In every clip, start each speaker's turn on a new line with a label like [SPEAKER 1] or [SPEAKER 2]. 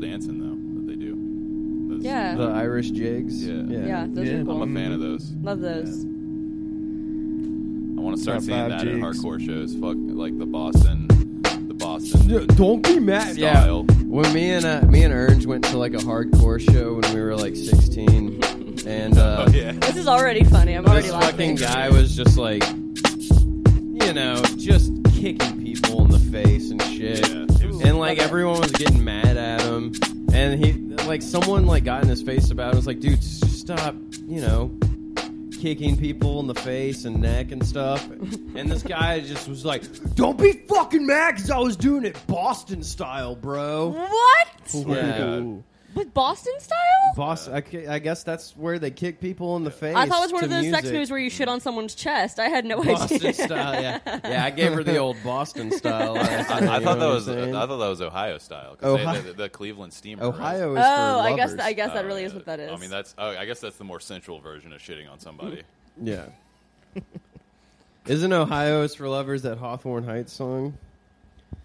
[SPEAKER 1] dancing though that they do. Those-
[SPEAKER 2] Yeah.
[SPEAKER 3] The Irish jigs.
[SPEAKER 1] Yeah.
[SPEAKER 2] Yeah, those are cool.
[SPEAKER 1] I'm a fan of those.
[SPEAKER 2] Love those.
[SPEAKER 1] I want to start
[SPEAKER 4] Top
[SPEAKER 1] seeing
[SPEAKER 4] five
[SPEAKER 1] that at
[SPEAKER 4] jigs.
[SPEAKER 1] hardcore shows. Fuck, like the Boston, the Boston.
[SPEAKER 3] Yeah, Don't be mad.
[SPEAKER 1] Style.
[SPEAKER 3] Yeah. When me and uh, me and Ernst went to like a hardcore show when we were like 16, and uh,
[SPEAKER 1] Oh yeah.
[SPEAKER 2] This is already funny. I'm already
[SPEAKER 3] this
[SPEAKER 2] laughing.
[SPEAKER 3] fucking guy was just like, you know, just kicking people in the face and shit,
[SPEAKER 1] Yeah. It was-
[SPEAKER 3] and like
[SPEAKER 2] Okay.
[SPEAKER 3] everyone was getting mad at him, and he like someone like got in his face about it. was like, dude, s- stop, you know. Kicking people in the face and neck and stuff, and this guy just was like, "Don't be fucking mad, cause I was doing it Boston style, bro."
[SPEAKER 2] What?
[SPEAKER 3] Yeah.
[SPEAKER 4] Ooh.
[SPEAKER 2] With Boston style?
[SPEAKER 3] Boss, I, ca- I guess that's where they kick people in the face.
[SPEAKER 2] I thought it was one
[SPEAKER 3] to
[SPEAKER 2] of those sex
[SPEAKER 3] music.
[SPEAKER 2] moves where you shit on someone's chest. I had no idea.
[SPEAKER 3] Boston style, yeah, yeah. I gave her the old Boston style. last
[SPEAKER 1] I,
[SPEAKER 3] night,
[SPEAKER 1] I
[SPEAKER 3] you
[SPEAKER 1] thought
[SPEAKER 3] know
[SPEAKER 1] that
[SPEAKER 3] what
[SPEAKER 1] was
[SPEAKER 3] I'm saying?
[SPEAKER 1] I thought that was Ohio style. 'cause they-
[SPEAKER 3] Ohio-
[SPEAKER 1] the, the Cleveland Steamer. right?
[SPEAKER 3] Ohio is for
[SPEAKER 2] Oh, I guess
[SPEAKER 3] lovers.
[SPEAKER 2] I guess that
[SPEAKER 1] Oh,
[SPEAKER 2] really
[SPEAKER 1] yeah.
[SPEAKER 2] is what that is.
[SPEAKER 1] I mean, that's oh, I guess that's the more central version of shitting on somebody.
[SPEAKER 3] yeah. Isn't Ohio is for lovers that Hawthorne Heights song?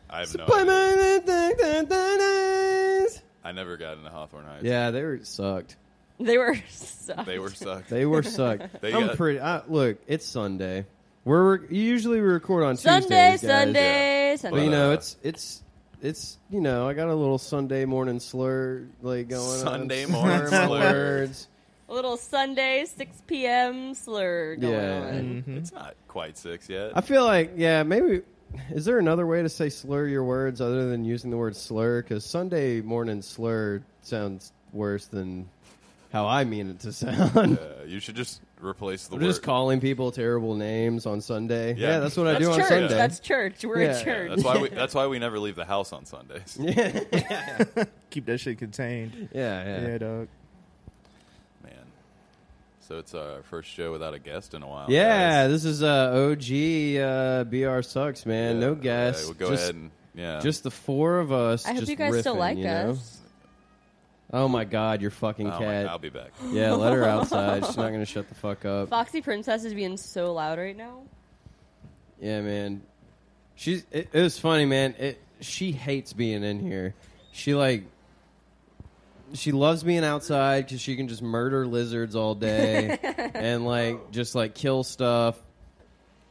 [SPEAKER 1] I have no. idea.
[SPEAKER 3] Yeah,
[SPEAKER 1] I never got into Hawthorne Heights.
[SPEAKER 3] they were sucked.
[SPEAKER 2] they were sucked.
[SPEAKER 1] They were sucked.
[SPEAKER 3] They were sucked.
[SPEAKER 1] They
[SPEAKER 3] I'm
[SPEAKER 1] got-
[SPEAKER 3] pretty. I, look, it's Sunday. We're usually we record on
[SPEAKER 2] Sunday,
[SPEAKER 3] Tuesdays, guys.
[SPEAKER 2] Sunday, Sunday.
[SPEAKER 3] But you
[SPEAKER 1] But,
[SPEAKER 3] know,
[SPEAKER 1] uh,
[SPEAKER 3] it's it's it's you know, I got a little Sunday morning slur like going
[SPEAKER 1] Sunday
[SPEAKER 3] on.
[SPEAKER 1] morning
[SPEAKER 3] Slur my
[SPEAKER 1] slur.
[SPEAKER 3] words.
[SPEAKER 2] A little Sunday, 6 p.m. slur going
[SPEAKER 3] Yeah. mm-hmm.
[SPEAKER 2] on.
[SPEAKER 1] It's not quite six yet.
[SPEAKER 3] I feel like yeah, maybe is there another way to say slur your words other than using the word slur? Because Sunday morning slur sounds worse than how I mean it to sound.
[SPEAKER 1] Uh, you should just replace the
[SPEAKER 3] I'm
[SPEAKER 1] word.
[SPEAKER 3] just calling people terrible names on Sunday. Yeah,
[SPEAKER 1] Yeah.
[SPEAKER 3] that's what I
[SPEAKER 2] That's
[SPEAKER 3] do on
[SPEAKER 2] church.
[SPEAKER 3] Sunday.
[SPEAKER 2] That's church. We're
[SPEAKER 3] Yeah.
[SPEAKER 2] a church.
[SPEAKER 1] That's why we. That's why we never leave the house on Sundays.
[SPEAKER 3] yeah,
[SPEAKER 4] Keep that shit contained.
[SPEAKER 3] yeah,
[SPEAKER 4] Yeah,
[SPEAKER 3] yeah.
[SPEAKER 4] dog.
[SPEAKER 1] Man. So it's our first show without a guest in a while.
[SPEAKER 3] Yeah,
[SPEAKER 1] guys.
[SPEAKER 3] this is uh, OG uh, BR sucks, man.
[SPEAKER 1] Yeah,
[SPEAKER 3] no
[SPEAKER 1] all right,
[SPEAKER 3] guests.
[SPEAKER 1] we'll go
[SPEAKER 3] Just
[SPEAKER 1] ahead and uh, yeah.
[SPEAKER 3] Just the four of us.
[SPEAKER 2] I hope
[SPEAKER 3] just
[SPEAKER 2] you guys still
[SPEAKER 3] riffing,
[SPEAKER 2] like
[SPEAKER 3] you know?
[SPEAKER 2] us.
[SPEAKER 3] Oh my god, your fucking
[SPEAKER 1] oh, my, I'll
[SPEAKER 3] cat.
[SPEAKER 1] be back.
[SPEAKER 3] Yeah, let her outside. She's not gonna shut the fuck up.
[SPEAKER 2] Foxy Princess is being so loud right now.
[SPEAKER 3] Yeah, man. She's. It, it was funny, man. It. She hates being in here. She like. She loves being outside because she can just murder lizards all day and like just like kill stuff.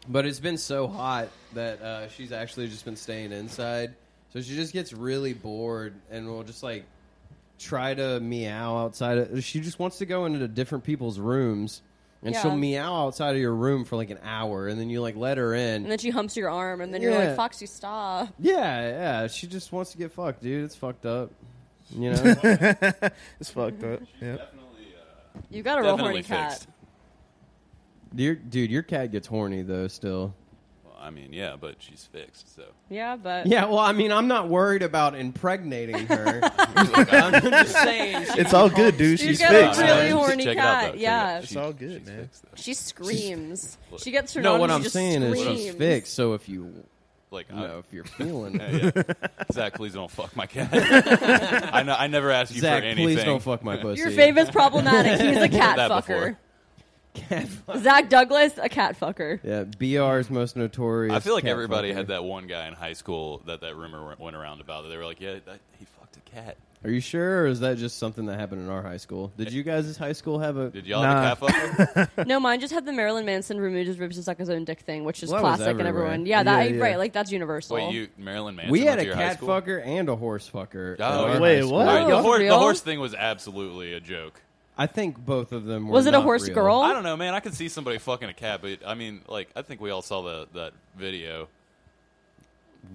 [SPEAKER 3] But it's been so hot that uh, she's actually just been staying inside. So she just gets really bored and will just like try to meow outside. She just wants to go into different people's rooms and
[SPEAKER 2] Yeah.
[SPEAKER 3] she'll meow outside of your room for like an hour and then you like let her
[SPEAKER 2] And
[SPEAKER 3] in.
[SPEAKER 2] then she humps your arm, and then you're
[SPEAKER 3] Yeah.
[SPEAKER 2] like, Foxy, stop.
[SPEAKER 3] Yeah, yeah. She just wants to get fucked, dude. It's fucked up. You know?
[SPEAKER 4] It's fucked up. Yeah.
[SPEAKER 2] You've got a real horny
[SPEAKER 1] uh, Definitely
[SPEAKER 2] cat.
[SPEAKER 1] fixed.
[SPEAKER 3] your, dude, your cat gets horny though still.
[SPEAKER 1] Well, I mean, yeah, but she's fixed. So
[SPEAKER 2] Yeah, but
[SPEAKER 3] Yeah, well, I mean, I'm not worried about impregnating her. I'm just saying. she-
[SPEAKER 4] It's all good, dude.
[SPEAKER 2] She's
[SPEAKER 4] She's
[SPEAKER 2] got
[SPEAKER 4] fixed.
[SPEAKER 2] a
[SPEAKER 1] Uh,
[SPEAKER 2] really
[SPEAKER 1] just
[SPEAKER 2] horny
[SPEAKER 1] check it
[SPEAKER 2] cat,
[SPEAKER 1] Out, though. Check it
[SPEAKER 2] yeah.
[SPEAKER 1] out.
[SPEAKER 4] It's
[SPEAKER 1] She-
[SPEAKER 4] all good,
[SPEAKER 1] she's
[SPEAKER 4] man.
[SPEAKER 1] fixed, though.
[SPEAKER 2] she screams. she gets turned
[SPEAKER 3] no,
[SPEAKER 2] on
[SPEAKER 3] what
[SPEAKER 2] and
[SPEAKER 3] I'm
[SPEAKER 2] she just
[SPEAKER 3] saying is she's
[SPEAKER 2] screams.
[SPEAKER 3] fixed. So if you,
[SPEAKER 1] Like,
[SPEAKER 3] you
[SPEAKER 1] I- uh,
[SPEAKER 3] know, if you're feeling, it,
[SPEAKER 1] Yeah, yeah. Zach, please don't fuck my cat. I, n- I never asked you
[SPEAKER 3] Zach,
[SPEAKER 1] for anything.
[SPEAKER 3] please don't fuck my pussy.
[SPEAKER 2] Your favorite's problematic. He's a cat
[SPEAKER 1] That
[SPEAKER 2] fucker.
[SPEAKER 1] before.
[SPEAKER 3] cat.
[SPEAKER 2] Zach Douglas, a cat fucker.
[SPEAKER 3] Yeah, BR's most notorious.
[SPEAKER 1] I feel like
[SPEAKER 3] cat
[SPEAKER 1] everybody
[SPEAKER 3] fucker.
[SPEAKER 1] had that one guy in high school that that rumor went- went around about. That they were like, yeah, that, he fucked a cat.
[SPEAKER 3] Are you sure, or is that just something that happened in our high school? Did you guys' high school have a?
[SPEAKER 1] Did y'all
[SPEAKER 4] Nah.
[SPEAKER 1] have a cat fucker?
[SPEAKER 2] No, mine just had the Marilyn Manson removed his ribs to suck his own dick thing, which is
[SPEAKER 3] Well, that was
[SPEAKER 2] classic and
[SPEAKER 3] everywhere.
[SPEAKER 2] everyone. Yeah, that
[SPEAKER 4] Yeah, yeah.
[SPEAKER 2] right, like that's universal.
[SPEAKER 1] Wait, you Marilyn Manson?
[SPEAKER 3] we had
[SPEAKER 1] went to
[SPEAKER 3] a
[SPEAKER 1] your high
[SPEAKER 3] cat
[SPEAKER 1] school?
[SPEAKER 3] fucker and a horse fucker.
[SPEAKER 1] Oh,
[SPEAKER 3] in our
[SPEAKER 4] wait,
[SPEAKER 3] high school.
[SPEAKER 4] what?
[SPEAKER 1] All right,
[SPEAKER 2] Oh,
[SPEAKER 1] the, horse, the
[SPEAKER 2] real?
[SPEAKER 1] horse thing was absolutely a joke.
[SPEAKER 3] I think both of them. Were
[SPEAKER 2] Was it a
[SPEAKER 3] not
[SPEAKER 2] horse
[SPEAKER 3] real.
[SPEAKER 2] girl?
[SPEAKER 1] I don't know, man. I could see somebody fucking a cat, but I mean, like, I think we all saw the that video.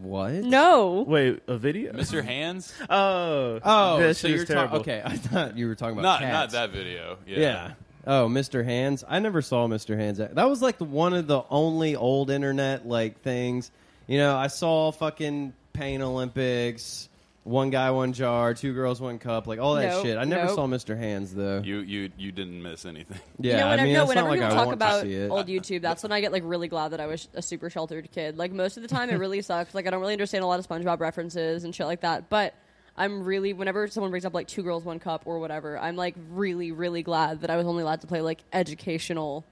[SPEAKER 3] What?
[SPEAKER 2] no.
[SPEAKER 4] Wait, a video?
[SPEAKER 1] Mr. Hands?
[SPEAKER 4] Oh,
[SPEAKER 3] Oh,
[SPEAKER 4] that
[SPEAKER 3] so
[SPEAKER 4] shit
[SPEAKER 3] you're
[SPEAKER 4] is
[SPEAKER 3] talking?
[SPEAKER 4] terrible.
[SPEAKER 3] Okay, I thought you were talking
[SPEAKER 1] Not
[SPEAKER 3] about
[SPEAKER 1] not
[SPEAKER 3] cats.
[SPEAKER 1] that video. Yeah.
[SPEAKER 3] Yeah. Oh, Mr. Hands. I never saw Mr. Hands. That was like the one of the only old internet like things. You know, I saw fucking Pain Olympics, one guy, one jar, two girls, one cup, like all that
[SPEAKER 2] Nope,
[SPEAKER 3] shit. I never
[SPEAKER 2] nope.
[SPEAKER 3] saw Mr. Hands though.
[SPEAKER 1] You you you didn't miss anything.
[SPEAKER 3] yeah,
[SPEAKER 2] you know,
[SPEAKER 3] I
[SPEAKER 2] whenever,
[SPEAKER 3] mean,
[SPEAKER 2] no,
[SPEAKER 3] it's not
[SPEAKER 2] whenever
[SPEAKER 3] like
[SPEAKER 2] people
[SPEAKER 3] I
[SPEAKER 2] talk
[SPEAKER 3] want
[SPEAKER 2] about
[SPEAKER 3] to see it.
[SPEAKER 2] old YouTube, that's when I get like really glad that I was a super sheltered kid. Like most of the time, it really sucks. Like I don't really understand a lot of SpongeBob references and shit like that. But I'm really, whenever someone brings up like Two Girls One Cup or whatever, I'm like really, really glad that I was only allowed to play like educational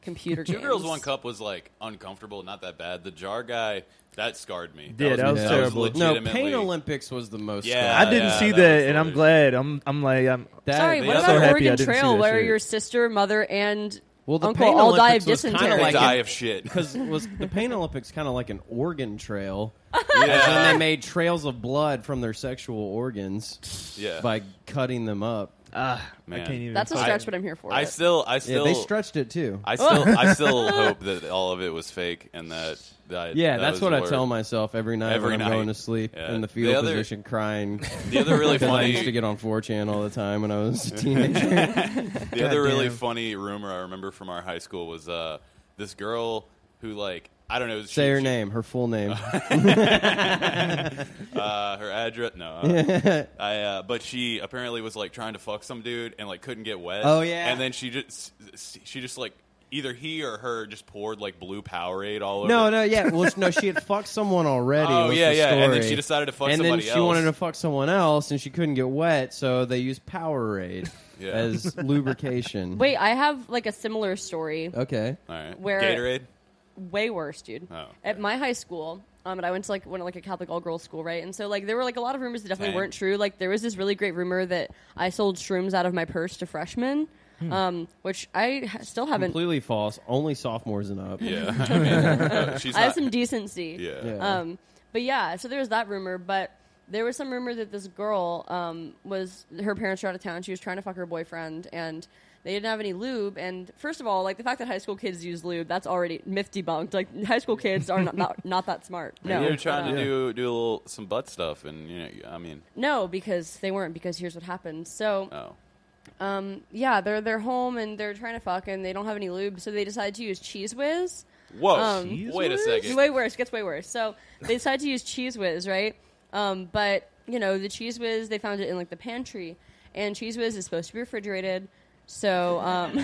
[SPEAKER 2] computer
[SPEAKER 1] Two
[SPEAKER 2] games.
[SPEAKER 1] girls, one cup was like uncomfortable, not that bad. The jar guy that scarred me.
[SPEAKER 4] Yeah, that was terrible.
[SPEAKER 3] No,
[SPEAKER 1] legitimately-
[SPEAKER 3] Pain Olympics was the most.
[SPEAKER 1] Yeah,
[SPEAKER 4] I
[SPEAKER 3] fun.
[SPEAKER 4] didn't
[SPEAKER 1] yeah,
[SPEAKER 4] see
[SPEAKER 1] that
[SPEAKER 4] that,
[SPEAKER 1] was
[SPEAKER 4] and I'm
[SPEAKER 1] hilarious.
[SPEAKER 4] glad. I'm I'm like I'm.
[SPEAKER 3] That-
[SPEAKER 2] Sorry,
[SPEAKER 1] the
[SPEAKER 2] what
[SPEAKER 1] other- So
[SPEAKER 2] about
[SPEAKER 1] happy
[SPEAKER 4] I
[SPEAKER 2] Oregon
[SPEAKER 4] didn't see
[SPEAKER 2] Trail
[SPEAKER 4] that
[SPEAKER 2] where
[SPEAKER 4] shit.
[SPEAKER 2] your sister, mother, and
[SPEAKER 3] Well, the
[SPEAKER 2] uncle
[SPEAKER 3] Pain
[SPEAKER 2] all die of
[SPEAKER 3] Olympics was kinda
[SPEAKER 2] dysentery?
[SPEAKER 1] They
[SPEAKER 3] like
[SPEAKER 1] die
[SPEAKER 3] it-
[SPEAKER 1] of shit.
[SPEAKER 3] because was the Pain Olympics kind of like an organ trail? And
[SPEAKER 1] Yeah,
[SPEAKER 3] they made trails of blood from their sexual organs
[SPEAKER 1] yeah.
[SPEAKER 3] by cutting them up.
[SPEAKER 4] Ah, I
[SPEAKER 1] Man.
[SPEAKER 4] can't even.
[SPEAKER 2] That's a
[SPEAKER 4] fucking-
[SPEAKER 2] stretch, but I'm here for
[SPEAKER 1] I
[SPEAKER 2] it.
[SPEAKER 1] still, I
[SPEAKER 3] Yeah,
[SPEAKER 1] still,
[SPEAKER 3] they stretched it too.
[SPEAKER 1] I still, I still hope that all of it was fake and that. that
[SPEAKER 3] yeah,
[SPEAKER 1] that
[SPEAKER 3] that's
[SPEAKER 1] was
[SPEAKER 3] what
[SPEAKER 1] the
[SPEAKER 3] I
[SPEAKER 1] word.
[SPEAKER 3] tell myself every night
[SPEAKER 1] Every
[SPEAKER 3] when I'm
[SPEAKER 1] night.
[SPEAKER 3] going to sleep
[SPEAKER 1] Yeah.
[SPEAKER 3] in the
[SPEAKER 1] The
[SPEAKER 3] fetal
[SPEAKER 1] other-
[SPEAKER 3] position, crying.
[SPEAKER 1] The other really
[SPEAKER 3] Because I used to
[SPEAKER 1] funny,
[SPEAKER 3] get on 4chan all the time when I was a teenager.
[SPEAKER 1] the other really
[SPEAKER 4] Goddamn.
[SPEAKER 1] funny rumor I remember from our high school was uh, this girl who like I don't know. She,
[SPEAKER 3] Say her
[SPEAKER 1] she-
[SPEAKER 3] name, her full name.
[SPEAKER 1] uh, her address. No, uh, I. Uh, but she apparently was like trying to fuck some dude and like couldn't get wet.
[SPEAKER 3] Oh, yeah.
[SPEAKER 1] And then she just she just like either he or her just poured like blue Powerade all over.
[SPEAKER 3] No, no, yeah. Well, no, she had fucked someone already.
[SPEAKER 1] Oh,
[SPEAKER 3] was
[SPEAKER 1] yeah,
[SPEAKER 3] the
[SPEAKER 1] yeah, and then
[SPEAKER 3] story.
[SPEAKER 1] she decided to fuck
[SPEAKER 3] And
[SPEAKER 1] somebody
[SPEAKER 3] then she
[SPEAKER 1] else.
[SPEAKER 3] wanted to fuck someone else, and she couldn't get wet, so they used Powerade
[SPEAKER 1] Yeah.
[SPEAKER 3] as lubrication.
[SPEAKER 2] Wait, I have like a similar story.
[SPEAKER 3] Okay.
[SPEAKER 1] All right.
[SPEAKER 2] Where-
[SPEAKER 1] Gatorade.
[SPEAKER 2] way worse, dude.
[SPEAKER 1] Oh.
[SPEAKER 2] At my high school, um, and I went to like went to like a Catholic all girls school, right? And so like there were like a lot of rumors that definitely
[SPEAKER 1] Dang.
[SPEAKER 2] weren't true. Like there was this really great rumor that I sold shrooms out of my purse to freshmen,
[SPEAKER 1] Hmm.
[SPEAKER 2] um, which I ha- still haven't.
[SPEAKER 3] Completely false. Only sophomores and up.
[SPEAKER 1] Yeah. I mean, uh, she's
[SPEAKER 2] I have
[SPEAKER 1] not.
[SPEAKER 2] some decency.
[SPEAKER 1] yeah.
[SPEAKER 3] Yeah.
[SPEAKER 2] Um, but yeah, so there was that rumor, but there was some rumor that this girl um, was her parents were out of town. She was trying to fuck her boyfriend, and they didn't have any lube. And first of all, like the fact that high school kids use lube, that's already myth debunked. Like high school kids are not not, not that smart. No,
[SPEAKER 1] Maybe they're trying to
[SPEAKER 2] Uh,
[SPEAKER 1] do do a little some butt stuff, and you know, I mean,
[SPEAKER 2] no because they weren't. Because here's what happened. So
[SPEAKER 1] oh,
[SPEAKER 2] yeah, they're they're home and they're trying to fuck, and they don't have any lube, so they decide to use Cheese Whiz.
[SPEAKER 1] whoa,
[SPEAKER 2] Um,
[SPEAKER 1] wait a second.
[SPEAKER 2] Way worse. Gets way worse. So they decided to use Cheese Whiz, right? Um, but you know the Cheese Whiz, they found it in like the pantry, and Cheese Whiz is supposed to be refrigerated. So um,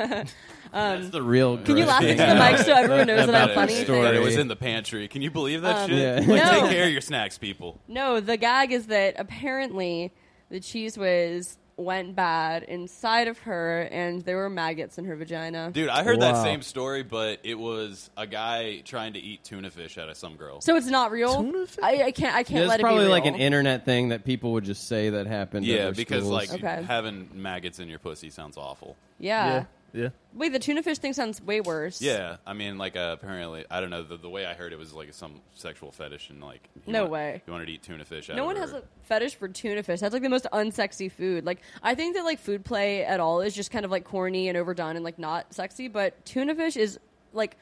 [SPEAKER 3] That's the real.
[SPEAKER 2] can you laugh into the mic so everyone knows that
[SPEAKER 3] About
[SPEAKER 2] I'm
[SPEAKER 1] That
[SPEAKER 2] funny?
[SPEAKER 1] is-
[SPEAKER 3] story.
[SPEAKER 1] that It was in the pantry. Can you believe that
[SPEAKER 2] Um,
[SPEAKER 1] shit?
[SPEAKER 3] Yeah.
[SPEAKER 1] Like,
[SPEAKER 2] No.
[SPEAKER 1] take care of your snacks, people.
[SPEAKER 2] No, the gag is that apparently the Cheese Whiz went bad inside of her, and there were maggots in her vagina.
[SPEAKER 1] Dude, I heard that
[SPEAKER 4] Wow.
[SPEAKER 1] same story, but it was a guy trying to eat tuna fish out of some girl.
[SPEAKER 2] So it's not real.
[SPEAKER 4] Tuna fish?
[SPEAKER 2] I, I can't. I can't
[SPEAKER 3] It's
[SPEAKER 2] let it
[SPEAKER 3] probably
[SPEAKER 2] be real.
[SPEAKER 3] like an internet thing that people would just say that happened. at
[SPEAKER 1] yeah,
[SPEAKER 3] their
[SPEAKER 1] because
[SPEAKER 3] schools.
[SPEAKER 1] like
[SPEAKER 2] Okay.
[SPEAKER 1] having maggots in your pussy sounds awful.
[SPEAKER 2] yeah.
[SPEAKER 4] Yeah. Yeah.
[SPEAKER 2] Wait, the tuna fish thing sounds way worse.
[SPEAKER 1] Yeah, I mean, like uh, apparently, I don't know. The, the way I heard it was like some sexual fetish, and like he
[SPEAKER 2] No
[SPEAKER 1] wa-
[SPEAKER 2] way.
[SPEAKER 1] he wanted to eat tuna fish. out
[SPEAKER 2] No
[SPEAKER 1] of
[SPEAKER 2] one
[SPEAKER 1] her.
[SPEAKER 2] has a fetish for tuna fish. That's like the most unsexy food. Like I think that like food play at all is just kind of like corny and overdone and like not sexy. But tuna fish is like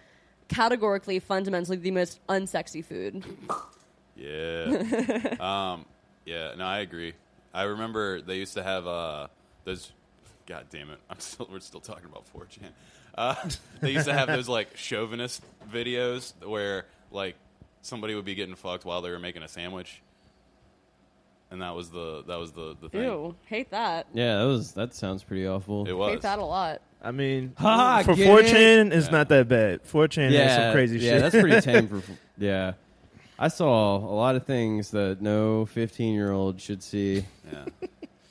[SPEAKER 2] categorically, fundamentally the most unsexy food.
[SPEAKER 1] Yeah. um, yeah. No, I agree. I remember they used to have uh, those. God damn it! I'm still. We're still talking about 4chan. Uh, they used to have those like chauvinist videos where like somebody would be getting fucked while they were making a sandwich, and that was the that was the the thing.
[SPEAKER 2] Ew, hate that.
[SPEAKER 3] yeah, that was that sounds pretty awful.
[SPEAKER 1] It was.
[SPEAKER 2] Hate that a lot.
[SPEAKER 4] I mean,
[SPEAKER 3] Ha,
[SPEAKER 4] for
[SPEAKER 3] get
[SPEAKER 4] 4chan, it's
[SPEAKER 1] Yeah.
[SPEAKER 4] not that bad. 4chan
[SPEAKER 3] yeah,
[SPEAKER 4] has some crazy
[SPEAKER 3] yeah,
[SPEAKER 4] shit.
[SPEAKER 3] that's pretty tame for. Yeah, I saw a lot of things that no fifteen-year-old should see.
[SPEAKER 1] yeah.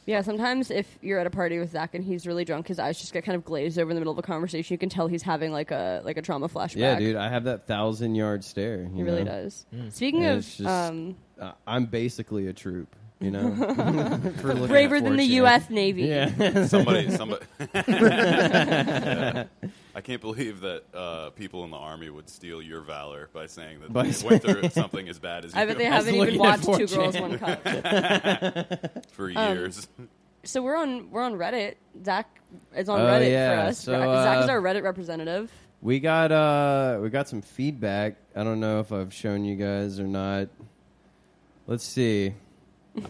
[SPEAKER 2] Yeah, sometimes if you're at a party with Zach and he's really drunk, his eyes just get kind of glazed over in the middle of a conversation. You can tell he's having like a like a trauma flashback.
[SPEAKER 3] Yeah, dude, I have that thousand-yard stare. You
[SPEAKER 2] He really
[SPEAKER 3] know?
[SPEAKER 2] does. Speaking
[SPEAKER 3] Yeah,
[SPEAKER 2] of
[SPEAKER 3] it's just-
[SPEAKER 2] um,
[SPEAKER 3] Uh, I'm basically a troop. You know, For looking at
[SPEAKER 2] braver than the
[SPEAKER 3] 4chan.
[SPEAKER 2] U.S. Navy.
[SPEAKER 3] Yeah,
[SPEAKER 1] Somebody. Somebody. Yeah. I can't believe that uh, people in the army would steal your valor by saying that
[SPEAKER 3] By
[SPEAKER 1] they went through something as bad as you
[SPEAKER 2] I bet they
[SPEAKER 1] have
[SPEAKER 2] haven't even
[SPEAKER 3] looking at
[SPEAKER 2] watched Two
[SPEAKER 3] 4chan.
[SPEAKER 2] Girls One Cup.
[SPEAKER 1] for
[SPEAKER 2] um,
[SPEAKER 1] years.
[SPEAKER 2] So we're on we're on Reddit. Zach is on
[SPEAKER 3] Oh,
[SPEAKER 2] Reddit for
[SPEAKER 3] yeah.
[SPEAKER 2] us.
[SPEAKER 3] So,
[SPEAKER 2] Zach is
[SPEAKER 3] uh,
[SPEAKER 2] our Reddit representative.
[SPEAKER 3] we got uh, we got some feedback. I don't know if I've shown you guys or not. Let's see.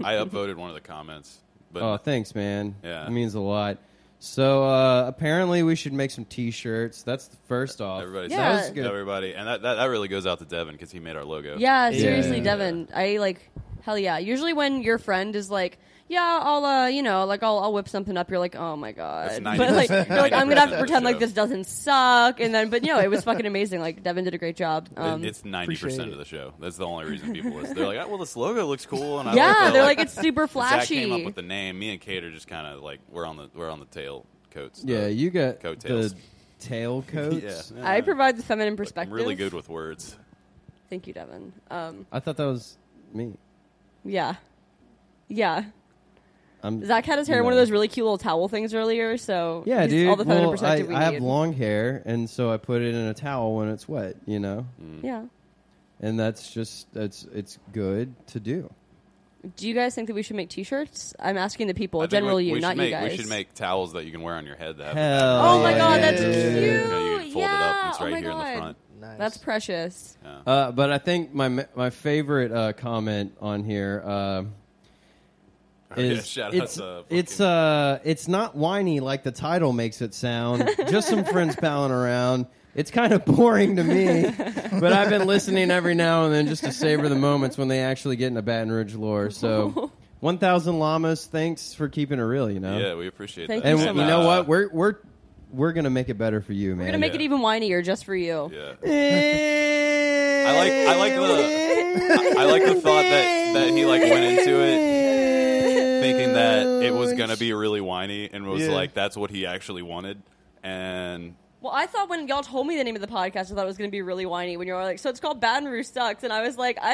[SPEAKER 1] I upvoted one of the comments, but
[SPEAKER 3] Oh, thanks, man.
[SPEAKER 1] Yeah.
[SPEAKER 3] it means a lot. So uh, apparently, we should make some T-shirts. That's the first off.
[SPEAKER 1] everybody,
[SPEAKER 2] Yeah.
[SPEAKER 1] says
[SPEAKER 3] That was good.
[SPEAKER 1] everybody, and that, that that really goes out to Devin because he made our logo.
[SPEAKER 2] Yeah,
[SPEAKER 3] Yeah.
[SPEAKER 2] seriously,
[SPEAKER 3] Yeah.
[SPEAKER 2] Devin. I like hell yeah. Usually when your friend is like, yeah, I'll uh, you know, like I'll, I'll whip something up. You're like, oh my
[SPEAKER 1] That's
[SPEAKER 2] god.
[SPEAKER 1] 90%
[SPEAKER 2] But like, you're like, I'm gonna
[SPEAKER 1] 90% of
[SPEAKER 2] have to
[SPEAKER 1] the
[SPEAKER 2] pretend like
[SPEAKER 1] show.
[SPEAKER 2] this doesn't suck. And then, but no, it was fucking amazing. Like Devin did a great job.
[SPEAKER 1] It-
[SPEAKER 2] Um,
[SPEAKER 1] it's ninety
[SPEAKER 4] appreciate
[SPEAKER 1] percent of the show. That's the only reason people listen. They're like, oh, well, this logo looks cool, and I
[SPEAKER 2] yeah,
[SPEAKER 1] like
[SPEAKER 2] they're
[SPEAKER 1] the,
[SPEAKER 2] like it's super
[SPEAKER 1] Zach
[SPEAKER 2] flashy.
[SPEAKER 1] came up with the name. Me and Kate are just kind of like we're on the we're on the tail coats.
[SPEAKER 3] Yeah,
[SPEAKER 1] the
[SPEAKER 3] you got
[SPEAKER 1] coattails.
[SPEAKER 3] the tailcoats.
[SPEAKER 1] Yeah.
[SPEAKER 2] I provide the feminine
[SPEAKER 1] I'm
[SPEAKER 2] perspective.
[SPEAKER 1] really good with words.
[SPEAKER 2] Thank you, Devin. Um,
[SPEAKER 3] I thought that was me.
[SPEAKER 2] yeah, yeah.
[SPEAKER 3] I'm
[SPEAKER 2] Zach had his hair in one of
[SPEAKER 3] No.
[SPEAKER 2] those really cute little towel things earlier, so
[SPEAKER 3] Yeah,
[SPEAKER 2] he's
[SPEAKER 3] dude.
[SPEAKER 2] All the feminine
[SPEAKER 3] well, I,
[SPEAKER 2] perspective we
[SPEAKER 3] I have
[SPEAKER 2] need.
[SPEAKER 3] long hair, and so I put it in a towel when it's wet. You know,
[SPEAKER 2] yeah.
[SPEAKER 3] and that's just that's it's good to do.
[SPEAKER 2] Do you guys think that we should make T-shirts? I'm asking the people,
[SPEAKER 1] I think
[SPEAKER 2] general
[SPEAKER 1] we,
[SPEAKER 2] you,
[SPEAKER 1] we should
[SPEAKER 2] not
[SPEAKER 1] make,
[SPEAKER 2] you guys.
[SPEAKER 1] We should make towels that you can wear on your head. That have-
[SPEAKER 3] Hell
[SPEAKER 2] Oh my
[SPEAKER 3] yeah,
[SPEAKER 2] god, that's
[SPEAKER 3] dude.
[SPEAKER 2] cute!
[SPEAKER 1] You know, you can fold it up.
[SPEAKER 2] yeah,
[SPEAKER 1] and It's
[SPEAKER 2] oh
[SPEAKER 1] right
[SPEAKER 2] my
[SPEAKER 1] here
[SPEAKER 2] god,
[SPEAKER 1] in the front.
[SPEAKER 4] Nice.
[SPEAKER 2] that's precious.
[SPEAKER 3] Uh, but I think my my favorite uh, comment on here uh, is
[SPEAKER 1] Yeah, shout
[SPEAKER 3] it's
[SPEAKER 1] out to fucking-
[SPEAKER 3] it's uh it's not whiny like the title makes it sound. Just some friends palling around. It's kind of boring to me, but I've been listening every now and then just to savor the moments when they actually get into Baton Rouge lore. So, one thousand llamas. Thanks for keeping it real. You know,
[SPEAKER 1] Yeah, we appreciate
[SPEAKER 2] Thank
[SPEAKER 1] that.
[SPEAKER 3] and
[SPEAKER 2] so
[SPEAKER 3] you know
[SPEAKER 1] uh,
[SPEAKER 3] what? We're we're we're gonna make it better for you, man.
[SPEAKER 2] We're gonna make it
[SPEAKER 1] Yeah.
[SPEAKER 2] even whinier just for you.
[SPEAKER 1] uh, yeah.
[SPEAKER 3] I
[SPEAKER 1] like- I like the- I like the thought that- that he, like, went into
[SPEAKER 3] it
[SPEAKER 1] thinking that it was gonna be really whiny and was
[SPEAKER 4] Yeah.
[SPEAKER 1] like that's what he actually wanted and
[SPEAKER 2] Well, I thought when y'all told me the name of the podcast, I thought it was going to be really whiny. When you were like, "So it's called Baton Rouge Sucks," and I was like, "I,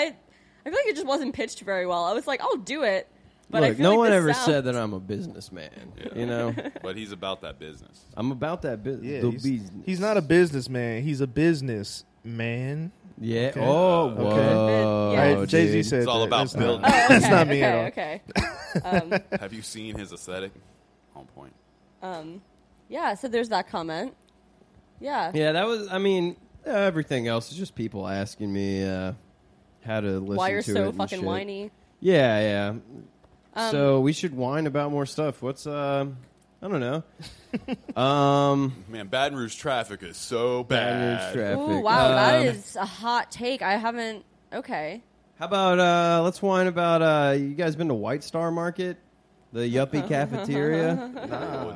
[SPEAKER 2] I feel like it just wasn't pitched very well." I was like, "I'll do it," but I
[SPEAKER 3] Look,
[SPEAKER 2] feel
[SPEAKER 3] no
[SPEAKER 2] like
[SPEAKER 3] one
[SPEAKER 2] this
[SPEAKER 3] ever
[SPEAKER 2] sounds-
[SPEAKER 3] said that I'm a businessman. You know,
[SPEAKER 1] but he's about that business.
[SPEAKER 3] I'm about that business.
[SPEAKER 4] Yeah,
[SPEAKER 3] the
[SPEAKER 4] he's,
[SPEAKER 3] business.
[SPEAKER 4] he's not a businessman. He's a business man.
[SPEAKER 3] Yeah.
[SPEAKER 4] Okay.
[SPEAKER 3] Oh,
[SPEAKER 1] Okay.
[SPEAKER 3] whoa.
[SPEAKER 2] Yeah.
[SPEAKER 4] All right, Jay Z
[SPEAKER 3] dude.
[SPEAKER 4] said
[SPEAKER 1] It's all
[SPEAKER 4] that.
[SPEAKER 1] about
[SPEAKER 4] That's not-
[SPEAKER 1] building.
[SPEAKER 2] Oh, okay,
[SPEAKER 4] That's not me
[SPEAKER 2] okay,
[SPEAKER 4] at all.
[SPEAKER 2] Okay.
[SPEAKER 1] Have you seen his aesthetic? On point.
[SPEAKER 2] Yeah. So there's that comment. Yeah.
[SPEAKER 3] Yeah, that was. I mean, uh, everything else is just people asking me uh, how to listen.
[SPEAKER 2] Why you're
[SPEAKER 3] to it
[SPEAKER 2] so
[SPEAKER 3] and
[SPEAKER 2] fucking
[SPEAKER 3] shit.
[SPEAKER 2] whiny? Um,
[SPEAKER 3] Yeah, yeah. so we should whine about more stuff. What's uh, I don't know. um.
[SPEAKER 1] Man, Baton Rouge traffic is so
[SPEAKER 3] Baton
[SPEAKER 1] bad.
[SPEAKER 3] Rouge traffic.
[SPEAKER 2] Ooh, wow, that
[SPEAKER 3] Um,
[SPEAKER 2] is a hot take. I haven't. Okay.
[SPEAKER 3] How about uh, let's whine about uh, you guys been to White Star Market, the yuppie cafeteria?
[SPEAKER 1] Oh,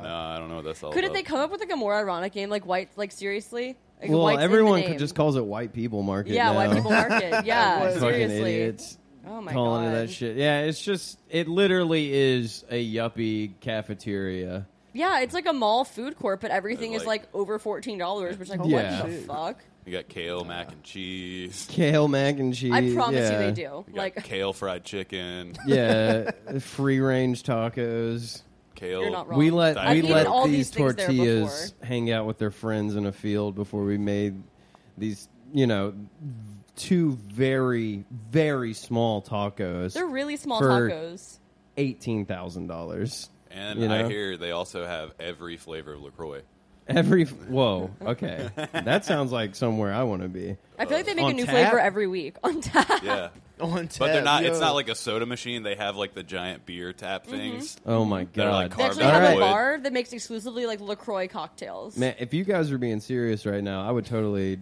[SPEAKER 1] no, I don't know what that's all
[SPEAKER 2] Couldn't
[SPEAKER 1] about.
[SPEAKER 2] they come up with like a more ironic name? Like white. Like seriously. Like,
[SPEAKER 3] well,
[SPEAKER 2] White's in the
[SPEAKER 3] everyone
[SPEAKER 2] name.
[SPEAKER 3] could just calls it White People Market.
[SPEAKER 2] Yeah,
[SPEAKER 3] now.
[SPEAKER 2] white people market. Yeah,
[SPEAKER 3] Fucking
[SPEAKER 2] seriously.
[SPEAKER 3] idiots
[SPEAKER 2] Oh my
[SPEAKER 3] calling
[SPEAKER 2] god.
[SPEAKER 3] it that shit. Yeah, it's just it literally is a yuppie cafeteria.
[SPEAKER 2] Yeah, it's like a mall food court, but everything is
[SPEAKER 1] Like-
[SPEAKER 2] like over fourteen dollars. Which like,
[SPEAKER 3] Yeah.
[SPEAKER 2] what the fuck?
[SPEAKER 1] You got kale mac and cheese.
[SPEAKER 3] Kale mac and cheese.
[SPEAKER 2] I promise
[SPEAKER 3] yeah.
[SPEAKER 2] you, they do.
[SPEAKER 1] You got
[SPEAKER 2] Like,
[SPEAKER 1] kale fried chicken.
[SPEAKER 3] Yeah, free range tacos.
[SPEAKER 1] Kale.
[SPEAKER 2] You're not wrong.
[SPEAKER 3] We let
[SPEAKER 1] I've
[SPEAKER 3] we
[SPEAKER 1] eaten
[SPEAKER 3] let
[SPEAKER 1] all
[SPEAKER 2] these
[SPEAKER 3] these
[SPEAKER 2] things there
[SPEAKER 3] tortillas
[SPEAKER 2] before.
[SPEAKER 3] hang out with their friends in a field before we made these, you know, two very very small tacos.
[SPEAKER 2] they're really small
[SPEAKER 3] For-
[SPEAKER 2] tacos.
[SPEAKER 3] eighteen thousand dollars.
[SPEAKER 1] And
[SPEAKER 3] you know?
[SPEAKER 1] I hear they also have every flavor of LaCroix.
[SPEAKER 3] every whoa. Okay, that sounds like somewhere I want to be.
[SPEAKER 2] I feel like they make a
[SPEAKER 3] on
[SPEAKER 2] new
[SPEAKER 3] tap?
[SPEAKER 2] flavor every week on tap.
[SPEAKER 1] Yeah.
[SPEAKER 4] On tap,
[SPEAKER 1] But they're not it's
[SPEAKER 4] yo.
[SPEAKER 1] not like a soda machine. They have like the giant beer tap
[SPEAKER 2] Mm-hmm.
[SPEAKER 1] things.
[SPEAKER 3] Oh my god.
[SPEAKER 1] They're like
[SPEAKER 2] They
[SPEAKER 1] carved
[SPEAKER 2] actually
[SPEAKER 1] out
[SPEAKER 2] have
[SPEAKER 1] of
[SPEAKER 2] a
[SPEAKER 1] wood.
[SPEAKER 2] bar that makes exclusively like Lacroix cocktails.
[SPEAKER 3] Man, if you guys were being serious right now, I would totally.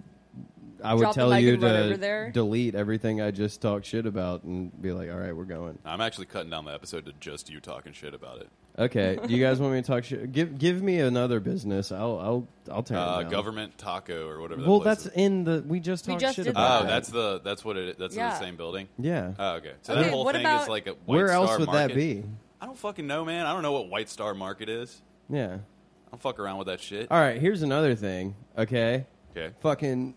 [SPEAKER 3] I would
[SPEAKER 2] Drop the
[SPEAKER 3] tell
[SPEAKER 2] mic
[SPEAKER 3] you
[SPEAKER 2] and run over
[SPEAKER 3] to
[SPEAKER 2] there.
[SPEAKER 3] delete everything I just talked shit about and be like, "All right, we're going."
[SPEAKER 1] I'm actually cutting down the episode to just you talking shit about it.
[SPEAKER 3] Okay. Do you guys want me to talk shit? Give Give me another business. I'll I'll I'll tear
[SPEAKER 1] Uh,
[SPEAKER 3] it down.
[SPEAKER 1] government taco or whatever. That
[SPEAKER 3] Well,
[SPEAKER 1] place
[SPEAKER 3] that's
[SPEAKER 1] is.
[SPEAKER 3] in the. We just
[SPEAKER 2] We
[SPEAKER 3] talked
[SPEAKER 2] just
[SPEAKER 3] shit
[SPEAKER 2] did
[SPEAKER 3] about.
[SPEAKER 1] oh,
[SPEAKER 3] that.
[SPEAKER 1] that's the that's what it. That's in the
[SPEAKER 2] Yeah.
[SPEAKER 1] same building.
[SPEAKER 3] yeah.
[SPEAKER 1] Oh, okay. So
[SPEAKER 2] Okay,
[SPEAKER 1] that whole
[SPEAKER 2] what
[SPEAKER 1] thing is
[SPEAKER 2] about-
[SPEAKER 1] like a. White
[SPEAKER 3] Where else
[SPEAKER 1] Star
[SPEAKER 3] would that
[SPEAKER 1] Market.
[SPEAKER 3] be?
[SPEAKER 1] I don't fucking know, man. I don't know what White Star Market is.
[SPEAKER 3] Yeah.
[SPEAKER 1] I don't fuck around with that shit.
[SPEAKER 3] All right. Here's another thing. Okay.
[SPEAKER 1] Okay.
[SPEAKER 3] Fucking.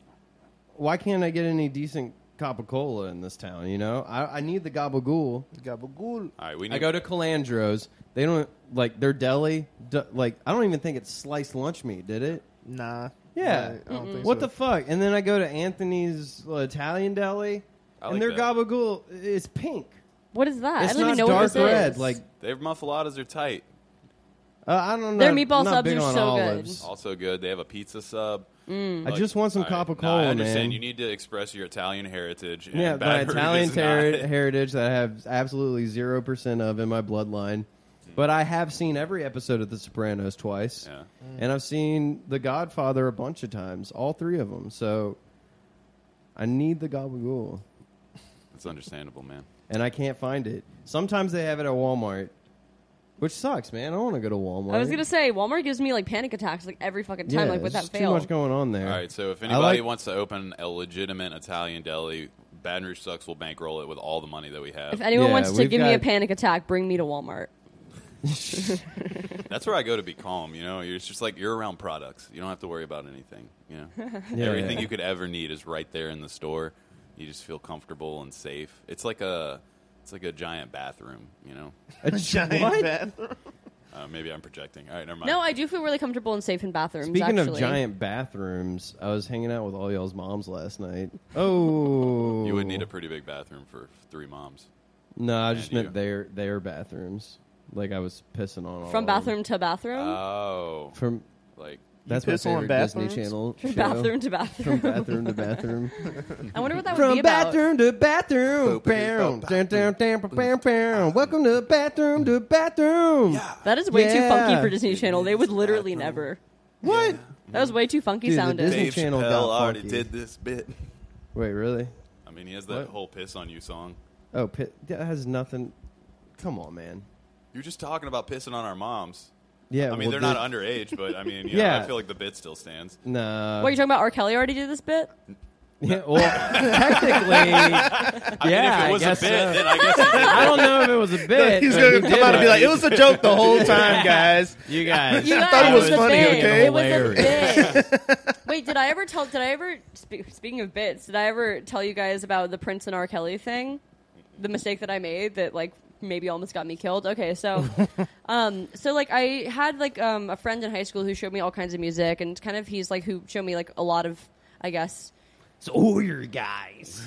[SPEAKER 3] Why can't I get any decent Coca Cola in this town? You know, I, I need the gabagool.
[SPEAKER 4] Gabagool.
[SPEAKER 1] All right. We need.
[SPEAKER 3] I go to Calandro's. They don't like their deli. d- like I don't even think it's sliced lunch meat. Did it?
[SPEAKER 4] Nah.
[SPEAKER 3] Yeah.
[SPEAKER 4] Nah, I don't think
[SPEAKER 3] What
[SPEAKER 4] so.
[SPEAKER 3] the fuck? And then I go to Anthony's uh, Italian deli,
[SPEAKER 1] I
[SPEAKER 3] and
[SPEAKER 1] like
[SPEAKER 3] their
[SPEAKER 1] that.
[SPEAKER 3] gabagool is pink.
[SPEAKER 2] what is that?
[SPEAKER 3] it's
[SPEAKER 2] I don't
[SPEAKER 3] not
[SPEAKER 2] even know
[SPEAKER 3] dark
[SPEAKER 2] what this
[SPEAKER 3] red.
[SPEAKER 2] is.
[SPEAKER 3] Like
[SPEAKER 1] Their muffaladas are tight.
[SPEAKER 3] uh, I don't know.
[SPEAKER 2] Their meatball
[SPEAKER 3] not
[SPEAKER 2] subs
[SPEAKER 3] big
[SPEAKER 2] are
[SPEAKER 3] on
[SPEAKER 2] so good. Mm.
[SPEAKER 3] olives.
[SPEAKER 1] Also good. They have a pizza sub.
[SPEAKER 3] I just want some
[SPEAKER 1] All right.
[SPEAKER 3] Coca
[SPEAKER 1] No,
[SPEAKER 3] Cola,
[SPEAKER 1] I understand.
[SPEAKER 3] man.
[SPEAKER 1] You need to express your Italian heritage. And
[SPEAKER 3] yeah, my
[SPEAKER 1] Baton Rouge
[SPEAKER 3] Italian
[SPEAKER 1] is
[SPEAKER 3] ter-
[SPEAKER 1] not-
[SPEAKER 3] heritage that I have absolutely zero percent of in my bloodline. But I have seen every episode of The Sopranos twice, Mm.
[SPEAKER 1] Yeah.
[SPEAKER 3] and I've seen The Godfather a bunch of times, all three of them. So I need the gabagool,
[SPEAKER 1] It's understandable, man.
[SPEAKER 3] and I can't find it. Sometimes they have it at Walmart, which sucks, man. I want to go to Walmart.
[SPEAKER 2] I was gonna say, Walmart gives me like panic attacks like every fucking
[SPEAKER 3] yeah,
[SPEAKER 2] time, like with
[SPEAKER 3] there's
[SPEAKER 2] that
[SPEAKER 3] too
[SPEAKER 2] fail.
[SPEAKER 3] much going on there.
[SPEAKER 1] All right. So if
[SPEAKER 3] I
[SPEAKER 1] anybody
[SPEAKER 3] like-
[SPEAKER 1] wants to open a legitimate Italian deli, Baton Rouge sucks. will bankroll it with all the money that we have.
[SPEAKER 2] if anyone
[SPEAKER 3] Yeah,
[SPEAKER 2] wants to
[SPEAKER 3] we've
[SPEAKER 2] give me a
[SPEAKER 3] got-
[SPEAKER 2] panic attack, bring me to Walmart.
[SPEAKER 1] That's where I go to be calm. You know, it's just like you're around products. You don't have to worry about anything. You know, everything
[SPEAKER 3] yeah.
[SPEAKER 1] you could ever need is right there in the store. You just feel comfortable and safe. It's like a it's like a giant bathroom. You know,
[SPEAKER 3] A
[SPEAKER 4] Giant
[SPEAKER 3] what?
[SPEAKER 4] bathroom.
[SPEAKER 1] uh, maybe I'm projecting. All right, never mind.
[SPEAKER 2] No, I do feel really comfortable and safe in bathrooms.
[SPEAKER 3] Speaking
[SPEAKER 2] actually.
[SPEAKER 3] of giant bathrooms, I was hanging out with all y'all's moms last night. Oh,
[SPEAKER 1] you would need a pretty big bathroom for three moms.
[SPEAKER 3] No, I just
[SPEAKER 1] Yeah, you
[SPEAKER 3] meant
[SPEAKER 1] do.
[SPEAKER 3] their their bathrooms. Like I was pissing on all
[SPEAKER 2] from
[SPEAKER 3] of them.
[SPEAKER 2] bathroom to bathroom,
[SPEAKER 1] Oh,
[SPEAKER 3] From
[SPEAKER 1] like
[SPEAKER 3] that's
[SPEAKER 4] You
[SPEAKER 3] my
[SPEAKER 4] piss on
[SPEAKER 3] favorite Disney
[SPEAKER 4] bathrooms?
[SPEAKER 3] Channel
[SPEAKER 2] from
[SPEAKER 3] show.
[SPEAKER 2] bathroom to
[SPEAKER 3] From
[SPEAKER 2] bathroom.
[SPEAKER 3] bathroom to bathroom.
[SPEAKER 2] I wonder what that would be
[SPEAKER 3] From
[SPEAKER 2] about.
[SPEAKER 3] bathroom to bathroom. Bam, bam, bam, bam, bam, bam. Welcome to bathroom to bathroom.
[SPEAKER 2] That is way too funky
[SPEAKER 3] Yeah.
[SPEAKER 2] for Disney Channel. They would literally never.
[SPEAKER 3] What?
[SPEAKER 2] That was way too funky
[SPEAKER 3] Dude, the
[SPEAKER 2] sounded.
[SPEAKER 3] Disney-
[SPEAKER 1] Dave
[SPEAKER 3] Channel got
[SPEAKER 1] Chappelle already
[SPEAKER 3] funky.
[SPEAKER 1] did this bit.
[SPEAKER 3] Wait, really?
[SPEAKER 1] I mean, he has that
[SPEAKER 3] What?
[SPEAKER 1] whole piss on you song.
[SPEAKER 3] Oh, pit, that has nothing. Come on, man.
[SPEAKER 1] You're just talking about pissing on our moms.
[SPEAKER 3] Yeah,
[SPEAKER 1] I mean,
[SPEAKER 3] well,
[SPEAKER 1] they're not underage, but I mean, you know,
[SPEAKER 3] Yeah.
[SPEAKER 1] I feel like the bit still stands.
[SPEAKER 3] No.
[SPEAKER 2] what are you talking about? R. Kelly already did this bit.
[SPEAKER 3] Yeah, well, technically, yeah,
[SPEAKER 1] if it was
[SPEAKER 3] I guess
[SPEAKER 1] a bit,
[SPEAKER 3] so.
[SPEAKER 1] then I guess it did.
[SPEAKER 3] I don't know if it was a bit.
[SPEAKER 4] He's
[SPEAKER 3] but
[SPEAKER 4] gonna
[SPEAKER 3] he
[SPEAKER 4] come
[SPEAKER 3] did
[SPEAKER 4] out and be
[SPEAKER 3] it.
[SPEAKER 4] like, "It was a joke the whole time, guys."
[SPEAKER 3] "You guys,
[SPEAKER 2] You
[SPEAKER 4] I
[SPEAKER 2] guys,
[SPEAKER 4] thought it was
[SPEAKER 2] a
[SPEAKER 4] funny,
[SPEAKER 2] bit.
[SPEAKER 4] okay?
[SPEAKER 2] It was
[SPEAKER 3] Hilarious.
[SPEAKER 2] a bit. Wait, did I ever tell? Did I ever spe- speaking of bits? Did I ever tell you guys about the Prince and R. Kelly thing? The mistake that I made that like maybe almost got me killed. Okay, so, um, so like I had like um a friend in high school who showed me all kinds of music and kind of he's like who showed me like a lot of I guess
[SPEAKER 5] So who are your guys?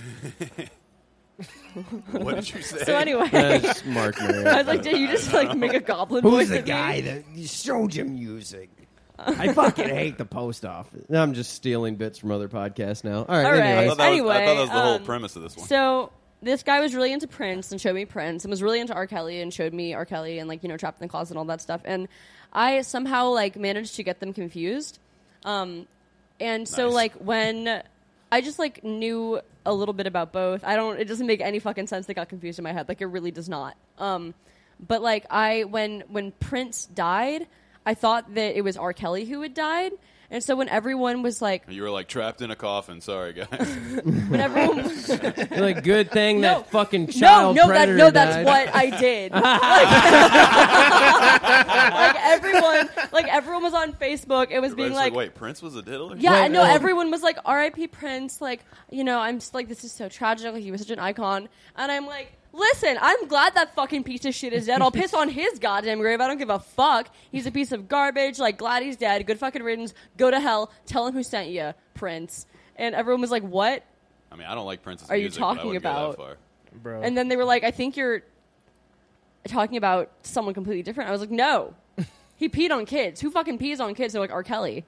[SPEAKER 1] What did you say?
[SPEAKER 2] So anyway,
[SPEAKER 3] That's Mark
[SPEAKER 2] I
[SPEAKER 3] Maron.
[SPEAKER 2] was like, did you just like make a goblin
[SPEAKER 5] Who's
[SPEAKER 2] voice
[SPEAKER 5] the
[SPEAKER 2] at me?"
[SPEAKER 5] guy that showed you music? I fucking hate the post office.
[SPEAKER 3] I'm just stealing bits from other podcasts now. All right,
[SPEAKER 2] All
[SPEAKER 1] I
[SPEAKER 3] anyways.
[SPEAKER 2] right.
[SPEAKER 1] thought, that was- I
[SPEAKER 2] Anyway,
[SPEAKER 1] thought that was the whole
[SPEAKER 2] um,
[SPEAKER 1] premise of this one.
[SPEAKER 2] So this guy was really into Prince and showed me Prince and was really into R. Kelly and showed me R. Kelly and like you know Trapped in the Closet and all that stuff. And I somehow like managed to get them confused. Um, and so
[SPEAKER 1] Nice.
[SPEAKER 2] like when I just like knew a little bit about both. I don't. It doesn't make any fucking sense. They got confused in my head. Like it really does not. Um, but like I when when Prince died, I thought that it was R. Kelly who had died. And so when everyone was like,
[SPEAKER 1] you were like trapped in a coffin. Sorry, guys.
[SPEAKER 2] when everyone was
[SPEAKER 3] You're like, good thing
[SPEAKER 2] No.
[SPEAKER 3] that fucking
[SPEAKER 2] No,
[SPEAKER 3] child
[SPEAKER 2] no, that,
[SPEAKER 3] predator
[SPEAKER 2] no, that's
[SPEAKER 3] died."
[SPEAKER 2] what I did. like, like, everyone, like everyone was on Facebook. It was
[SPEAKER 1] Everybody's
[SPEAKER 2] being
[SPEAKER 1] like,
[SPEAKER 2] like,
[SPEAKER 1] wait, Prince was a diddler?
[SPEAKER 2] yeah,
[SPEAKER 3] Wait,
[SPEAKER 2] I know.
[SPEAKER 3] oh.
[SPEAKER 2] Everyone was like, R.I.P. Prince. Like, you know, I'm just like, this is so tragic. Like, he was such an icon, and I'm like. Listen, I'm glad that fucking piece of shit is dead. I'll piss on his goddamn grave. I don't give a fuck. He's a piece of garbage. Like, glad he's dead. Good fucking riddance. Go to hell. Tell him who sent you, Prince. And everyone was like, what?
[SPEAKER 1] I mean, I don't like Prince's
[SPEAKER 2] Are you
[SPEAKER 1] music, but I
[SPEAKER 2] talking
[SPEAKER 1] wouldn't
[SPEAKER 2] about-
[SPEAKER 1] go that far.
[SPEAKER 4] Bro,
[SPEAKER 2] And then they were like, I think you're talking about someone completely different. I was like, no. He peed on kids. Who fucking pees on kids? They're like, R. Kelly.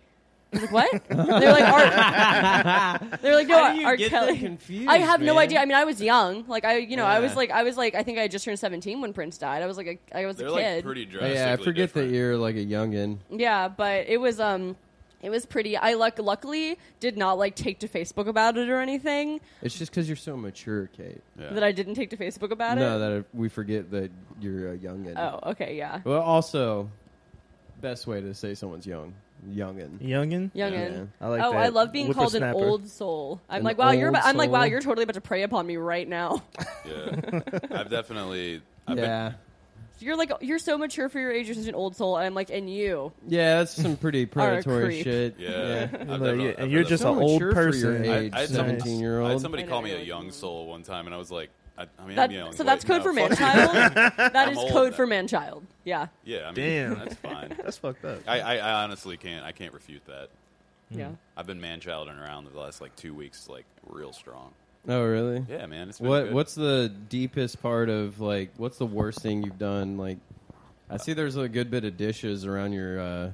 [SPEAKER 2] I was like, what? They're like, R. They're like, no,
[SPEAKER 3] How do you
[SPEAKER 2] R.
[SPEAKER 3] get
[SPEAKER 2] Kelly.
[SPEAKER 3] them confused,
[SPEAKER 2] I have no
[SPEAKER 3] man?
[SPEAKER 2] idea. I mean, I was young. Like, I, you know, I was
[SPEAKER 3] Yeah.
[SPEAKER 2] like, I was like, I think I had just turned 17 when Prince died. I was like, a, I was
[SPEAKER 1] They're
[SPEAKER 2] a
[SPEAKER 1] like
[SPEAKER 2] kid.
[SPEAKER 1] pretty drastically
[SPEAKER 3] Oh, Yeah, I forget
[SPEAKER 1] different.
[SPEAKER 3] that you're like a youngin.
[SPEAKER 2] Yeah, but it was um it was pretty I luck luckily did not like take to Facebook about it or anything
[SPEAKER 3] It's just because you're so mature, Kate.
[SPEAKER 1] Yeah.
[SPEAKER 2] that I didn't take to Facebook about
[SPEAKER 3] No,
[SPEAKER 2] it.
[SPEAKER 3] that we forget that you're a youngin.
[SPEAKER 2] oh, okay, yeah.
[SPEAKER 3] Well, also, best way to say someone's young, youngin.
[SPEAKER 4] youngin.
[SPEAKER 2] Youngin.
[SPEAKER 3] Yeah.
[SPEAKER 4] I like
[SPEAKER 2] oh,
[SPEAKER 4] that.
[SPEAKER 2] I love being called an
[SPEAKER 4] Whippersnapper.
[SPEAKER 2] old soul. I'm
[SPEAKER 3] An
[SPEAKER 2] like, wow, you're.
[SPEAKER 3] old
[SPEAKER 2] About, I'm like, wow,
[SPEAKER 3] soul.
[SPEAKER 2] you're totally about to prey upon me right now.
[SPEAKER 1] Yeah. I've definitely. I've
[SPEAKER 3] yeah,
[SPEAKER 2] you're like, you're so mature for your age. You're such an old soul. And I'm like, and you.
[SPEAKER 3] yeah, that's some pretty predatory
[SPEAKER 2] creep.
[SPEAKER 3] shit.
[SPEAKER 1] Been, yeah. I've
[SPEAKER 4] Like,
[SPEAKER 1] definitely- I've
[SPEAKER 4] yeah, and
[SPEAKER 1] heard
[SPEAKER 4] you're
[SPEAKER 1] that
[SPEAKER 4] just
[SPEAKER 1] before.
[SPEAKER 4] an
[SPEAKER 3] So
[SPEAKER 4] old
[SPEAKER 3] mature for your
[SPEAKER 4] person.
[SPEAKER 1] I-
[SPEAKER 3] age,
[SPEAKER 1] I had some-
[SPEAKER 3] 17-year-old.
[SPEAKER 1] I had somebody
[SPEAKER 2] I
[SPEAKER 1] call
[SPEAKER 2] know,
[SPEAKER 1] me a
[SPEAKER 2] I
[SPEAKER 1] young soul one time, and I was like, I, I mean,
[SPEAKER 2] That,
[SPEAKER 1] I'm young.
[SPEAKER 2] so that's
[SPEAKER 1] Wait,
[SPEAKER 2] code
[SPEAKER 1] no,
[SPEAKER 2] for man
[SPEAKER 1] fuck you.
[SPEAKER 2] child. that
[SPEAKER 1] I'm
[SPEAKER 2] is
[SPEAKER 1] old
[SPEAKER 2] code
[SPEAKER 1] now.
[SPEAKER 2] for man child. Yeah,
[SPEAKER 1] Yeah, I mean,
[SPEAKER 4] Damn.
[SPEAKER 1] that's fine.
[SPEAKER 4] That's fucked up.
[SPEAKER 1] I, I, I honestly can't. I can't refute that.
[SPEAKER 2] yeah.
[SPEAKER 1] I've been man childing around the last like two weeks, like real strong.
[SPEAKER 3] Oh, really?
[SPEAKER 1] Yeah, man. It's been
[SPEAKER 3] What
[SPEAKER 1] good.
[SPEAKER 3] What's the deepest part of like? What's the worst thing you've done? Like, I see there's a good bit of dishes around your, uh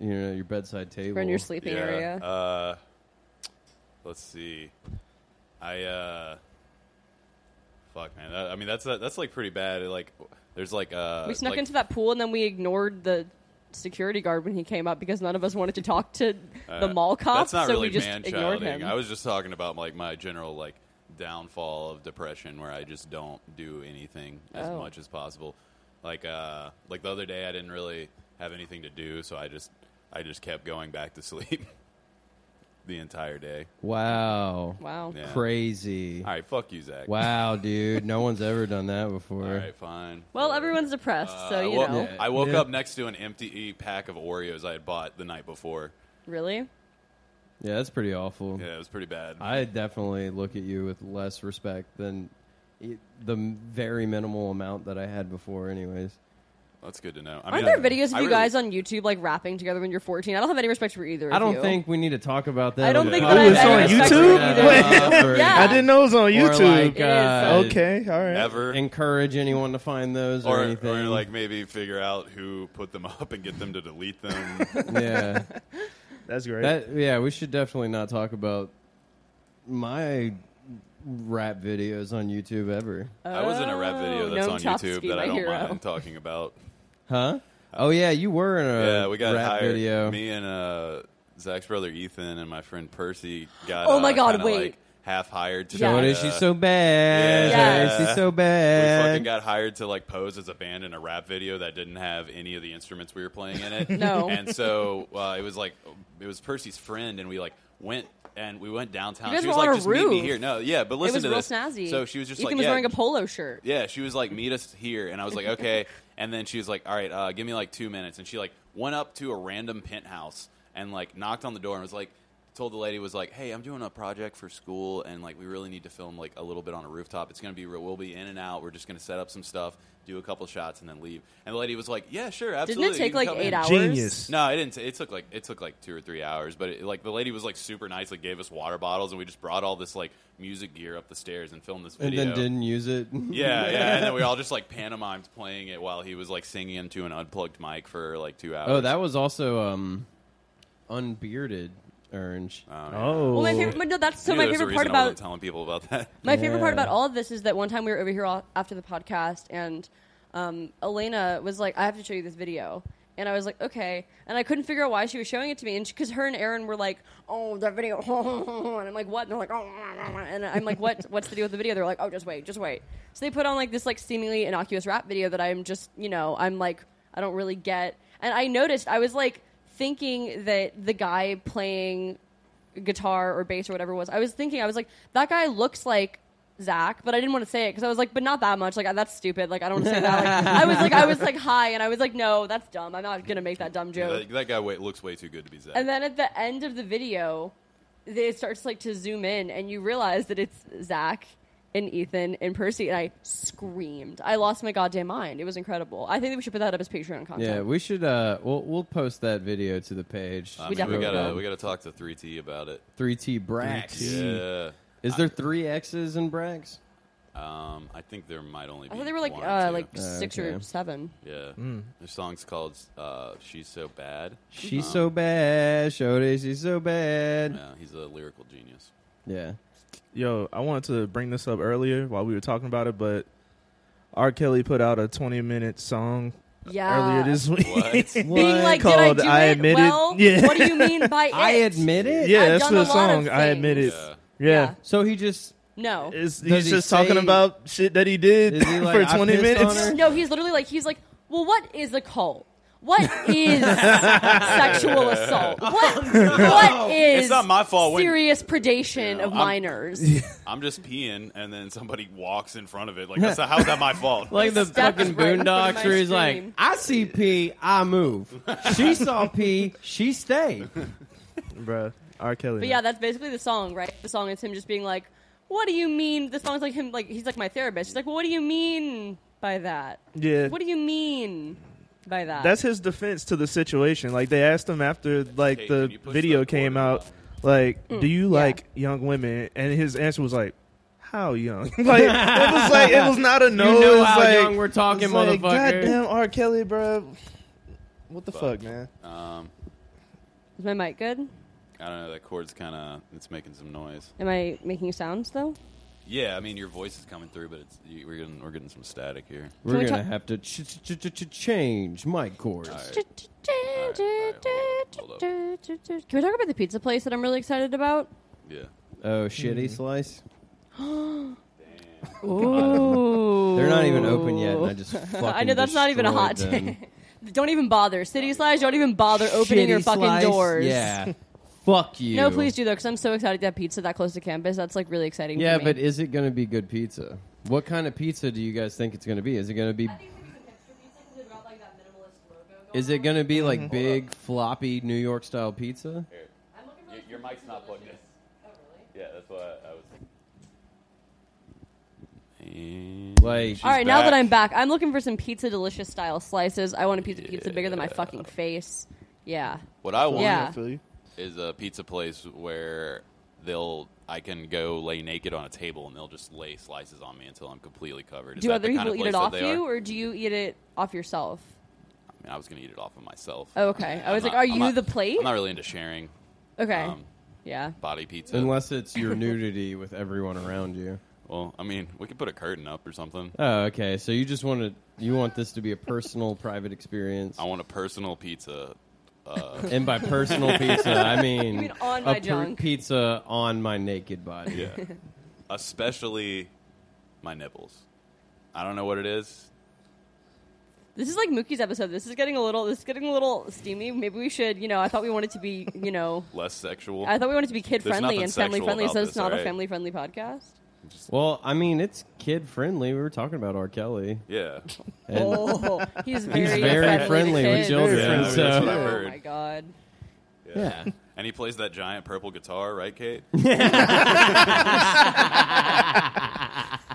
[SPEAKER 3] you know, your bedside table.
[SPEAKER 2] Around your sleeping
[SPEAKER 1] yeah.
[SPEAKER 2] area.
[SPEAKER 1] Uh, let's see. I uh, fuck, man. That, I mean, that's that's like pretty bad. It, like, there's like uh,
[SPEAKER 2] we snuck
[SPEAKER 1] like-
[SPEAKER 2] into that pool and then we ignored the security guard when he came up because none of us wanted to talk to the
[SPEAKER 1] uh,
[SPEAKER 2] mall cop.
[SPEAKER 1] That's not
[SPEAKER 2] so
[SPEAKER 1] really
[SPEAKER 2] we just ignored
[SPEAKER 1] man-childing.
[SPEAKER 2] him.
[SPEAKER 1] I was just talking about like my general like downfall of depression, where I just don't do anything as
[SPEAKER 2] Oh.
[SPEAKER 1] much as possible. Like uh, like the other day, I didn't really have anything to do, so I just I just kept going back to sleep. the entire day.
[SPEAKER 3] Wow.
[SPEAKER 2] Wow.
[SPEAKER 1] Yeah.
[SPEAKER 3] Crazy.
[SPEAKER 1] All right, fuck you, Zach.
[SPEAKER 3] Wow, dude. No one's ever done that before.
[SPEAKER 1] All right, fine.
[SPEAKER 2] Well, everyone's depressed,
[SPEAKER 1] Uh,
[SPEAKER 2] so
[SPEAKER 1] I
[SPEAKER 2] you
[SPEAKER 1] woke,
[SPEAKER 2] know.
[SPEAKER 3] Yeah.
[SPEAKER 1] I woke
[SPEAKER 3] Yeah.
[SPEAKER 1] up next to an empty pack of Oreos I had bought the night before.
[SPEAKER 2] Really?
[SPEAKER 3] Yeah, that's pretty awful.
[SPEAKER 1] Yeah, it was pretty bad.
[SPEAKER 3] I definitely look at you with less respect than it- the m- very minimal amount that I had before, anyways.
[SPEAKER 1] That's good to know. I
[SPEAKER 2] Aren't
[SPEAKER 1] mean,
[SPEAKER 2] there videos of
[SPEAKER 1] I
[SPEAKER 2] you
[SPEAKER 1] really-
[SPEAKER 2] guys on YouTube like rapping together when you're 14? I don't have any respect for either.
[SPEAKER 3] I
[SPEAKER 2] of
[SPEAKER 3] don't
[SPEAKER 2] you.
[SPEAKER 3] think we need to talk about that.
[SPEAKER 2] I don't
[SPEAKER 3] on
[SPEAKER 2] think
[SPEAKER 3] the
[SPEAKER 2] that
[SPEAKER 4] I've
[SPEAKER 3] podcast.
[SPEAKER 4] Oh, it's ever on respected YouTube? either.
[SPEAKER 3] Uh, or-
[SPEAKER 2] Yeah.
[SPEAKER 4] I didn't know it was on YouTube.
[SPEAKER 3] Or like,
[SPEAKER 2] It is,
[SPEAKER 3] uh,
[SPEAKER 4] okay, all right.
[SPEAKER 1] Never.
[SPEAKER 3] encourage anyone to find those or,
[SPEAKER 1] or,
[SPEAKER 3] anything.
[SPEAKER 1] or like maybe figure out who put them up and get them to delete them.
[SPEAKER 3] yeah,
[SPEAKER 4] That's great.
[SPEAKER 3] that yeah. We should definitely not talk about my rap videos on YouTube ever,
[SPEAKER 1] I was in a rap video
[SPEAKER 2] Oh,
[SPEAKER 1] that's
[SPEAKER 2] Noam
[SPEAKER 1] on
[SPEAKER 2] Chomsky,
[SPEAKER 1] YouTube that
[SPEAKER 2] my
[SPEAKER 1] I don't
[SPEAKER 2] hero.
[SPEAKER 1] mind talking about.
[SPEAKER 3] huh? Oh yeah, you were in a
[SPEAKER 1] Yeah, we got
[SPEAKER 3] rap
[SPEAKER 1] hired.
[SPEAKER 3] video.
[SPEAKER 1] Me and uh, Zach's brother Ethan and my friend Percy got.
[SPEAKER 2] Oh my
[SPEAKER 1] uh,
[SPEAKER 2] God,
[SPEAKER 1] kinda,
[SPEAKER 2] wait.
[SPEAKER 1] Like, half hired to.
[SPEAKER 2] Yeah.
[SPEAKER 1] do
[SPEAKER 3] What
[SPEAKER 1] it,
[SPEAKER 3] is she
[SPEAKER 1] uh,
[SPEAKER 3] so bad?
[SPEAKER 1] Yeah.
[SPEAKER 3] Why is she so
[SPEAKER 1] We
[SPEAKER 3] bad?
[SPEAKER 1] fucking got hired to like pose as a band in a rap video that didn't have any of the instruments we were playing in it.
[SPEAKER 2] No.
[SPEAKER 1] and so uh, it was like it was Percy's friend, and we like went and we went downtown.
[SPEAKER 2] You guys
[SPEAKER 1] she
[SPEAKER 2] were
[SPEAKER 1] was
[SPEAKER 2] on
[SPEAKER 1] like,
[SPEAKER 2] a
[SPEAKER 1] "Just meet me
[SPEAKER 2] roof.
[SPEAKER 1] here." No, yeah, but
[SPEAKER 2] It
[SPEAKER 1] listen
[SPEAKER 2] was
[SPEAKER 1] to
[SPEAKER 2] real
[SPEAKER 1] this.
[SPEAKER 2] snazzy.
[SPEAKER 1] So she was just
[SPEAKER 2] Ethan
[SPEAKER 1] like,
[SPEAKER 2] was
[SPEAKER 1] yeah,
[SPEAKER 2] wearing a polo shirt.
[SPEAKER 1] yeah, she was like, meet us here. And I was like, okay. And then she was like, all right, uh, give me like two minutes. And she like went up to a random penthouse and like knocked on the door and was like, told the lady was like, hey, I'm doing a project for school and like we really need to film like a little bit on a rooftop. It's gonna be real. We'll be in and out. We're just gonna set up some stuff, do a couple shots, and then leave. And the lady was like, yeah, sure, absolutely.
[SPEAKER 2] Didn't
[SPEAKER 1] you
[SPEAKER 2] it take
[SPEAKER 1] can
[SPEAKER 2] like
[SPEAKER 1] come
[SPEAKER 2] eight
[SPEAKER 1] in."
[SPEAKER 2] hours?
[SPEAKER 4] Genius.
[SPEAKER 1] No, it didn't. T- it took like it took like two or three hours, but it, like the lady was like super nice. Like gave us water bottles, and we just brought all this like music gear up the stairs and filmed this
[SPEAKER 3] and
[SPEAKER 1] video.
[SPEAKER 3] then didn't use it.
[SPEAKER 1] Yeah, yeah, and then we all just like pantomimed playing it while he was like singing into an unplugged mic for like two hours.
[SPEAKER 3] Oh, that was also um, unbearded Orange.
[SPEAKER 1] Ah.
[SPEAKER 4] oh,
[SPEAKER 2] Well, my favorite, but no, that's so
[SPEAKER 1] Maybe
[SPEAKER 2] my
[SPEAKER 1] there's a
[SPEAKER 2] favorite part
[SPEAKER 1] reason I
[SPEAKER 2] about
[SPEAKER 1] wasn't telling people about that.
[SPEAKER 2] My favorite part
[SPEAKER 3] Yeah.
[SPEAKER 2] about all of this is that one time we were over here all, after the podcast, and um, Elena was like, "I have to show you this video." And I was like, okay. And I couldn't figure out why she was showing it to me. And because her and Aaron were like, oh, that video. and I'm like, what? And they're like, oh. And I'm like, what? What's the deal with the video? They're like, oh, just wait, just wait. So they put on like this like seemingly innocuous rap video that I'm just, you know, I'm like, I don't really get. And I noticed I was like thinking that the guy playing guitar or bass or whatever it was. I was thinking, I was like, that guy looks like Zach, but I didn't want to say it because I was like, but not that much. Like I- that's stupid. Like I don't want to say that. Like, I was like, I was like, hi, and I was like, no, that's dumb. I'm not gonna make that dumb joke.
[SPEAKER 1] That, that guy wait, looks way too good to be Zach.
[SPEAKER 2] And then at the end of the video, they- it starts like to zoom in, and you realize that it's Zach and Ethan and Percy, and I screamed. I lost my goddamn mind. It was incredible. I think that we should put that up as Patreon content.
[SPEAKER 3] Yeah, we should. Uh, we'll we'll post that video to the page.
[SPEAKER 1] I mean,
[SPEAKER 2] we
[SPEAKER 1] Ah, we
[SPEAKER 2] definitely
[SPEAKER 1] gotta
[SPEAKER 2] will.
[SPEAKER 1] we gotta talk to 3T about it.
[SPEAKER 3] Three T Brax.
[SPEAKER 1] Yeah,
[SPEAKER 3] Is there three X's in Brax?
[SPEAKER 1] um, I think there might only. Be
[SPEAKER 2] I thought they were like
[SPEAKER 1] one or
[SPEAKER 2] uh,
[SPEAKER 1] two.
[SPEAKER 2] like six or
[SPEAKER 3] okay.
[SPEAKER 2] seven.
[SPEAKER 1] yeah.
[SPEAKER 3] Hmm.
[SPEAKER 1] Their song's called uh, "She's So Bad." Um,
[SPEAKER 3] She's so bad, Shode. She's so bad.
[SPEAKER 1] Yeah, he's a lyrical genius.
[SPEAKER 3] Yeah.
[SPEAKER 4] yo, I wanted to bring this up earlier while we were talking about it, but R. Kelly put out a 20 minute song
[SPEAKER 2] Yeah.
[SPEAKER 4] earlier this week.
[SPEAKER 1] What?
[SPEAKER 2] being like,
[SPEAKER 4] What?
[SPEAKER 2] did I
[SPEAKER 4] Called
[SPEAKER 2] do
[SPEAKER 4] I
[SPEAKER 2] it?
[SPEAKER 4] admit it?
[SPEAKER 2] well,
[SPEAKER 4] Yeah.
[SPEAKER 2] what do you mean by it?
[SPEAKER 3] I admit it.
[SPEAKER 4] yeah,
[SPEAKER 2] I've
[SPEAKER 4] that's
[SPEAKER 2] done a
[SPEAKER 4] the
[SPEAKER 2] lot of
[SPEAKER 4] song. I admit it.
[SPEAKER 2] things.
[SPEAKER 1] Yeah.
[SPEAKER 4] Yeah.
[SPEAKER 3] So he just
[SPEAKER 2] No.
[SPEAKER 4] It's,
[SPEAKER 3] Does
[SPEAKER 4] he's
[SPEAKER 3] he
[SPEAKER 4] just talking
[SPEAKER 3] say-
[SPEAKER 4] about shit that he did
[SPEAKER 3] Is he like, "I
[SPEAKER 4] for 20
[SPEAKER 3] pissed on
[SPEAKER 4] minutes.
[SPEAKER 3] her?"
[SPEAKER 2] no, he's literally like, he's like, well, what is a cult? What is sexual assault? What, what is
[SPEAKER 1] It's not my fault when-
[SPEAKER 2] serious predation
[SPEAKER 1] Yeah,
[SPEAKER 2] of
[SPEAKER 1] I'm-
[SPEAKER 2] minors?
[SPEAKER 1] I'm just peeing, and then somebody walks in front of it. Like, that's not, how's that my fault?
[SPEAKER 3] like the
[SPEAKER 2] Stepped
[SPEAKER 3] fucking
[SPEAKER 2] right in front of
[SPEAKER 3] boondocks
[SPEAKER 2] my
[SPEAKER 3] where he's like,
[SPEAKER 2] screen.
[SPEAKER 3] I see P, I move. She saw P, she stayed.
[SPEAKER 4] Bruh, R. Kelly.
[SPEAKER 2] But yeah, that's basically the song, right? The song is him just being like, what do you mean? The song's like him, like, he's like my therapist. He's like, well, what do you mean by that?
[SPEAKER 4] Yeah.
[SPEAKER 2] What do you mean by that?
[SPEAKER 4] That's his defense to the situation. Like they asked him after like
[SPEAKER 1] Hey, can
[SPEAKER 4] the
[SPEAKER 1] you push
[SPEAKER 4] video
[SPEAKER 1] the
[SPEAKER 4] came
[SPEAKER 1] cord
[SPEAKER 4] out, like, "Do you
[SPEAKER 2] Mm, yeah.
[SPEAKER 4] like young women?" And his answer was like, "How young?" like it was like it was not a no.
[SPEAKER 3] you
[SPEAKER 4] it
[SPEAKER 3] know
[SPEAKER 4] was
[SPEAKER 3] how
[SPEAKER 4] like,
[SPEAKER 3] young we're talking,
[SPEAKER 4] it's like,
[SPEAKER 3] motherfucker.
[SPEAKER 4] Goddamn R. Kelly, bro. What the
[SPEAKER 1] Fuck.
[SPEAKER 4] fuck, man?
[SPEAKER 1] Um,
[SPEAKER 2] is my mic good?
[SPEAKER 1] I don't know. That chord's kind of it's making some noise.
[SPEAKER 2] Am I making sounds though?
[SPEAKER 1] Yeah, I mean your voice is coming through, but it's you, we're getting we're getting some static here.
[SPEAKER 3] We're
[SPEAKER 2] we
[SPEAKER 3] gonna
[SPEAKER 2] talk-
[SPEAKER 3] have to ch- ch- ch- ch- change mic chords.
[SPEAKER 1] Alright.
[SPEAKER 2] Can
[SPEAKER 1] hold up.
[SPEAKER 2] we talk about the pizza place that I'm really excited about?
[SPEAKER 1] Yeah,
[SPEAKER 3] Oh, shitty slice.
[SPEAKER 2] Ooh.
[SPEAKER 3] They're not even open yet, and I just fucking
[SPEAKER 2] I know that's not even a hot
[SPEAKER 3] destroyed them.
[SPEAKER 2] take. Don't even bother. City Slice, don't even bother opening
[SPEAKER 3] Shitty
[SPEAKER 2] your fucking
[SPEAKER 3] slice,
[SPEAKER 2] doors.
[SPEAKER 3] Yeah, Fuck you.
[SPEAKER 2] No, please do though, because I'm so excited to have pizza that close to campus. That's like really exciting. for
[SPEAKER 3] Yeah,
[SPEAKER 2] me.
[SPEAKER 3] but is it going to be good pizza? What kind of pizza do you guys think it's going to be? Is it going to be is it going to be like big floppy New York style pizza?
[SPEAKER 1] Y- your mic's not plugged in.
[SPEAKER 3] Oh,
[SPEAKER 1] Yeah, that's what I was thinking.
[SPEAKER 3] Like-
[SPEAKER 2] All right, now that I'm back, I'm looking for some pizza delicious style slices. I want a pizza pizza bigger than my fucking face. Yeah.
[SPEAKER 1] What I want
[SPEAKER 2] Yeah.
[SPEAKER 4] I feel you.
[SPEAKER 1] is a pizza place where they'll I can go lay naked on a table and they'll just lay slices on me until I'm completely covered. Is
[SPEAKER 2] do
[SPEAKER 1] that
[SPEAKER 2] other
[SPEAKER 1] the kind
[SPEAKER 2] people
[SPEAKER 1] of
[SPEAKER 2] eat it
[SPEAKER 1] place
[SPEAKER 2] off
[SPEAKER 1] that they
[SPEAKER 2] you,
[SPEAKER 1] Are?
[SPEAKER 2] or do you eat it off yourself?
[SPEAKER 1] I, mean, I was gonna eat it off of myself.
[SPEAKER 2] Oh, okay. I
[SPEAKER 1] I'm
[SPEAKER 2] was like,
[SPEAKER 1] not-
[SPEAKER 2] are
[SPEAKER 1] I'm
[SPEAKER 2] you
[SPEAKER 1] not-
[SPEAKER 2] the plate?
[SPEAKER 1] I'm not really into sharing
[SPEAKER 2] Okay.
[SPEAKER 1] um,
[SPEAKER 2] yeah.
[SPEAKER 1] body pizza.
[SPEAKER 3] Unless it's your nudity with everyone around you.
[SPEAKER 1] well, I mean, we could put a curtain up or something.
[SPEAKER 3] Oh, okay. So you just want to you want this to be a personal private experience.
[SPEAKER 1] I want a personal pizza. Uh,
[SPEAKER 3] And by personal pizza, I mean,
[SPEAKER 2] mean on
[SPEAKER 3] a
[SPEAKER 2] my junk.
[SPEAKER 3] pizza on my naked body.
[SPEAKER 1] yeah, especially my nipples. I don't know what it is.
[SPEAKER 2] This is like Mookie's episode. This is getting a little. This is getting a little steamy. Maybe we should. You know, I thought we wanted to be. You know,
[SPEAKER 1] Less sexual.
[SPEAKER 2] I thought we wanted to be kid friendly
[SPEAKER 1] nothing
[SPEAKER 2] and family
[SPEAKER 1] sexual
[SPEAKER 2] friendly.
[SPEAKER 1] about
[SPEAKER 2] So it's
[SPEAKER 1] this,
[SPEAKER 2] not a
[SPEAKER 1] alright?
[SPEAKER 2] family friendly podcast.
[SPEAKER 3] Well, I mean, it's kid friendly. We were talking about R. Kelly.
[SPEAKER 1] yeah,
[SPEAKER 3] And
[SPEAKER 2] oh, he's very,
[SPEAKER 3] He's very
[SPEAKER 2] friendly,
[SPEAKER 3] friendly
[SPEAKER 2] to
[SPEAKER 3] with
[SPEAKER 2] kids.
[SPEAKER 3] children.
[SPEAKER 1] Yeah, I mean, that's
[SPEAKER 3] so-
[SPEAKER 1] what I've
[SPEAKER 2] Oh
[SPEAKER 1] heard.
[SPEAKER 2] my god.
[SPEAKER 3] yeah.
[SPEAKER 1] and he plays that giant purple guitar, right, Kate?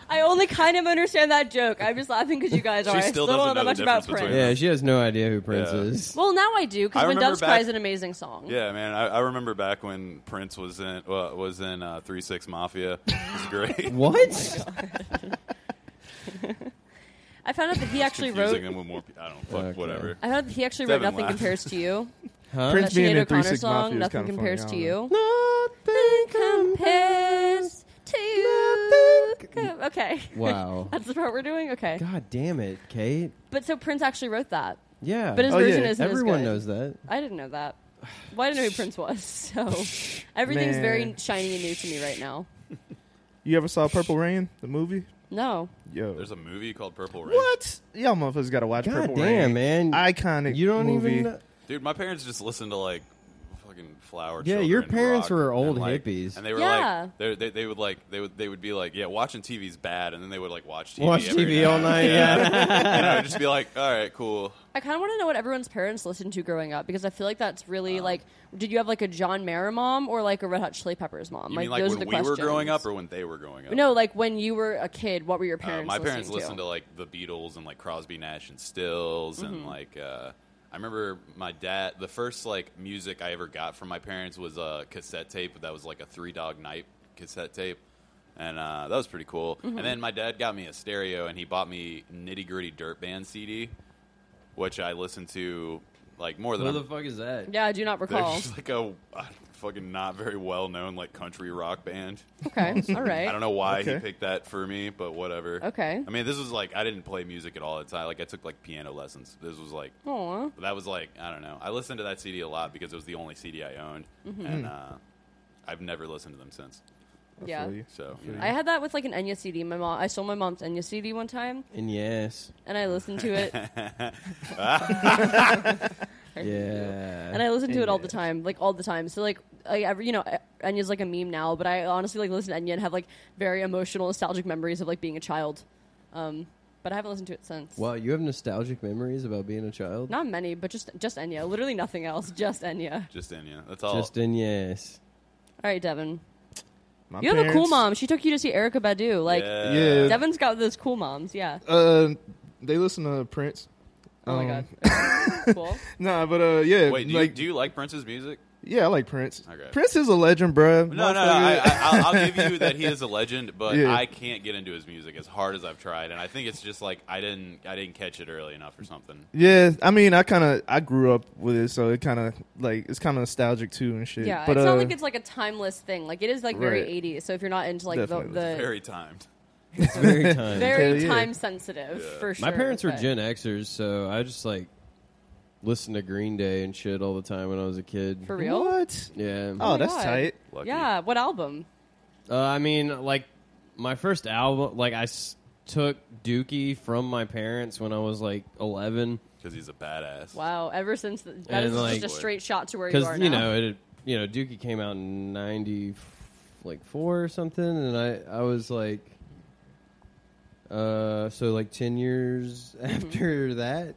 [SPEAKER 2] I only kind of understand that joke. I'm just laughing because you guys are.
[SPEAKER 1] She
[SPEAKER 2] I
[SPEAKER 1] still
[SPEAKER 2] still don't know
[SPEAKER 1] doesn't
[SPEAKER 2] that
[SPEAKER 1] know
[SPEAKER 2] much
[SPEAKER 1] the
[SPEAKER 2] about
[SPEAKER 1] difference
[SPEAKER 2] Prince.
[SPEAKER 1] between-
[SPEAKER 3] Yeah, she has no idea who Prince
[SPEAKER 1] Yeah.
[SPEAKER 3] is.
[SPEAKER 2] Well, now I do
[SPEAKER 1] I
[SPEAKER 2] because when
[SPEAKER 1] remember
[SPEAKER 2] Doves Cry
[SPEAKER 1] back-
[SPEAKER 2] is an amazing song.
[SPEAKER 1] Yeah, man. I, I remember back when Prince was in uh, was in uh, Three Six Mafia. It's great.
[SPEAKER 3] What?
[SPEAKER 2] I found out that he actually
[SPEAKER 1] Confusing
[SPEAKER 2] wrote.
[SPEAKER 1] them with more. pe- I don't fuck.
[SPEAKER 3] Okay.
[SPEAKER 1] Whatever.
[SPEAKER 2] I found out that he actually
[SPEAKER 1] Devin
[SPEAKER 2] wrote "Nothing
[SPEAKER 1] laughed.
[SPEAKER 2] Compares to You."
[SPEAKER 3] Huh?
[SPEAKER 4] Prince
[SPEAKER 2] That
[SPEAKER 4] being
[SPEAKER 2] Sinead
[SPEAKER 4] in Three
[SPEAKER 2] O'Connor
[SPEAKER 4] Six
[SPEAKER 2] song,
[SPEAKER 4] Mafia is
[SPEAKER 2] "Nothing
[SPEAKER 4] kinda
[SPEAKER 2] Compares
[SPEAKER 4] funny.
[SPEAKER 2] to
[SPEAKER 4] I don't know.
[SPEAKER 2] You."
[SPEAKER 3] Nothing
[SPEAKER 2] compares to you.
[SPEAKER 3] Nothing-
[SPEAKER 2] Okay.
[SPEAKER 3] Wow.
[SPEAKER 2] That's the part we're doing? Okay.
[SPEAKER 3] God damn it, Kate.
[SPEAKER 2] But so Prince actually wrote that.
[SPEAKER 3] Yeah.
[SPEAKER 2] But his
[SPEAKER 4] Oh,
[SPEAKER 2] version
[SPEAKER 4] yeah.
[SPEAKER 2] isn't as
[SPEAKER 3] Everyone
[SPEAKER 2] good.
[SPEAKER 3] knows that.
[SPEAKER 2] I didn't know that. Well, I didn't know who Prince was, so everything's
[SPEAKER 4] Man.
[SPEAKER 2] very shiny and new to me right now.
[SPEAKER 4] You ever saw Purple Rain, the movie?
[SPEAKER 2] No.
[SPEAKER 4] Yo,
[SPEAKER 1] There's a movie called Purple Rain.
[SPEAKER 4] what? Y'all motherfuckers gotta watch
[SPEAKER 3] God
[SPEAKER 4] Purple
[SPEAKER 3] damn,
[SPEAKER 4] Rain.
[SPEAKER 3] man.
[SPEAKER 4] Iconic.
[SPEAKER 3] you don't
[SPEAKER 4] movie.
[SPEAKER 3] even. know-
[SPEAKER 1] Dude, my parents just listened to like fucking flower.
[SPEAKER 3] Yeah,
[SPEAKER 1] Children
[SPEAKER 3] your
[SPEAKER 1] and
[SPEAKER 3] parents
[SPEAKER 1] rock
[SPEAKER 3] were
[SPEAKER 1] and,
[SPEAKER 3] old
[SPEAKER 1] like-
[SPEAKER 3] hippies.
[SPEAKER 1] and they were
[SPEAKER 2] Yeah.
[SPEAKER 1] like, they, they, they would like, they would they would be like, yeah, watching TV's bad, and then they would like watch TV,
[SPEAKER 3] Watch
[SPEAKER 1] every
[SPEAKER 3] TV
[SPEAKER 1] night.
[SPEAKER 3] all night,
[SPEAKER 1] and I would just be like, all right, cool.
[SPEAKER 2] I kind of want to know what everyone's parents listened to growing up because I feel like that's really like, did you have like a John Mayer mom or like a Red Hot Chili Peppers mom?
[SPEAKER 1] You mean like
[SPEAKER 2] those
[SPEAKER 1] when
[SPEAKER 2] are
[SPEAKER 1] we
[SPEAKER 2] the questions.
[SPEAKER 1] were growing up, or when they were growing up?
[SPEAKER 2] no, like when you were a kid, what were your
[SPEAKER 1] Uh,
[SPEAKER 2] parents?
[SPEAKER 1] my parents
[SPEAKER 2] listening
[SPEAKER 1] listened to like the Beatles and like Crosby, Nash, and Stills, and like uh, I remember my dad. The first like music I ever got from my parents was a cassette tape that was like a Three Dog Night cassette tape, and uh, that was pretty cool. And then my dad got me a stereo, and he bought me Nitty Gritty Dirt Band CD, which I listened to like more than
[SPEAKER 3] What
[SPEAKER 1] I'm-
[SPEAKER 3] the fuck is that?
[SPEAKER 2] Yeah, I do not
[SPEAKER 1] they're
[SPEAKER 2] recall.
[SPEAKER 1] just like a uh, fucking not very well known like country rock band.
[SPEAKER 2] okay, all right.
[SPEAKER 1] I don't know why he
[SPEAKER 4] Okay.
[SPEAKER 1] picked that for me, but whatever.
[SPEAKER 2] Okay.
[SPEAKER 1] I mean, this was like I didn't play music at all at the time. Like I took like piano lessons. This was like
[SPEAKER 2] Aw.
[SPEAKER 1] that was like I don't know. I listened to that CD a lot because it was the only CD I owned,
[SPEAKER 2] Mm-hmm.
[SPEAKER 1] and
[SPEAKER 4] Hmm.
[SPEAKER 1] uh, I've never listened to them since.
[SPEAKER 2] Yeah.
[SPEAKER 4] Really?
[SPEAKER 1] So you know.
[SPEAKER 2] I had that with like an Enya CD. My mom, I stole my mom's Enya CD one time,
[SPEAKER 3] And yes.
[SPEAKER 2] and I listened to it.
[SPEAKER 1] Ah.
[SPEAKER 3] Yeah.
[SPEAKER 2] And I listen to it all the time, like all the time. So like, I ever, you know, E-, Enya's like a meme now, but I honestly like listen to Enya and have like very emotional, nostalgic memories of like being a child. Um, but I haven't listened to it since.
[SPEAKER 3] Wow, you have nostalgic memories about being a child?
[SPEAKER 2] Not many, but just just Enya. Literally nothing else. Just Enya. All
[SPEAKER 1] just in yeah, that's all.
[SPEAKER 3] Just in yes.
[SPEAKER 2] right, Devin.
[SPEAKER 4] My
[SPEAKER 2] you have a cool
[SPEAKER 4] parents-
[SPEAKER 2] mom. She took you to see Erica Badu. Like
[SPEAKER 1] yeah.
[SPEAKER 4] Yeah.
[SPEAKER 2] Devin's got those cool moms. Yeah.
[SPEAKER 4] Uh, they listen to Prince.
[SPEAKER 2] Oh my god.
[SPEAKER 4] Um,
[SPEAKER 2] Okay. cool.
[SPEAKER 4] Nah, but uh, yeah,
[SPEAKER 1] Wait, do,
[SPEAKER 4] like,
[SPEAKER 1] you, do you like Prince's music?
[SPEAKER 4] yeah, I like Prince.
[SPEAKER 1] Okay.
[SPEAKER 4] Prince is a legend, bruh.
[SPEAKER 1] No, no, no. I, I, I'll- I'll give you that he is a legend, but
[SPEAKER 4] oh, Yeah.
[SPEAKER 1] I can't get into his music as hard as I've tried, and I think it's just like I didn't, I didn't catch it early enough or something.
[SPEAKER 4] Yeah, I mean, I kind of I grew up with it, so it kind of like it's kind of nostalgic too and shit.
[SPEAKER 2] Yeah.
[SPEAKER 4] but,
[SPEAKER 2] it's
[SPEAKER 4] uh,
[SPEAKER 2] not like it's like a timeless thing. Like it is like very
[SPEAKER 4] Right.
[SPEAKER 2] 80s. So if you're not into like the,
[SPEAKER 4] Definitely.
[SPEAKER 2] the
[SPEAKER 1] Very timed.
[SPEAKER 3] It's very time.
[SPEAKER 2] very
[SPEAKER 4] Hell yeah.
[SPEAKER 2] time sensitive
[SPEAKER 1] Yeah.
[SPEAKER 2] for sure.
[SPEAKER 3] My parents were
[SPEAKER 2] but-
[SPEAKER 3] Gen Xers, so I just like listened to Green Day and shit all the time when I was a kid.
[SPEAKER 2] For real?
[SPEAKER 4] What?
[SPEAKER 3] yeah.
[SPEAKER 4] Oh,
[SPEAKER 2] my
[SPEAKER 4] that's
[SPEAKER 2] God.
[SPEAKER 4] tight.
[SPEAKER 1] Lucky.
[SPEAKER 2] Yeah, what album?
[SPEAKER 3] Uh, I mean, like my first album, like I s- took Dookie from my parents when I was like eleven,
[SPEAKER 1] because he's a badass.
[SPEAKER 2] Wow, ever since the, that
[SPEAKER 3] And,
[SPEAKER 2] is
[SPEAKER 3] like-
[SPEAKER 2] just a straight shot to where you
[SPEAKER 3] because
[SPEAKER 2] are now.
[SPEAKER 3] you know it you know, Dookie came out in ninety like four or something, and I I was like, uh, so like ten years
[SPEAKER 2] Mm-hmm.
[SPEAKER 3] after that.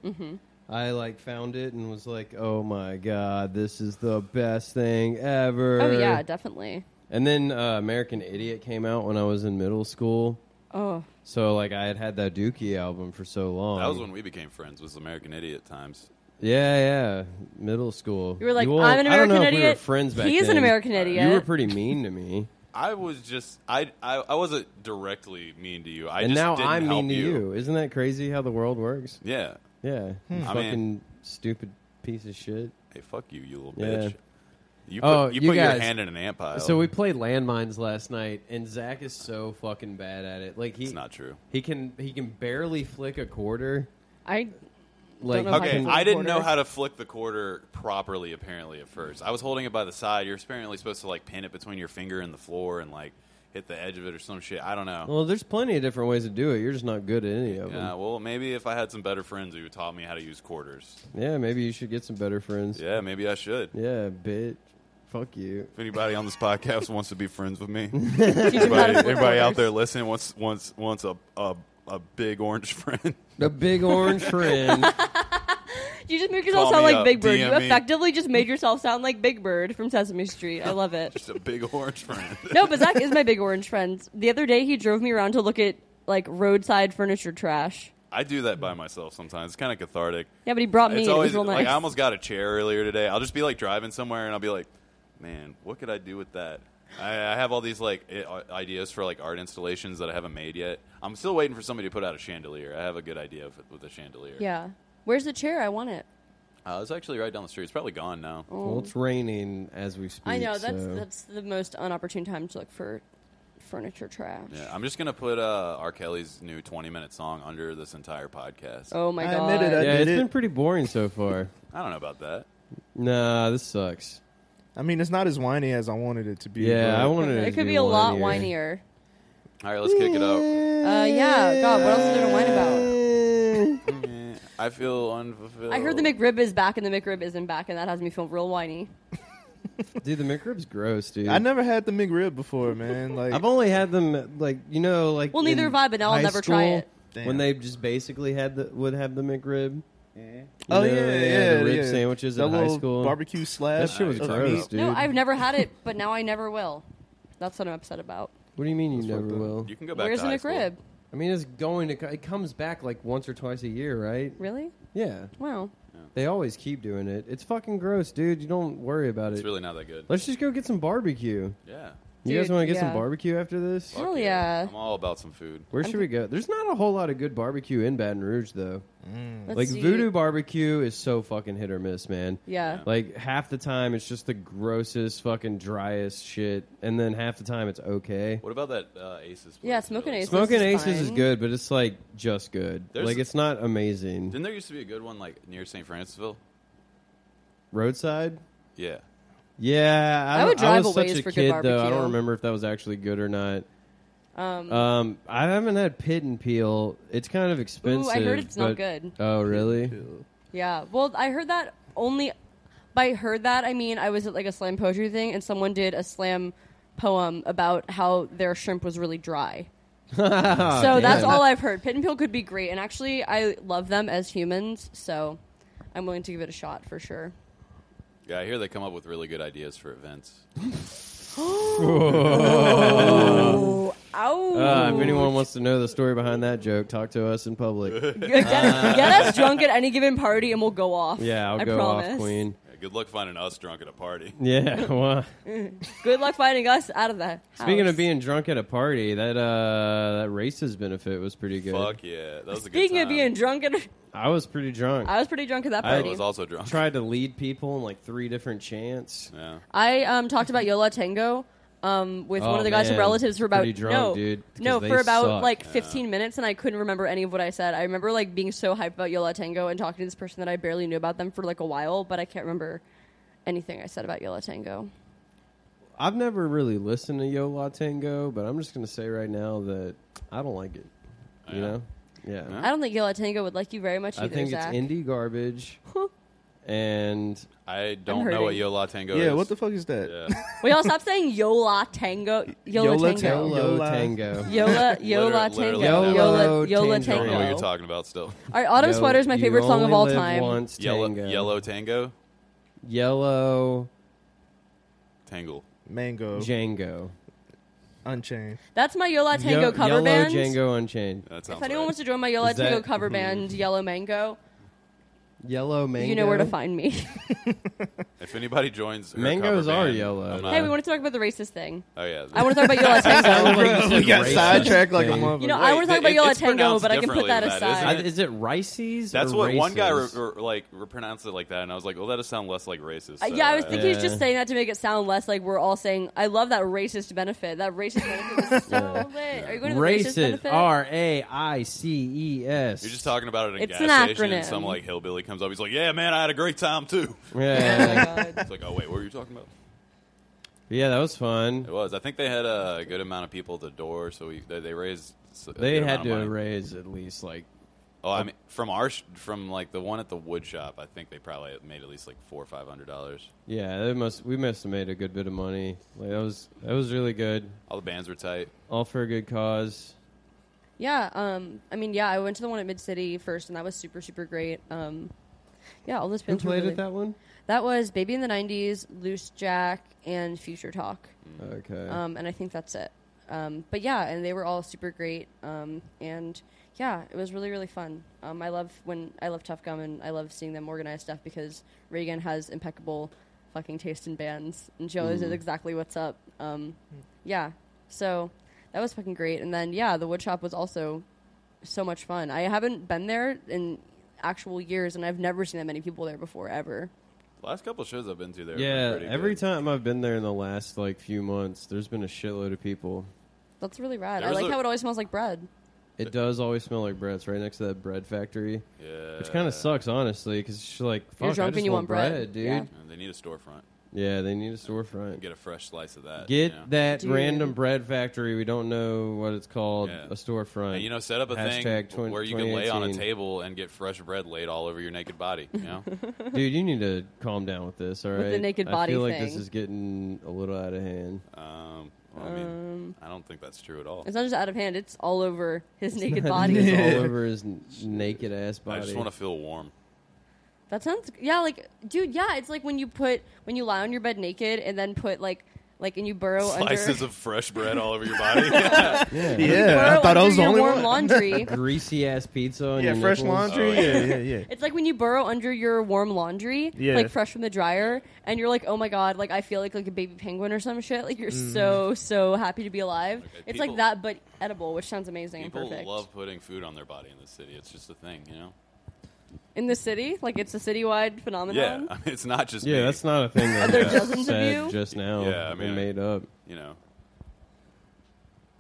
[SPEAKER 3] I like found it and was like, "Oh my god, this is the best thing ever!"
[SPEAKER 2] Oh yeah, definitely.
[SPEAKER 3] And then uh, American Idiot came out when I was in middle school,
[SPEAKER 2] Oh,
[SPEAKER 3] so like I had had that Dookie album for so long.
[SPEAKER 1] That was when we became friends. Was American Idiot times.
[SPEAKER 3] Yeah, yeah. Middle school.
[SPEAKER 2] you were like,
[SPEAKER 3] well,
[SPEAKER 2] I'm an
[SPEAKER 3] I don't
[SPEAKER 2] American
[SPEAKER 3] know if
[SPEAKER 2] idiot.
[SPEAKER 3] We were friends back
[SPEAKER 2] He's an
[SPEAKER 3] then. Uh,
[SPEAKER 2] American idiot.
[SPEAKER 3] You were pretty mean to me,
[SPEAKER 1] I was just I I, I wasn't directly mean to you. I
[SPEAKER 3] and
[SPEAKER 1] just
[SPEAKER 3] now
[SPEAKER 1] didn't
[SPEAKER 3] I'm
[SPEAKER 1] help
[SPEAKER 3] mean to you. Isn't that crazy how the world works?
[SPEAKER 1] Yeah.
[SPEAKER 3] Yeah, you
[SPEAKER 1] Hmm. I
[SPEAKER 3] fucking
[SPEAKER 1] mean-
[SPEAKER 3] stupid piece of shit.
[SPEAKER 1] Hey, fuck you, you little
[SPEAKER 3] Yeah.
[SPEAKER 1] bitch. You put,
[SPEAKER 3] Oh,
[SPEAKER 1] you,
[SPEAKER 3] you
[SPEAKER 1] put
[SPEAKER 3] guys-
[SPEAKER 1] your hand in an ant pile.
[SPEAKER 3] So we played landmines last night, and Zach is so fucking bad at it. Like he,
[SPEAKER 1] it's not true.
[SPEAKER 3] he can he can barely flick a quarter.
[SPEAKER 2] I
[SPEAKER 3] Like
[SPEAKER 2] know if I
[SPEAKER 1] Okay,
[SPEAKER 2] can-
[SPEAKER 1] I didn't know
[SPEAKER 2] quarter.
[SPEAKER 1] how to flick the quarter properly. Apparently, at first, I was holding it by the side. You're apparently supposed to like pin it between your finger and the floor and like hit the edge of it or some shit. I don't know.
[SPEAKER 3] well, there's plenty of different ways to do it. You're just not good at any of
[SPEAKER 1] Yeah,
[SPEAKER 3] them.
[SPEAKER 1] well, maybe if I had some better friends who taught me how to use quarters.
[SPEAKER 3] Yeah, maybe you should get some better friends.
[SPEAKER 1] Yeah, maybe I should.
[SPEAKER 3] yeah bitch. Fuck you.
[SPEAKER 1] If anybody on this podcast wants to be friends with me,
[SPEAKER 2] teach him how
[SPEAKER 1] everybody,
[SPEAKER 2] to flip
[SPEAKER 1] everybody out there
[SPEAKER 2] quarters.
[SPEAKER 1] listening wants wants wants a a, a big orange friend.
[SPEAKER 3] The big orange friend.
[SPEAKER 2] You just make yourself
[SPEAKER 1] Call
[SPEAKER 2] sound
[SPEAKER 1] me
[SPEAKER 2] like
[SPEAKER 1] up,
[SPEAKER 2] Big Bird.
[SPEAKER 1] DM
[SPEAKER 2] you
[SPEAKER 1] me.
[SPEAKER 2] effectively just made yourself sound like Big Bird from Sesame Street. I love it.
[SPEAKER 1] Just a big orange friend.
[SPEAKER 2] no, but Zach is my big orange friend. The other day, he drove me around to look at like roadside furniture trash.
[SPEAKER 1] I do that by myself sometimes. It's kind of cathartic.
[SPEAKER 2] Yeah, but he brought me.
[SPEAKER 1] It's
[SPEAKER 2] and
[SPEAKER 1] always
[SPEAKER 2] it was real nice.
[SPEAKER 1] like I almost got a chair earlier today. I'll just be like driving somewhere and I'll be like, man, what could I do with that? I, I have all these like i- ideas for like art installations that I haven't made yet. I'm still waiting for somebody to put out a chandelier. I have a good idea of, with a chandelier.
[SPEAKER 2] yeah. Where's the chair? I want it.
[SPEAKER 1] uh, it's actually right down the street. It's probably gone now.
[SPEAKER 3] well, it's raining as we speak.
[SPEAKER 2] I know that's
[SPEAKER 3] so-
[SPEAKER 2] that's the most unopportune time to look for furniture trash.
[SPEAKER 1] Yeah, I'm just gonna put uh, R. Kelly's new 20 minute song under this entire podcast.
[SPEAKER 2] Oh my
[SPEAKER 4] I
[SPEAKER 2] god!
[SPEAKER 4] admit it, I-
[SPEAKER 3] yeah,
[SPEAKER 4] did
[SPEAKER 3] it's
[SPEAKER 4] it.
[SPEAKER 3] been pretty boring so far.
[SPEAKER 1] I don't know about that.
[SPEAKER 3] nah, this sucks.
[SPEAKER 4] I mean, it's not as whiny as I wanted it to be.
[SPEAKER 3] Yeah,
[SPEAKER 4] but
[SPEAKER 3] I wanted
[SPEAKER 2] it
[SPEAKER 3] it. to
[SPEAKER 2] could
[SPEAKER 3] be
[SPEAKER 2] be a lot
[SPEAKER 3] whinier.
[SPEAKER 2] whinier.
[SPEAKER 1] All right, let's kick it up.
[SPEAKER 2] Uh, yeah. God, what else is there to whine about?
[SPEAKER 1] Eh, I feel unfulfilled.
[SPEAKER 2] I heard the McRib is back and the McRib isn't back, and that has me feel real whiny.
[SPEAKER 3] Dude, the McRib's gross, dude.
[SPEAKER 4] I never had the McRib before, man. Like,
[SPEAKER 3] I've only had them like you know like.
[SPEAKER 2] Well, neither
[SPEAKER 3] in
[SPEAKER 2] have I, but now I'll
[SPEAKER 3] high
[SPEAKER 2] never try
[SPEAKER 3] school,
[SPEAKER 2] it.
[SPEAKER 4] Damn.
[SPEAKER 3] When they just basically had the would have the McRib. You
[SPEAKER 4] oh
[SPEAKER 3] know,
[SPEAKER 4] yeah,
[SPEAKER 3] they
[SPEAKER 4] yeah,
[SPEAKER 3] had the rib
[SPEAKER 4] yeah.
[SPEAKER 3] sandwiches
[SPEAKER 4] that
[SPEAKER 3] in high
[SPEAKER 4] little
[SPEAKER 3] school.
[SPEAKER 4] barbecue slab.
[SPEAKER 3] That shit was
[SPEAKER 4] of
[SPEAKER 3] gross,
[SPEAKER 4] meat.
[SPEAKER 3] dude.
[SPEAKER 2] No, I've never had it, but now I never will. That's what I'm upset about.
[SPEAKER 3] What do you mean you never
[SPEAKER 4] fucked up.
[SPEAKER 3] will?
[SPEAKER 1] You can go back.
[SPEAKER 2] Where's
[SPEAKER 1] to
[SPEAKER 2] the
[SPEAKER 1] high school.
[SPEAKER 2] McRib?
[SPEAKER 3] I mean, it's going to. co- It comes back like once or twice a year, right?
[SPEAKER 2] Really?
[SPEAKER 3] Yeah,
[SPEAKER 2] Wow.
[SPEAKER 3] they always keep doing it. It's fucking gross, dude. You don't worry about
[SPEAKER 1] It's
[SPEAKER 3] it.
[SPEAKER 1] really not that good.
[SPEAKER 3] Let's just go get some barbecue.
[SPEAKER 1] Yeah.
[SPEAKER 3] You guys
[SPEAKER 2] Dude,
[SPEAKER 3] want to get some
[SPEAKER 2] yeah.
[SPEAKER 3] barbecue after this?
[SPEAKER 1] Fuck
[SPEAKER 2] Hell yeah.
[SPEAKER 1] I'm all about some food.
[SPEAKER 3] Where should we go? There's not a whole lot of good barbecue in Baton Rouge, though.
[SPEAKER 2] Let's
[SPEAKER 3] Hmm. like
[SPEAKER 2] see.
[SPEAKER 3] Voodoo Barbecue is so fucking hit or miss, man.
[SPEAKER 2] Yeah.
[SPEAKER 1] Yeah.
[SPEAKER 3] Like half the time it's just the grossest, fucking driest shit, and then half the time it's okay.
[SPEAKER 1] What about that uh, Aces? place
[SPEAKER 2] Yeah,
[SPEAKER 1] in
[SPEAKER 2] Smokin'
[SPEAKER 1] Philly?
[SPEAKER 2] Aces.
[SPEAKER 3] Smoking
[SPEAKER 2] is
[SPEAKER 3] Aces is
[SPEAKER 2] fine.
[SPEAKER 3] good, but it's like just good.
[SPEAKER 1] There's-
[SPEAKER 3] like it's not amazing.
[SPEAKER 1] Didn't there used to be a good one like near St. Francisville?
[SPEAKER 3] Roadside.
[SPEAKER 1] Yeah.
[SPEAKER 3] Yeah, I,
[SPEAKER 2] I would
[SPEAKER 3] don't- I
[SPEAKER 2] drive
[SPEAKER 3] was
[SPEAKER 2] a ways
[SPEAKER 3] such a
[SPEAKER 2] for good
[SPEAKER 3] kid though. I
[SPEAKER 2] barbecue.
[SPEAKER 3] don't remember if that was actually good or not. Um, I haven't had Pit and Peel. It's kind of expensive.
[SPEAKER 2] it's not
[SPEAKER 3] but-
[SPEAKER 2] good.
[SPEAKER 3] Oh, really?
[SPEAKER 2] Yeah. Well, I heard that only. By heard that, I mean I was at like a slam poetry thing, and someone did a slam poem about how their shrimp was really dry. so that's all I've heard. Pit and peel could be great, and actually, I love them as humans, so I'm willing to give it a shot for sure.
[SPEAKER 1] Yeah, I hear they come up with really good ideas for events.
[SPEAKER 2] Oh, ow!
[SPEAKER 3] Uh, if anyone wants to know the story behind that joke, talk to us in public.
[SPEAKER 2] get, us, get us drunk at any given party, and we'll go off.
[SPEAKER 3] Uh. Yeah, I'll
[SPEAKER 2] I
[SPEAKER 3] go
[SPEAKER 2] promise.
[SPEAKER 3] off queen.
[SPEAKER 1] Yeah, good luck finding us drunk at a party.
[SPEAKER 3] Yeah. Well,
[SPEAKER 2] Good luck finding us out of that.
[SPEAKER 3] speaking
[SPEAKER 2] house.
[SPEAKER 3] of being drunk at a party, that uh, that races benefit was pretty good.
[SPEAKER 1] Fuck yeah, that was a good
[SPEAKER 2] speaking
[SPEAKER 1] time.
[SPEAKER 2] of being drunk, at,
[SPEAKER 3] I was pretty drunk.
[SPEAKER 2] I was pretty drunk at that
[SPEAKER 3] I
[SPEAKER 1] I
[SPEAKER 2] party.
[SPEAKER 1] was also drunk.
[SPEAKER 3] tried to lead people in like three different chants.
[SPEAKER 1] yeah.
[SPEAKER 2] I um, talked about Yola Tango um, with
[SPEAKER 3] Oh,
[SPEAKER 2] one of the guys from
[SPEAKER 3] man.
[SPEAKER 2] relatives for about
[SPEAKER 3] Pretty drunk,
[SPEAKER 2] no,
[SPEAKER 3] dude, 'cause
[SPEAKER 2] no,
[SPEAKER 3] they
[SPEAKER 2] for about
[SPEAKER 3] suck.
[SPEAKER 2] like 15 minutes, and I couldn't remember any of what I said. I remember like being so hyped about Yola Tango and talking to this person that I barely knew about them for like a while, but I can't remember anything I said about Yola Tango.
[SPEAKER 3] I've never really listened to Yo La Tango, but I'm just gonna say right now that I don't like it.
[SPEAKER 1] Yeah.
[SPEAKER 3] You know? Yeah.
[SPEAKER 1] Yeah.
[SPEAKER 2] I don't think Yola Tango would like you very much either.
[SPEAKER 3] I think
[SPEAKER 2] Zach.
[SPEAKER 3] it's indie garbage. and
[SPEAKER 1] I don't know what
[SPEAKER 2] hurting.
[SPEAKER 1] Yola Tango is.
[SPEAKER 4] yeah, what the fuck is that?
[SPEAKER 1] Yeah.
[SPEAKER 2] We all stop saying Yola Tango. Yola,
[SPEAKER 4] Yola
[SPEAKER 2] Tango.
[SPEAKER 4] Tango.
[SPEAKER 3] Yolo
[SPEAKER 4] Yola.
[SPEAKER 3] Tango.
[SPEAKER 2] Yola Yola
[SPEAKER 1] Literally-
[SPEAKER 2] Tango.
[SPEAKER 1] literally
[SPEAKER 3] Yolo
[SPEAKER 2] Yola Yola
[SPEAKER 1] I don't know what you're
[SPEAKER 2] Tango. All
[SPEAKER 1] talking about still.
[SPEAKER 2] right, Autumn
[SPEAKER 3] Yo-
[SPEAKER 2] Sweater is my
[SPEAKER 3] you
[SPEAKER 2] favorite song of
[SPEAKER 3] only
[SPEAKER 2] all
[SPEAKER 3] live
[SPEAKER 2] time.
[SPEAKER 3] Once,
[SPEAKER 1] Yellow,
[SPEAKER 3] tango.
[SPEAKER 1] yellow tango,
[SPEAKER 3] yellow,
[SPEAKER 1] tangle.
[SPEAKER 4] Mango,
[SPEAKER 3] Django.
[SPEAKER 4] Unchained.
[SPEAKER 2] That's my Yola Tango
[SPEAKER 3] Yo-
[SPEAKER 2] cover
[SPEAKER 3] yellow
[SPEAKER 2] band.
[SPEAKER 3] Django Unchained.
[SPEAKER 1] That sounds
[SPEAKER 2] If anyone
[SPEAKER 1] right.
[SPEAKER 2] wants to join my Yola
[SPEAKER 3] Is that-
[SPEAKER 2] Tango cover band, Yellow Mango,
[SPEAKER 3] Yellow mango.
[SPEAKER 2] you know where to find me.
[SPEAKER 1] If anybody joins, her
[SPEAKER 3] Mangoes
[SPEAKER 1] cover
[SPEAKER 3] are
[SPEAKER 1] band,
[SPEAKER 3] yellow.
[SPEAKER 1] I'm not-
[SPEAKER 2] hey, we want to talk about the racist thing.
[SPEAKER 1] Oh yeah,
[SPEAKER 2] I want to talk about Yola Tango.
[SPEAKER 4] We got sidetracked like a
[SPEAKER 3] thing.
[SPEAKER 4] motherfucker.
[SPEAKER 2] You know, I want to talk about
[SPEAKER 1] it-
[SPEAKER 2] Yola
[SPEAKER 1] it's
[SPEAKER 2] Tango,
[SPEAKER 1] pronounced
[SPEAKER 2] but I can put
[SPEAKER 1] differently
[SPEAKER 2] that
[SPEAKER 1] than that,
[SPEAKER 2] aside.
[SPEAKER 1] isn't
[SPEAKER 3] I- is it Rices?
[SPEAKER 1] That's
[SPEAKER 3] or
[SPEAKER 1] what one guy re-
[SPEAKER 3] races?
[SPEAKER 1] re- like re- pronounced it like that, and I was like, "Well, that does sound less like racist."
[SPEAKER 2] Uh,
[SPEAKER 1] so,
[SPEAKER 2] yeah, I was
[SPEAKER 1] uh,
[SPEAKER 2] thinking he was just
[SPEAKER 3] Yeah.
[SPEAKER 2] saying that to make it sound less like we're all saying, I love that racist benefit. That racist benefit was so lit. Are you going to the racist
[SPEAKER 3] Racist.
[SPEAKER 2] benefit?
[SPEAKER 3] R A I C E S.
[SPEAKER 1] You're just talking about it in a
[SPEAKER 2] It's
[SPEAKER 1] gas
[SPEAKER 2] an
[SPEAKER 1] station, and
[SPEAKER 2] acronym.
[SPEAKER 1] some like hillbilly comes up. He's like, "Yeah, man, I had a great time too."
[SPEAKER 2] Oh my God.
[SPEAKER 3] Yeah.
[SPEAKER 1] It's like, "Oh wait, what were you talking about?"
[SPEAKER 3] yeah, that was fun.
[SPEAKER 1] It was. I think they had a good amount of people at the door, so we, they, they raised. s- a
[SPEAKER 3] They
[SPEAKER 1] good amount
[SPEAKER 3] had
[SPEAKER 1] of
[SPEAKER 3] to
[SPEAKER 1] money.
[SPEAKER 3] raise at least like
[SPEAKER 1] Oh, I mean, from our sh- from like the one at the wood shop, I think they probably made at least like four or five hundred dollars.
[SPEAKER 3] yeah, they must we must have made a good bit of money. Like that was that was really good.
[SPEAKER 1] All the bands were tight.
[SPEAKER 3] All for a good cause.
[SPEAKER 2] Yeah, um, I mean, yeah, I went to the one at Mid City first, and that was super, super great. Um, yeah, all those
[SPEAKER 3] Who
[SPEAKER 2] bands were
[SPEAKER 3] played
[SPEAKER 2] really-
[SPEAKER 3] at that one?
[SPEAKER 2] That was Baby in the 90s, Loose Jack, and Future Talk.
[SPEAKER 3] Okay.
[SPEAKER 2] Um, and I think that's it. Um, but yeah, and they were all super great. Um, and yeah, it was really, really fun. Um, I love when I love Tough Gum and I love seeing them organize stuff because Reagan has impeccable fucking taste in bands and shows
[SPEAKER 1] Mm-hmm.
[SPEAKER 2] is exactly what's up. Um,
[SPEAKER 1] Hmm.
[SPEAKER 2] yeah, so that was fucking great. And then yeah, the woodshop was also so much fun. I haven't been there in actual years, and I've never seen that many people there before ever.
[SPEAKER 1] The last couple shows I've been to there. were
[SPEAKER 3] yeah,
[SPEAKER 1] pretty
[SPEAKER 3] every
[SPEAKER 1] good.
[SPEAKER 3] time I've been there in the last like few months, there's been a shitload of people.
[SPEAKER 2] That's really rad.
[SPEAKER 1] There
[SPEAKER 2] I
[SPEAKER 1] was
[SPEAKER 2] like
[SPEAKER 1] a-
[SPEAKER 2] how it always smells like bread.
[SPEAKER 3] It does always smell like bread. It's right next to that bread factory,
[SPEAKER 1] Yeah,
[SPEAKER 3] which kind of sucks, honestly, because she's like, "Fuck,
[SPEAKER 2] You're
[SPEAKER 3] I
[SPEAKER 2] drunk
[SPEAKER 3] just
[SPEAKER 2] and you
[SPEAKER 3] want
[SPEAKER 2] want
[SPEAKER 3] bread,
[SPEAKER 2] bread."
[SPEAKER 3] dude."
[SPEAKER 2] Yeah.
[SPEAKER 1] And They need a storefront.
[SPEAKER 3] Yeah, they need a storefront.
[SPEAKER 1] Get a fresh slice of that.
[SPEAKER 3] Get
[SPEAKER 1] you know?
[SPEAKER 3] that
[SPEAKER 2] Dude.
[SPEAKER 3] random bread factory. We don't know what it's called.
[SPEAKER 1] Yeah.
[SPEAKER 3] A storefront.
[SPEAKER 1] And, you know, set up a thing
[SPEAKER 3] Hashtag twen-
[SPEAKER 1] where you can lay on a
[SPEAKER 3] 2018.
[SPEAKER 1] table and get fresh bread laid all over your naked body. You know,
[SPEAKER 3] dude, you need to calm down with this. All right,
[SPEAKER 2] the naked
[SPEAKER 3] I
[SPEAKER 2] body
[SPEAKER 3] feel like this
[SPEAKER 2] thing.
[SPEAKER 3] is getting a little out of hand.
[SPEAKER 1] um, well, I mean, I don't think that's true at all.
[SPEAKER 2] It's not just out of hand; it's all over his naked
[SPEAKER 3] It's
[SPEAKER 2] body.
[SPEAKER 3] all over his n- naked ass body.
[SPEAKER 1] I just want to feel warm.
[SPEAKER 2] That sounds yeah, like dude, yeah, it's like when you put when you lie on your bed naked and then put like like and you burrow
[SPEAKER 1] Slices
[SPEAKER 2] under
[SPEAKER 1] of fresh bread all over your body.
[SPEAKER 3] yeah.
[SPEAKER 4] Yeah, I
[SPEAKER 2] burrow
[SPEAKER 4] thought I
[SPEAKER 2] under
[SPEAKER 4] was the
[SPEAKER 2] your
[SPEAKER 4] only
[SPEAKER 2] warm
[SPEAKER 4] one.
[SPEAKER 2] laundry.
[SPEAKER 3] greasy ass pizza. On
[SPEAKER 4] Yeah,
[SPEAKER 3] your
[SPEAKER 4] fresh
[SPEAKER 3] nipples.
[SPEAKER 4] laundry.
[SPEAKER 1] Oh,
[SPEAKER 4] yeah, yeah, yeah.
[SPEAKER 2] It's like when you burrow under your warm laundry,
[SPEAKER 4] Yeah.
[SPEAKER 2] like fresh from the dryer, and you're like, "Oh my god!" Like I feel like like a baby penguin or some shit. Like you're
[SPEAKER 3] Mm.
[SPEAKER 2] so so happy to be alive.
[SPEAKER 1] Okay,
[SPEAKER 2] it's
[SPEAKER 1] people-
[SPEAKER 2] like that, but edible, which sounds amazing and
[SPEAKER 1] People
[SPEAKER 2] perfect.
[SPEAKER 1] love putting food on their body in this city. It's just a thing, you know.
[SPEAKER 2] In the city, like it's a citywide
[SPEAKER 1] Yeah,
[SPEAKER 2] phenomenon.
[SPEAKER 1] I mean, it's not just me.
[SPEAKER 3] Yeah, that's not a thing that
[SPEAKER 2] there
[SPEAKER 3] I
[SPEAKER 2] dozens of
[SPEAKER 3] said
[SPEAKER 2] you?
[SPEAKER 3] just now.
[SPEAKER 1] Yeah, I
[SPEAKER 3] We
[SPEAKER 1] mean,
[SPEAKER 3] made up.
[SPEAKER 1] you know.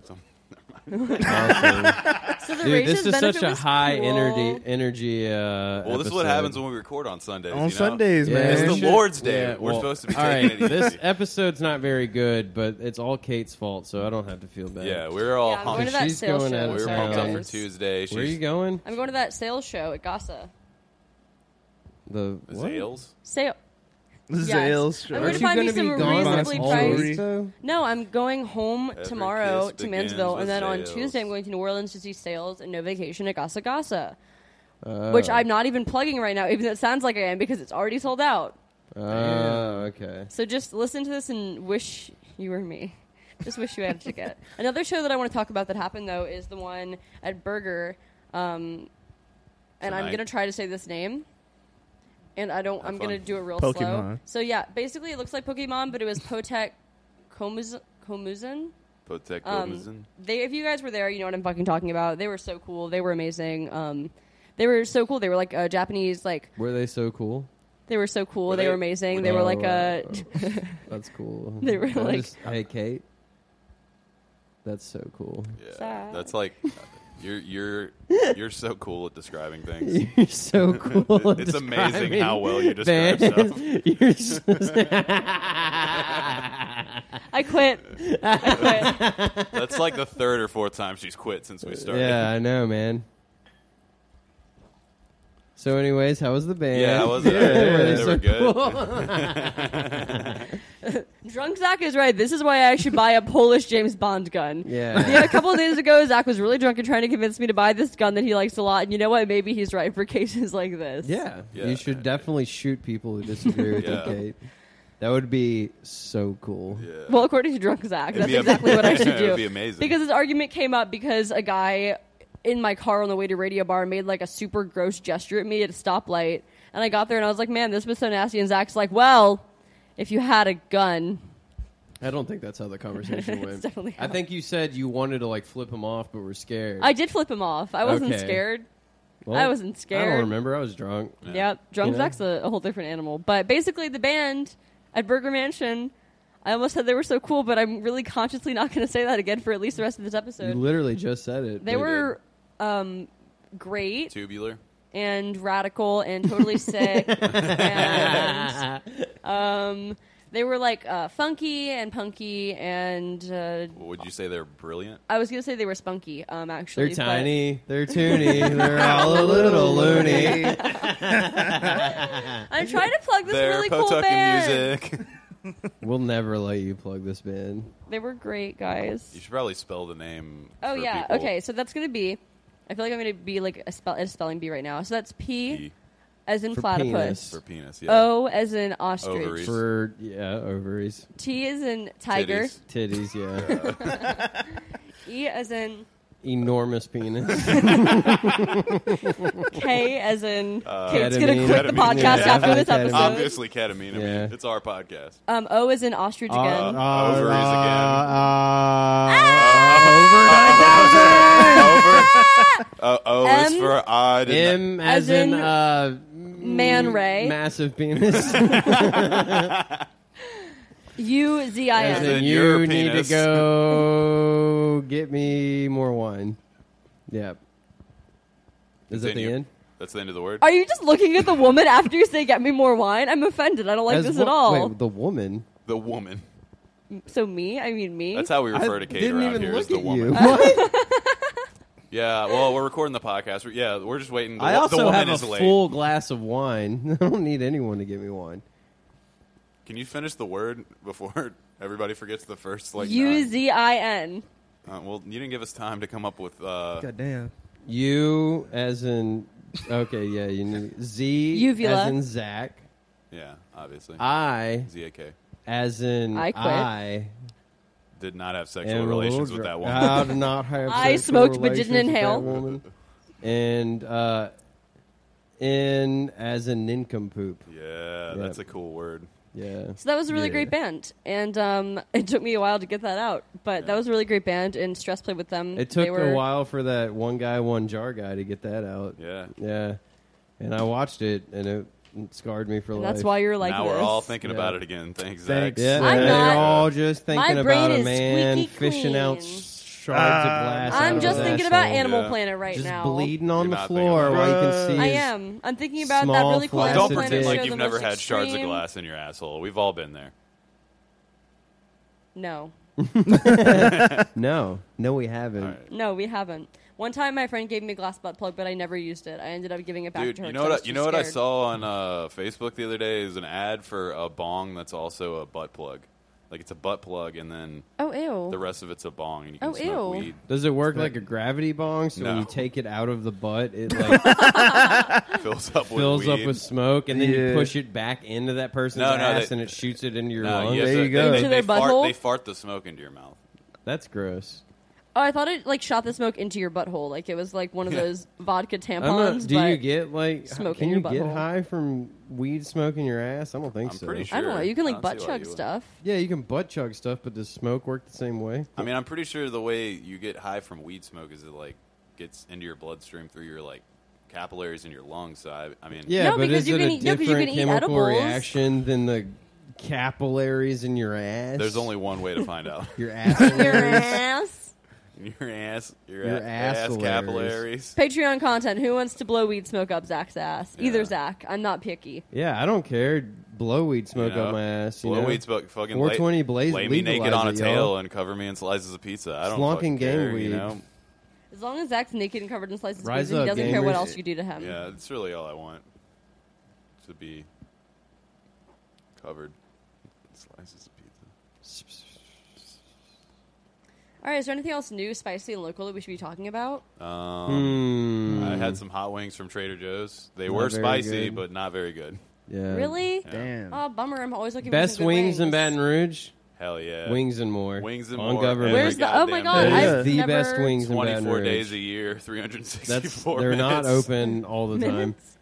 [SPEAKER 1] Some-
[SPEAKER 3] Honestly.
[SPEAKER 2] So the
[SPEAKER 3] Dude, this
[SPEAKER 2] racist
[SPEAKER 3] is
[SPEAKER 2] benefit
[SPEAKER 3] such a
[SPEAKER 2] was
[SPEAKER 3] high
[SPEAKER 2] cool.
[SPEAKER 3] energy energy. Uh,
[SPEAKER 1] Well, this is what
[SPEAKER 3] episode.
[SPEAKER 1] happens when we record on Sundays.
[SPEAKER 4] On
[SPEAKER 1] you know?
[SPEAKER 4] Sundays,
[SPEAKER 3] Yeah,
[SPEAKER 4] man.
[SPEAKER 1] It's the
[SPEAKER 3] we should-
[SPEAKER 1] Lord's Day.
[SPEAKER 3] yeah,
[SPEAKER 1] We're
[SPEAKER 3] well,
[SPEAKER 1] supposed to be
[SPEAKER 3] all
[SPEAKER 1] taking
[SPEAKER 3] right,
[SPEAKER 1] it easy.
[SPEAKER 3] This episode's not very good, but it's all Kate's fault, so I don't have to feel bad.
[SPEAKER 1] yeah, we were all
[SPEAKER 2] Yeah, I'm going
[SPEAKER 1] pumped.
[SPEAKER 2] to that
[SPEAKER 3] Oh, She's
[SPEAKER 2] sales
[SPEAKER 3] going
[SPEAKER 2] show.
[SPEAKER 3] out
[SPEAKER 1] We
[SPEAKER 3] of
[SPEAKER 1] were
[SPEAKER 3] town.
[SPEAKER 1] pumped up for
[SPEAKER 2] Guys.
[SPEAKER 1] Tuesday.
[SPEAKER 3] Where are
[SPEAKER 1] She's-
[SPEAKER 3] you going?
[SPEAKER 2] I'm going to that sales show at Gossa.
[SPEAKER 3] The what?
[SPEAKER 1] Zales?
[SPEAKER 2] Sale.
[SPEAKER 4] This is
[SPEAKER 2] Yes.
[SPEAKER 4] Zales.
[SPEAKER 2] I'm
[SPEAKER 4] right?
[SPEAKER 2] gonna
[SPEAKER 3] Aren't you
[SPEAKER 2] find me
[SPEAKER 3] gonna be
[SPEAKER 2] some
[SPEAKER 3] gone by
[SPEAKER 4] reasonably
[SPEAKER 3] all
[SPEAKER 4] priced-
[SPEAKER 3] week, though?
[SPEAKER 2] No, I'm going home
[SPEAKER 1] Every
[SPEAKER 2] tomorrow
[SPEAKER 1] kiss
[SPEAKER 2] to
[SPEAKER 1] begins
[SPEAKER 2] Mansville,
[SPEAKER 1] with
[SPEAKER 2] and then
[SPEAKER 1] sales.
[SPEAKER 2] on Tuesday I'm going to New Orleans to see sales and no vacation at Gasa Gasa,
[SPEAKER 3] Oh,
[SPEAKER 1] Oh.
[SPEAKER 2] which I'm not even plugging right now, even though it sounds like I am because it's already sold out.
[SPEAKER 3] Oh, okay.
[SPEAKER 2] So just listen to this and wish you were me. Just wish you had a ticket. Another show that I want to talk about that happened though is the one at Burger, um, and I'm
[SPEAKER 1] Tonight?
[SPEAKER 2] gonna try to say this name. And I don't. I'm
[SPEAKER 1] fun.
[SPEAKER 2] gonna do it real slow.
[SPEAKER 4] Pokemon.
[SPEAKER 2] So yeah, basically it looks like Pokemon, but it was Potek Komuz- Komuzin.
[SPEAKER 1] Potek
[SPEAKER 2] Um,
[SPEAKER 1] Robinson?
[SPEAKER 2] they, if you guys were there, you know what I'm fucking talking about. They were so cool. They were amazing. Um, they were so cool. They were like a Japanese, like
[SPEAKER 3] Were they so cool?
[SPEAKER 2] they were so cool.
[SPEAKER 1] Were
[SPEAKER 2] they,
[SPEAKER 1] they-
[SPEAKER 2] were amazing.
[SPEAKER 3] were
[SPEAKER 2] they were
[SPEAKER 3] they-
[SPEAKER 2] like uh, a.
[SPEAKER 3] That's cool.
[SPEAKER 2] They were
[SPEAKER 3] I
[SPEAKER 2] like-
[SPEAKER 3] just- hey, Kate. That's so cool.
[SPEAKER 1] Yeah,
[SPEAKER 2] Sad.
[SPEAKER 1] that's like you're you're you're so cool at describing things.
[SPEAKER 3] You're so cool. at
[SPEAKER 1] It's amazing how
[SPEAKER 3] describing
[SPEAKER 1] well you describe
[SPEAKER 3] bands.
[SPEAKER 1] stuff.
[SPEAKER 3] You're so-
[SPEAKER 2] I quit. I quit.
[SPEAKER 1] That's like the third or fourth time she's quit since we started.
[SPEAKER 3] yeah, I know, man. So, anyways, how was the band?
[SPEAKER 1] Yeah, I was there.
[SPEAKER 3] where
[SPEAKER 1] They were
[SPEAKER 3] said,
[SPEAKER 1] good.
[SPEAKER 2] Drunk Zach is right. This is why I should buy a Polish James Bond gun.
[SPEAKER 3] Yeah.
[SPEAKER 2] Yeah, a couple of days ago, Zach was really drunk and trying to convince me to buy this gun that he likes a lot. And you know what? Maybe he's right for cases like this.
[SPEAKER 3] Yeah.
[SPEAKER 1] Yeah.
[SPEAKER 3] You should definitely shoot people who disagree with
[SPEAKER 1] Yeah.
[SPEAKER 3] you, Kate. That would be so cool.
[SPEAKER 1] Yeah.
[SPEAKER 2] Well, according to Drunk Zach,
[SPEAKER 1] It'd
[SPEAKER 2] that's
[SPEAKER 1] be a-
[SPEAKER 2] exactly what I should do.
[SPEAKER 1] It'd be amazing.
[SPEAKER 2] Because this argument came up because a guy in my car on the way to Radio Bar made like a super gross gesture at me at a stoplight. And I got there and I was like, man, this was so nasty. And Zach's like, well, if you had a gun.
[SPEAKER 3] I don't think that's how the conversation
[SPEAKER 2] It's
[SPEAKER 3] went.
[SPEAKER 2] definitely
[SPEAKER 3] I
[SPEAKER 2] how-
[SPEAKER 3] think you said you wanted to like flip him off, but were scared.
[SPEAKER 2] I did flip him off. I wasn't
[SPEAKER 3] Okay.
[SPEAKER 2] scared.
[SPEAKER 3] Well,
[SPEAKER 2] I wasn't
[SPEAKER 3] I
[SPEAKER 2] scared.
[SPEAKER 3] don't remember. I was drunk.
[SPEAKER 2] Yep, drunk
[SPEAKER 3] You know?
[SPEAKER 2] Zach's a, a whole different animal. But basically, the band at Burger Mansion, I almost said they were so cool, but I'm really consciously not going to say that again for at least the rest of this
[SPEAKER 3] You
[SPEAKER 2] episode.
[SPEAKER 3] literally just said it.
[SPEAKER 2] They were um, great
[SPEAKER 1] Tubular.
[SPEAKER 2] and radical and totally sick, and um, they were like uh, funky and punky and. Uh,
[SPEAKER 1] Would you say they're brilliant?
[SPEAKER 2] I was gonna say they were spunky, um, actually.
[SPEAKER 3] They're
[SPEAKER 2] but-
[SPEAKER 3] tiny. They're toony. they're all a little loony.
[SPEAKER 2] I'm trying to plug this
[SPEAKER 1] they're
[SPEAKER 2] really cool
[SPEAKER 1] Potuckin
[SPEAKER 2] band.
[SPEAKER 1] music.
[SPEAKER 3] We'll never let you plug this band.
[SPEAKER 2] They were great guys.
[SPEAKER 1] you should probably spell the name.
[SPEAKER 2] Oh
[SPEAKER 1] for
[SPEAKER 2] yeah.
[SPEAKER 1] people.
[SPEAKER 2] Okay, so that's gonna be. I feel like I'm gonna be like a, spell, a spelling bee right now. So that's P
[SPEAKER 1] E
[SPEAKER 2] as in
[SPEAKER 3] For
[SPEAKER 2] platypus,
[SPEAKER 3] penis.
[SPEAKER 1] for penis. Yeah.
[SPEAKER 2] O as in ostrich,
[SPEAKER 1] Ovaries.
[SPEAKER 3] For yeah, ovaries,
[SPEAKER 2] T as in tiger,
[SPEAKER 1] Titties.
[SPEAKER 3] titties, yeah,
[SPEAKER 2] E as in
[SPEAKER 3] enormous penis.
[SPEAKER 2] K as in. Okay, it's gonna
[SPEAKER 3] Ketamine.
[SPEAKER 2] quit
[SPEAKER 1] Uh,
[SPEAKER 2] the
[SPEAKER 1] Ketamine,
[SPEAKER 2] podcast
[SPEAKER 1] yeah.
[SPEAKER 2] after this
[SPEAKER 3] Ketamine.
[SPEAKER 2] episode.
[SPEAKER 1] Obviously, ketamine. I mean,
[SPEAKER 3] Yeah.
[SPEAKER 1] it's our podcast.
[SPEAKER 2] Um, o is in ostrich
[SPEAKER 3] Uh,
[SPEAKER 2] again.
[SPEAKER 1] Ovaries again.
[SPEAKER 2] Ah!
[SPEAKER 1] Uh, o is
[SPEAKER 2] M-
[SPEAKER 1] for I did not-
[SPEAKER 3] M as,
[SPEAKER 2] As
[SPEAKER 3] in,
[SPEAKER 2] in
[SPEAKER 3] uh,
[SPEAKER 2] Man ray.
[SPEAKER 3] massive penis.
[SPEAKER 2] U Z I
[SPEAKER 3] as
[SPEAKER 1] As
[SPEAKER 2] N.
[SPEAKER 3] in
[SPEAKER 1] in
[SPEAKER 3] you
[SPEAKER 1] your
[SPEAKER 3] need to
[SPEAKER 1] penis.
[SPEAKER 3] go get me more wine. Yep. Is that the
[SPEAKER 1] Continue.
[SPEAKER 3] end?
[SPEAKER 1] That's the end of the word.
[SPEAKER 2] Are you just looking at the woman after you say "get me more wine"? I'm offended. I don't like
[SPEAKER 3] As
[SPEAKER 2] this
[SPEAKER 3] wo-
[SPEAKER 2] at all.
[SPEAKER 3] Wait, the woman.
[SPEAKER 1] the woman.
[SPEAKER 2] so me? I mean me.
[SPEAKER 1] That's how we refer
[SPEAKER 3] I
[SPEAKER 1] to Kate
[SPEAKER 3] didn't
[SPEAKER 1] around
[SPEAKER 3] even
[SPEAKER 1] here
[SPEAKER 3] look
[SPEAKER 1] as the
[SPEAKER 3] at
[SPEAKER 1] woman.
[SPEAKER 3] you. What?
[SPEAKER 1] Yeah, well, we're recording the podcast. We're- Yeah, we're just waiting. The,
[SPEAKER 3] I
[SPEAKER 1] wo- the
[SPEAKER 3] also
[SPEAKER 1] woman
[SPEAKER 3] have a
[SPEAKER 1] is late.
[SPEAKER 3] full glass of wine. I don't need anyone to get me wine.
[SPEAKER 1] Can you finish the word before everybody forgets the first like?
[SPEAKER 2] U
[SPEAKER 1] nine?
[SPEAKER 2] Z I N.
[SPEAKER 1] Uh, well, you didn't give us time to come up with. Uh,
[SPEAKER 4] God damn.
[SPEAKER 3] You as in okay, yeah, you need Z
[SPEAKER 2] Uvula.
[SPEAKER 3] as in Zach.
[SPEAKER 1] yeah, obviously.
[SPEAKER 3] I
[SPEAKER 1] ZAK
[SPEAKER 3] as in
[SPEAKER 2] I quit.
[SPEAKER 3] I
[SPEAKER 1] did not have
[SPEAKER 3] am a
[SPEAKER 1] sexual
[SPEAKER 3] little
[SPEAKER 1] relations with
[SPEAKER 3] dr-
[SPEAKER 1] that woman.
[SPEAKER 3] I did not have
[SPEAKER 2] I
[SPEAKER 3] sexual
[SPEAKER 2] smoked but didn't
[SPEAKER 3] relations with that
[SPEAKER 2] inhale.
[SPEAKER 3] woman. And uh in as in nincompoop.
[SPEAKER 1] yeah, that's a cool word.
[SPEAKER 3] Yeah.
[SPEAKER 2] So that was a really
[SPEAKER 3] Yeah.
[SPEAKER 2] great band, and um, it took me a while to get that out. But that was a really great band, and Stress played with them.
[SPEAKER 3] It took
[SPEAKER 2] They were-
[SPEAKER 3] a while for that one guy, one jar guy to get that out.
[SPEAKER 1] Yeah.
[SPEAKER 3] Yeah. And I watched it and it scarred me for
[SPEAKER 2] and
[SPEAKER 3] life.
[SPEAKER 2] That's why you're like
[SPEAKER 1] now
[SPEAKER 2] this.
[SPEAKER 1] we're all thinking
[SPEAKER 3] Yeah.
[SPEAKER 1] about it again. Thanks, Zach.
[SPEAKER 4] Thanks.
[SPEAKER 3] Yeah,
[SPEAKER 4] I'm
[SPEAKER 3] they're
[SPEAKER 2] not-
[SPEAKER 3] all just thinking
[SPEAKER 2] My brain
[SPEAKER 3] about a
[SPEAKER 2] is
[SPEAKER 3] man
[SPEAKER 2] squeaky
[SPEAKER 3] fishing out
[SPEAKER 2] clean.
[SPEAKER 3] shards
[SPEAKER 4] Ah.
[SPEAKER 3] of glass. out
[SPEAKER 2] I'm
[SPEAKER 3] of
[SPEAKER 2] just
[SPEAKER 3] his
[SPEAKER 2] thinking about
[SPEAKER 3] asshole.
[SPEAKER 2] Animal
[SPEAKER 1] Yeah.
[SPEAKER 2] Planet right
[SPEAKER 3] Just
[SPEAKER 2] now.
[SPEAKER 3] bleeding on
[SPEAKER 1] You're
[SPEAKER 3] the
[SPEAKER 1] not
[SPEAKER 3] floor
[SPEAKER 1] thinking
[SPEAKER 3] while you
[SPEAKER 4] about
[SPEAKER 3] can
[SPEAKER 4] it.
[SPEAKER 3] see.
[SPEAKER 2] I
[SPEAKER 3] his-
[SPEAKER 2] am. I'm thinking about that
[SPEAKER 3] small,
[SPEAKER 2] really cool
[SPEAKER 3] flaccid
[SPEAKER 1] Don't
[SPEAKER 2] Animal
[SPEAKER 1] pretend
[SPEAKER 2] Planet
[SPEAKER 3] dick.
[SPEAKER 2] show,
[SPEAKER 1] like you've
[SPEAKER 2] the
[SPEAKER 1] never
[SPEAKER 2] most
[SPEAKER 1] had shards of
[SPEAKER 2] extreme-
[SPEAKER 1] glass in your asshole. We've all been there.
[SPEAKER 2] No,
[SPEAKER 3] No, no, we haven't.
[SPEAKER 1] All right.
[SPEAKER 2] no, we haven't. One time, my friend gave me a glass butt plug, but I never used it. I ended up giving it back
[SPEAKER 1] Dude,
[SPEAKER 2] to her.
[SPEAKER 1] you
[SPEAKER 2] 'cause
[SPEAKER 1] know
[SPEAKER 2] I
[SPEAKER 1] what?
[SPEAKER 2] was
[SPEAKER 1] I, you
[SPEAKER 2] too
[SPEAKER 1] know what I
[SPEAKER 2] scared.
[SPEAKER 1] saw on uh, Facebook the other day is an ad for a bong that's also a butt plug. Like it's a butt plug, and then
[SPEAKER 2] Oh
[SPEAKER 1] the
[SPEAKER 2] ew!
[SPEAKER 1] rest of it's a bong, and you can
[SPEAKER 2] Oh,
[SPEAKER 1] smoke
[SPEAKER 2] ew.
[SPEAKER 1] weed.
[SPEAKER 3] Does it work like a gravity bong? So when
[SPEAKER 1] No.
[SPEAKER 3] you take it out of the butt, it like
[SPEAKER 1] Fills up with
[SPEAKER 3] fills
[SPEAKER 1] weed.
[SPEAKER 3] up with smoke, and then you
[SPEAKER 4] Yeah.
[SPEAKER 3] push it back into that person's
[SPEAKER 1] No, no,
[SPEAKER 3] ass,
[SPEAKER 1] they-
[SPEAKER 3] and it shoots it into your
[SPEAKER 1] No,
[SPEAKER 3] lungs.
[SPEAKER 1] you have
[SPEAKER 4] There
[SPEAKER 1] to-
[SPEAKER 4] you go.
[SPEAKER 1] They,
[SPEAKER 2] Into
[SPEAKER 1] they
[SPEAKER 2] their butthole?
[SPEAKER 1] fart, they fart the smoke into your mouth.
[SPEAKER 3] That's gross.
[SPEAKER 2] Oh, I thought it like shot the smoke into your butthole, like it was like one of
[SPEAKER 1] Yeah.
[SPEAKER 2] those vodka tampons.
[SPEAKER 3] I'm not, do you
[SPEAKER 2] but-
[SPEAKER 3] get like?
[SPEAKER 2] smoke
[SPEAKER 3] can
[SPEAKER 2] in your
[SPEAKER 3] you get
[SPEAKER 2] butthole.
[SPEAKER 3] high from weed smoking your ass? I don't think
[SPEAKER 1] I'm
[SPEAKER 3] so.
[SPEAKER 1] pretty sure.
[SPEAKER 2] I don't know. You can
[SPEAKER 1] I
[SPEAKER 2] like
[SPEAKER 1] don't see
[SPEAKER 2] butt
[SPEAKER 1] why
[SPEAKER 2] chug
[SPEAKER 1] you wouldn't.
[SPEAKER 2] stuff.
[SPEAKER 3] Yeah, you can butt chug stuff, but does smoke work the same way?
[SPEAKER 1] I mean, I'm pretty sure the way you get high from weed smoke is it like gets into your bloodstream through your like capillaries in your lungs. So I, I mean,
[SPEAKER 3] Yeah,
[SPEAKER 2] No,
[SPEAKER 3] but
[SPEAKER 2] because
[SPEAKER 3] is
[SPEAKER 2] you
[SPEAKER 3] it
[SPEAKER 2] can
[SPEAKER 3] a
[SPEAKER 2] eat- no, 'cause you
[SPEAKER 3] different
[SPEAKER 2] can eat
[SPEAKER 3] chemical
[SPEAKER 2] edibles.
[SPEAKER 3] reaction than the capillaries in your ass?
[SPEAKER 1] there's only one way to find out.
[SPEAKER 3] your ass.
[SPEAKER 2] ass.
[SPEAKER 1] your ass, your,
[SPEAKER 3] Your
[SPEAKER 1] a- ass,
[SPEAKER 3] ass
[SPEAKER 1] capillaries.
[SPEAKER 2] Patreon content. Who wants to blow weed smoke up Zach's ass? Either
[SPEAKER 1] Yeah.
[SPEAKER 2] Zach. I'm not picky.
[SPEAKER 3] yeah, I don't care. Blowweed smoke
[SPEAKER 1] know?
[SPEAKER 3] up my ass. You know?
[SPEAKER 1] Blowweed smoke, fucking lay-
[SPEAKER 3] 420 blaze
[SPEAKER 1] lay me naked
[SPEAKER 3] legalize
[SPEAKER 1] on a
[SPEAKER 3] it,
[SPEAKER 1] tail
[SPEAKER 3] y'all.
[SPEAKER 1] and cover me in slices of pizza. I don't
[SPEAKER 3] Slonk
[SPEAKER 1] fucking
[SPEAKER 3] and gang
[SPEAKER 1] care,
[SPEAKER 3] weed.
[SPEAKER 1] you know.
[SPEAKER 2] As long as Zach's naked and covered in slices of
[SPEAKER 3] Rise
[SPEAKER 2] pizza, he
[SPEAKER 3] up,
[SPEAKER 2] doesn't care what
[SPEAKER 3] gamers.
[SPEAKER 2] else you do to him.
[SPEAKER 1] Yeah, that's really all I want to be covered in slices of pizza.
[SPEAKER 2] All right, is there anything else new, spicy, and local that we should be talking about?
[SPEAKER 1] Um,
[SPEAKER 3] Hmm.
[SPEAKER 1] I had some hot wings from Trader Joe's. They were
[SPEAKER 3] Not very
[SPEAKER 1] spicy,
[SPEAKER 3] good.
[SPEAKER 1] but not very good.
[SPEAKER 3] Uh, Yeah.
[SPEAKER 2] Really?
[SPEAKER 1] Yeah.
[SPEAKER 4] Damn.
[SPEAKER 2] Oh, bummer. I'm always looking for
[SPEAKER 3] Best
[SPEAKER 2] some good
[SPEAKER 3] wings,
[SPEAKER 2] wings
[SPEAKER 3] in Baton Rouge.
[SPEAKER 1] Hell yeah.
[SPEAKER 3] Wings and more.
[SPEAKER 1] Wings and
[SPEAKER 3] on
[SPEAKER 1] more.
[SPEAKER 3] government.
[SPEAKER 1] Every
[SPEAKER 2] Where's the? Oh my
[SPEAKER 1] goddamn
[SPEAKER 2] god!
[SPEAKER 4] day.
[SPEAKER 2] I've
[SPEAKER 4] That
[SPEAKER 3] the
[SPEAKER 2] never-
[SPEAKER 3] best wings in Baton
[SPEAKER 1] 24
[SPEAKER 3] Rouge.
[SPEAKER 1] days a year, 364
[SPEAKER 3] That's they're
[SPEAKER 1] minutes.
[SPEAKER 3] not open all the time.
[SPEAKER 2] Minutes?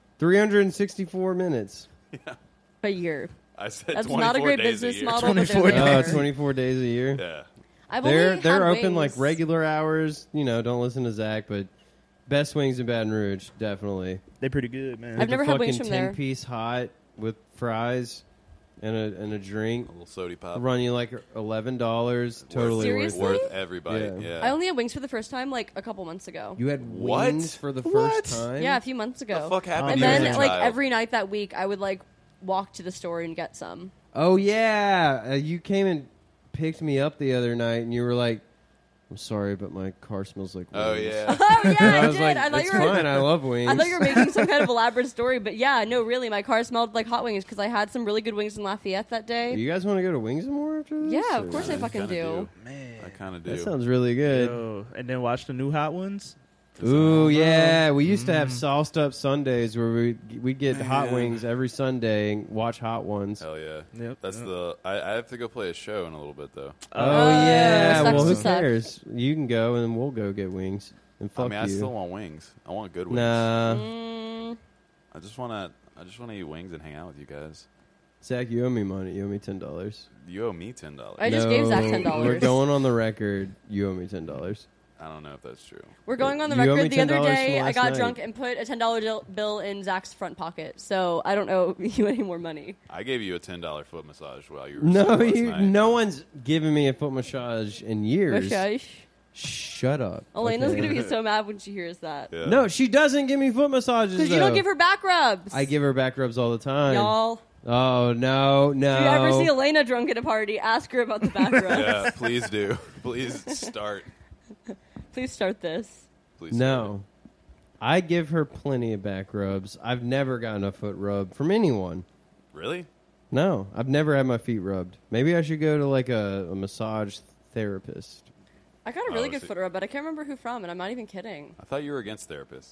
[SPEAKER 3] 364 minutes.
[SPEAKER 2] a year.
[SPEAKER 1] I said
[SPEAKER 2] That's
[SPEAKER 1] 24
[SPEAKER 2] not a great
[SPEAKER 1] days a
[SPEAKER 2] business
[SPEAKER 1] year.
[SPEAKER 2] model. but
[SPEAKER 4] 24
[SPEAKER 2] they're there.
[SPEAKER 3] Uh, 24 days a year.
[SPEAKER 1] Yeah.
[SPEAKER 2] I've
[SPEAKER 3] They're
[SPEAKER 2] only
[SPEAKER 3] they're
[SPEAKER 2] had
[SPEAKER 3] open like
[SPEAKER 2] wings.
[SPEAKER 3] regular hours. You know, don't listen to Zach, but best wings in Baton Rouge, definitely.
[SPEAKER 4] They pretty good, man.
[SPEAKER 2] I've
[SPEAKER 3] The
[SPEAKER 2] never had wings
[SPEAKER 3] fucking
[SPEAKER 2] from there.
[SPEAKER 3] piece hot with fries and a and a drink.
[SPEAKER 1] A little sody pop.
[SPEAKER 3] Run you like eleven dollars. Totally worth
[SPEAKER 2] Seriously?
[SPEAKER 3] it.
[SPEAKER 1] Worth everybody. Yeah.
[SPEAKER 3] Yeah.
[SPEAKER 2] I only had wings for the first time like a couple months ago.
[SPEAKER 3] You had
[SPEAKER 1] What?
[SPEAKER 3] wings for the first
[SPEAKER 4] What?
[SPEAKER 3] time.
[SPEAKER 2] yeah, a few months ago.
[SPEAKER 1] the fuck happened
[SPEAKER 2] and
[SPEAKER 1] to you
[SPEAKER 2] then
[SPEAKER 1] as a
[SPEAKER 2] like
[SPEAKER 1] child?
[SPEAKER 2] every night that week, I would like walk to the store and get some.
[SPEAKER 3] Oh yeah, uh, you came and picked me up the other night, and you were like, "I'm sorry, but my car smells like."
[SPEAKER 1] Oh,
[SPEAKER 3] wings."
[SPEAKER 1] yeah.
[SPEAKER 2] Oh yeah,
[SPEAKER 3] And
[SPEAKER 2] I,
[SPEAKER 3] I was
[SPEAKER 2] did.
[SPEAKER 3] like,
[SPEAKER 2] I thought
[SPEAKER 3] "It's
[SPEAKER 2] you were.
[SPEAKER 3] fine. I love wings."
[SPEAKER 2] I thought you were making some kind of elaborate story, but yeah, no, really, my car smelled like hot wings because I had some really good wings in Lafayette that day.
[SPEAKER 3] you guys want to go to Wings and More after this?
[SPEAKER 2] yeah, of
[SPEAKER 3] or-
[SPEAKER 2] course I fucking
[SPEAKER 1] kinda
[SPEAKER 2] do.
[SPEAKER 4] man.
[SPEAKER 1] I kind of do.
[SPEAKER 3] That sounds really good.
[SPEAKER 4] Yo, and then watch the new hot ones.
[SPEAKER 3] Ooh yeah, we used to
[SPEAKER 1] Mm-hmm.
[SPEAKER 3] have sauced up Sundays where we we'd get hot
[SPEAKER 1] Man.
[SPEAKER 3] wings every Sunday and watch hot ones.
[SPEAKER 1] Hell yeah.
[SPEAKER 4] Yep.
[SPEAKER 1] That's
[SPEAKER 4] Yep.
[SPEAKER 1] the. I, I have to go play a show in a little bit though.
[SPEAKER 3] Oh
[SPEAKER 2] Uh,
[SPEAKER 3] yeah,
[SPEAKER 2] sucks
[SPEAKER 3] well
[SPEAKER 2] to
[SPEAKER 3] who
[SPEAKER 2] suck.
[SPEAKER 3] cares? You can go and we'll go get wings and fuck
[SPEAKER 1] I mean, I
[SPEAKER 3] you.
[SPEAKER 1] still want wings. I want good wings.
[SPEAKER 3] nah,
[SPEAKER 2] Mm,
[SPEAKER 1] I just want to. I just want to eat wings and hang out with you guys.
[SPEAKER 3] Zach, you owe me money. You owe me ten dollars.
[SPEAKER 1] You owe me ten dollars.
[SPEAKER 2] I
[SPEAKER 1] I,
[SPEAKER 2] just gave Zach $10.
[SPEAKER 3] We're going on the record. You owe me ten dollars.
[SPEAKER 1] don't know if that's true.
[SPEAKER 2] we're going on the
[SPEAKER 3] You owe me
[SPEAKER 2] record. The other
[SPEAKER 3] $10
[SPEAKER 2] day,
[SPEAKER 3] from
[SPEAKER 2] I
[SPEAKER 3] last
[SPEAKER 2] got
[SPEAKER 3] night.
[SPEAKER 2] drunk and put a ten dollar bill in Zach's front pocket, so I don't owe you any more money.
[SPEAKER 1] I gave you a ten dollar foot massage while you were asleep
[SPEAKER 3] No,
[SPEAKER 1] last
[SPEAKER 3] you,
[SPEAKER 1] night.
[SPEAKER 3] no one's given me a foot massage in years.
[SPEAKER 2] Roshash.
[SPEAKER 3] Shut up,
[SPEAKER 2] Elena's
[SPEAKER 3] okay?
[SPEAKER 2] gonna be so mad when she hears that
[SPEAKER 1] Yeah.
[SPEAKER 3] No, she doesn't give me foot massages.
[SPEAKER 2] because you don't
[SPEAKER 3] though.
[SPEAKER 2] give her back rubs.
[SPEAKER 3] I give her back rubs all the time.
[SPEAKER 2] y'all.
[SPEAKER 3] Oh no, no.
[SPEAKER 2] If you ever see Elena drunk at a party, ask her about the back rub.
[SPEAKER 1] Yeah, please do. Please start.
[SPEAKER 2] Please start this.
[SPEAKER 1] Please.
[SPEAKER 3] no, I give her plenty of back rubs. I've never gotten a foot rub from anyone.
[SPEAKER 1] start. Really?
[SPEAKER 3] No, I've never had my feet rubbed. Maybe I should go to like a, a massage therapist.
[SPEAKER 2] I got a really
[SPEAKER 1] Oh,
[SPEAKER 2] good
[SPEAKER 1] so-
[SPEAKER 2] foot rub, but I can't remember who from, and I'm not even kidding.
[SPEAKER 1] I thought you were against therapists.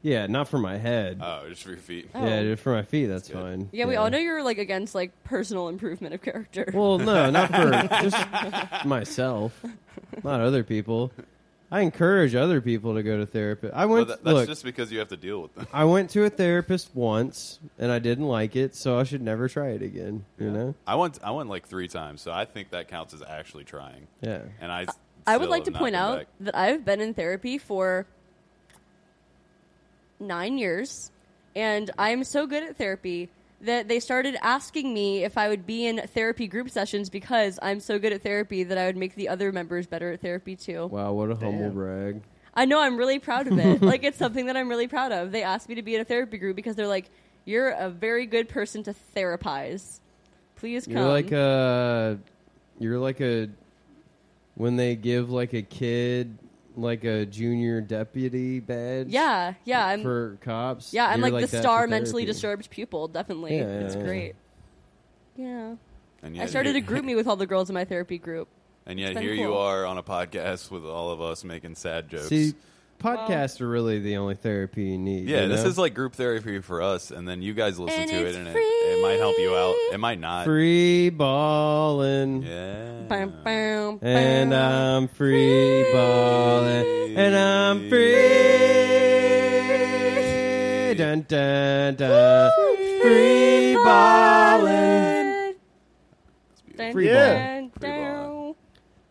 [SPEAKER 3] Yeah, not for my head.
[SPEAKER 1] Oh, just for your feet.
[SPEAKER 2] Oh.
[SPEAKER 3] Yeah, just for my feet. That's,
[SPEAKER 1] good.
[SPEAKER 3] fine.
[SPEAKER 2] Yeah, we all know you're like against like personal improvement of character.
[SPEAKER 3] Well, no, not for just myself, not other people. I encourage other people to go to therapy. I
[SPEAKER 1] Well,
[SPEAKER 3] went.
[SPEAKER 1] that- that's
[SPEAKER 3] look,
[SPEAKER 1] just because you have to deal with them.
[SPEAKER 3] I went to a therapist once, and I didn't like it, so I should never try it again. You know?
[SPEAKER 1] I went. I went like three times, so I think that counts as actually trying.
[SPEAKER 3] Yeah.
[SPEAKER 1] And I.
[SPEAKER 2] I would
[SPEAKER 1] still
[SPEAKER 2] like
[SPEAKER 1] have
[SPEAKER 2] to
[SPEAKER 1] not
[SPEAKER 2] point
[SPEAKER 1] been
[SPEAKER 2] out
[SPEAKER 1] back.
[SPEAKER 2] that I've been in therapy for nine years, and I'm so good at therapy that they started asking me if I would be in therapy group sessions because I'm so good at therapy that I would make the other members better at therapy too.
[SPEAKER 3] Wow, what a humble brag.
[SPEAKER 2] I know I'm really proud of it. like it's something that I'm really proud of. They asked me to be in a therapy group because they're like, "You're a very good person to therapize. Please come."
[SPEAKER 3] You're like a. You're like a. When they give like a kid like a junior deputy badge.
[SPEAKER 2] yeah, yeah. I'm
[SPEAKER 3] for cops.
[SPEAKER 2] yeah. I'm
[SPEAKER 3] you're
[SPEAKER 2] like, the
[SPEAKER 3] that for
[SPEAKER 2] star mentally
[SPEAKER 3] therapy.
[SPEAKER 2] disturbed pupil. Definitely,
[SPEAKER 3] Yeah, yeah,
[SPEAKER 2] it's
[SPEAKER 3] yeah.
[SPEAKER 2] great. Yeah.
[SPEAKER 1] And
[SPEAKER 2] I
[SPEAKER 1] yet
[SPEAKER 2] started to
[SPEAKER 1] here-
[SPEAKER 2] group me with all the girls in my therapy group.
[SPEAKER 1] And yet
[SPEAKER 2] It's been
[SPEAKER 1] here you
[SPEAKER 2] cool.
[SPEAKER 1] are on a podcast with all of us making sad jokes.
[SPEAKER 3] See, podcasts are really the only therapy you need.
[SPEAKER 1] yeah,
[SPEAKER 3] you
[SPEAKER 1] this
[SPEAKER 3] know?
[SPEAKER 1] is like group therapy for us, and then you guys listen
[SPEAKER 2] And
[SPEAKER 1] to it,
[SPEAKER 2] it's
[SPEAKER 1] and it, it might help you out. It might not.
[SPEAKER 3] free balling.
[SPEAKER 1] Yeah.
[SPEAKER 2] Bam, bam,
[SPEAKER 3] And
[SPEAKER 2] bam.
[SPEAKER 3] I'm free balling. And I'm free. Dun, dun, dun. uh, Free balling.
[SPEAKER 2] Dun,
[SPEAKER 3] Free
[SPEAKER 2] dun,
[SPEAKER 1] ball. Free ball.
[SPEAKER 2] dun.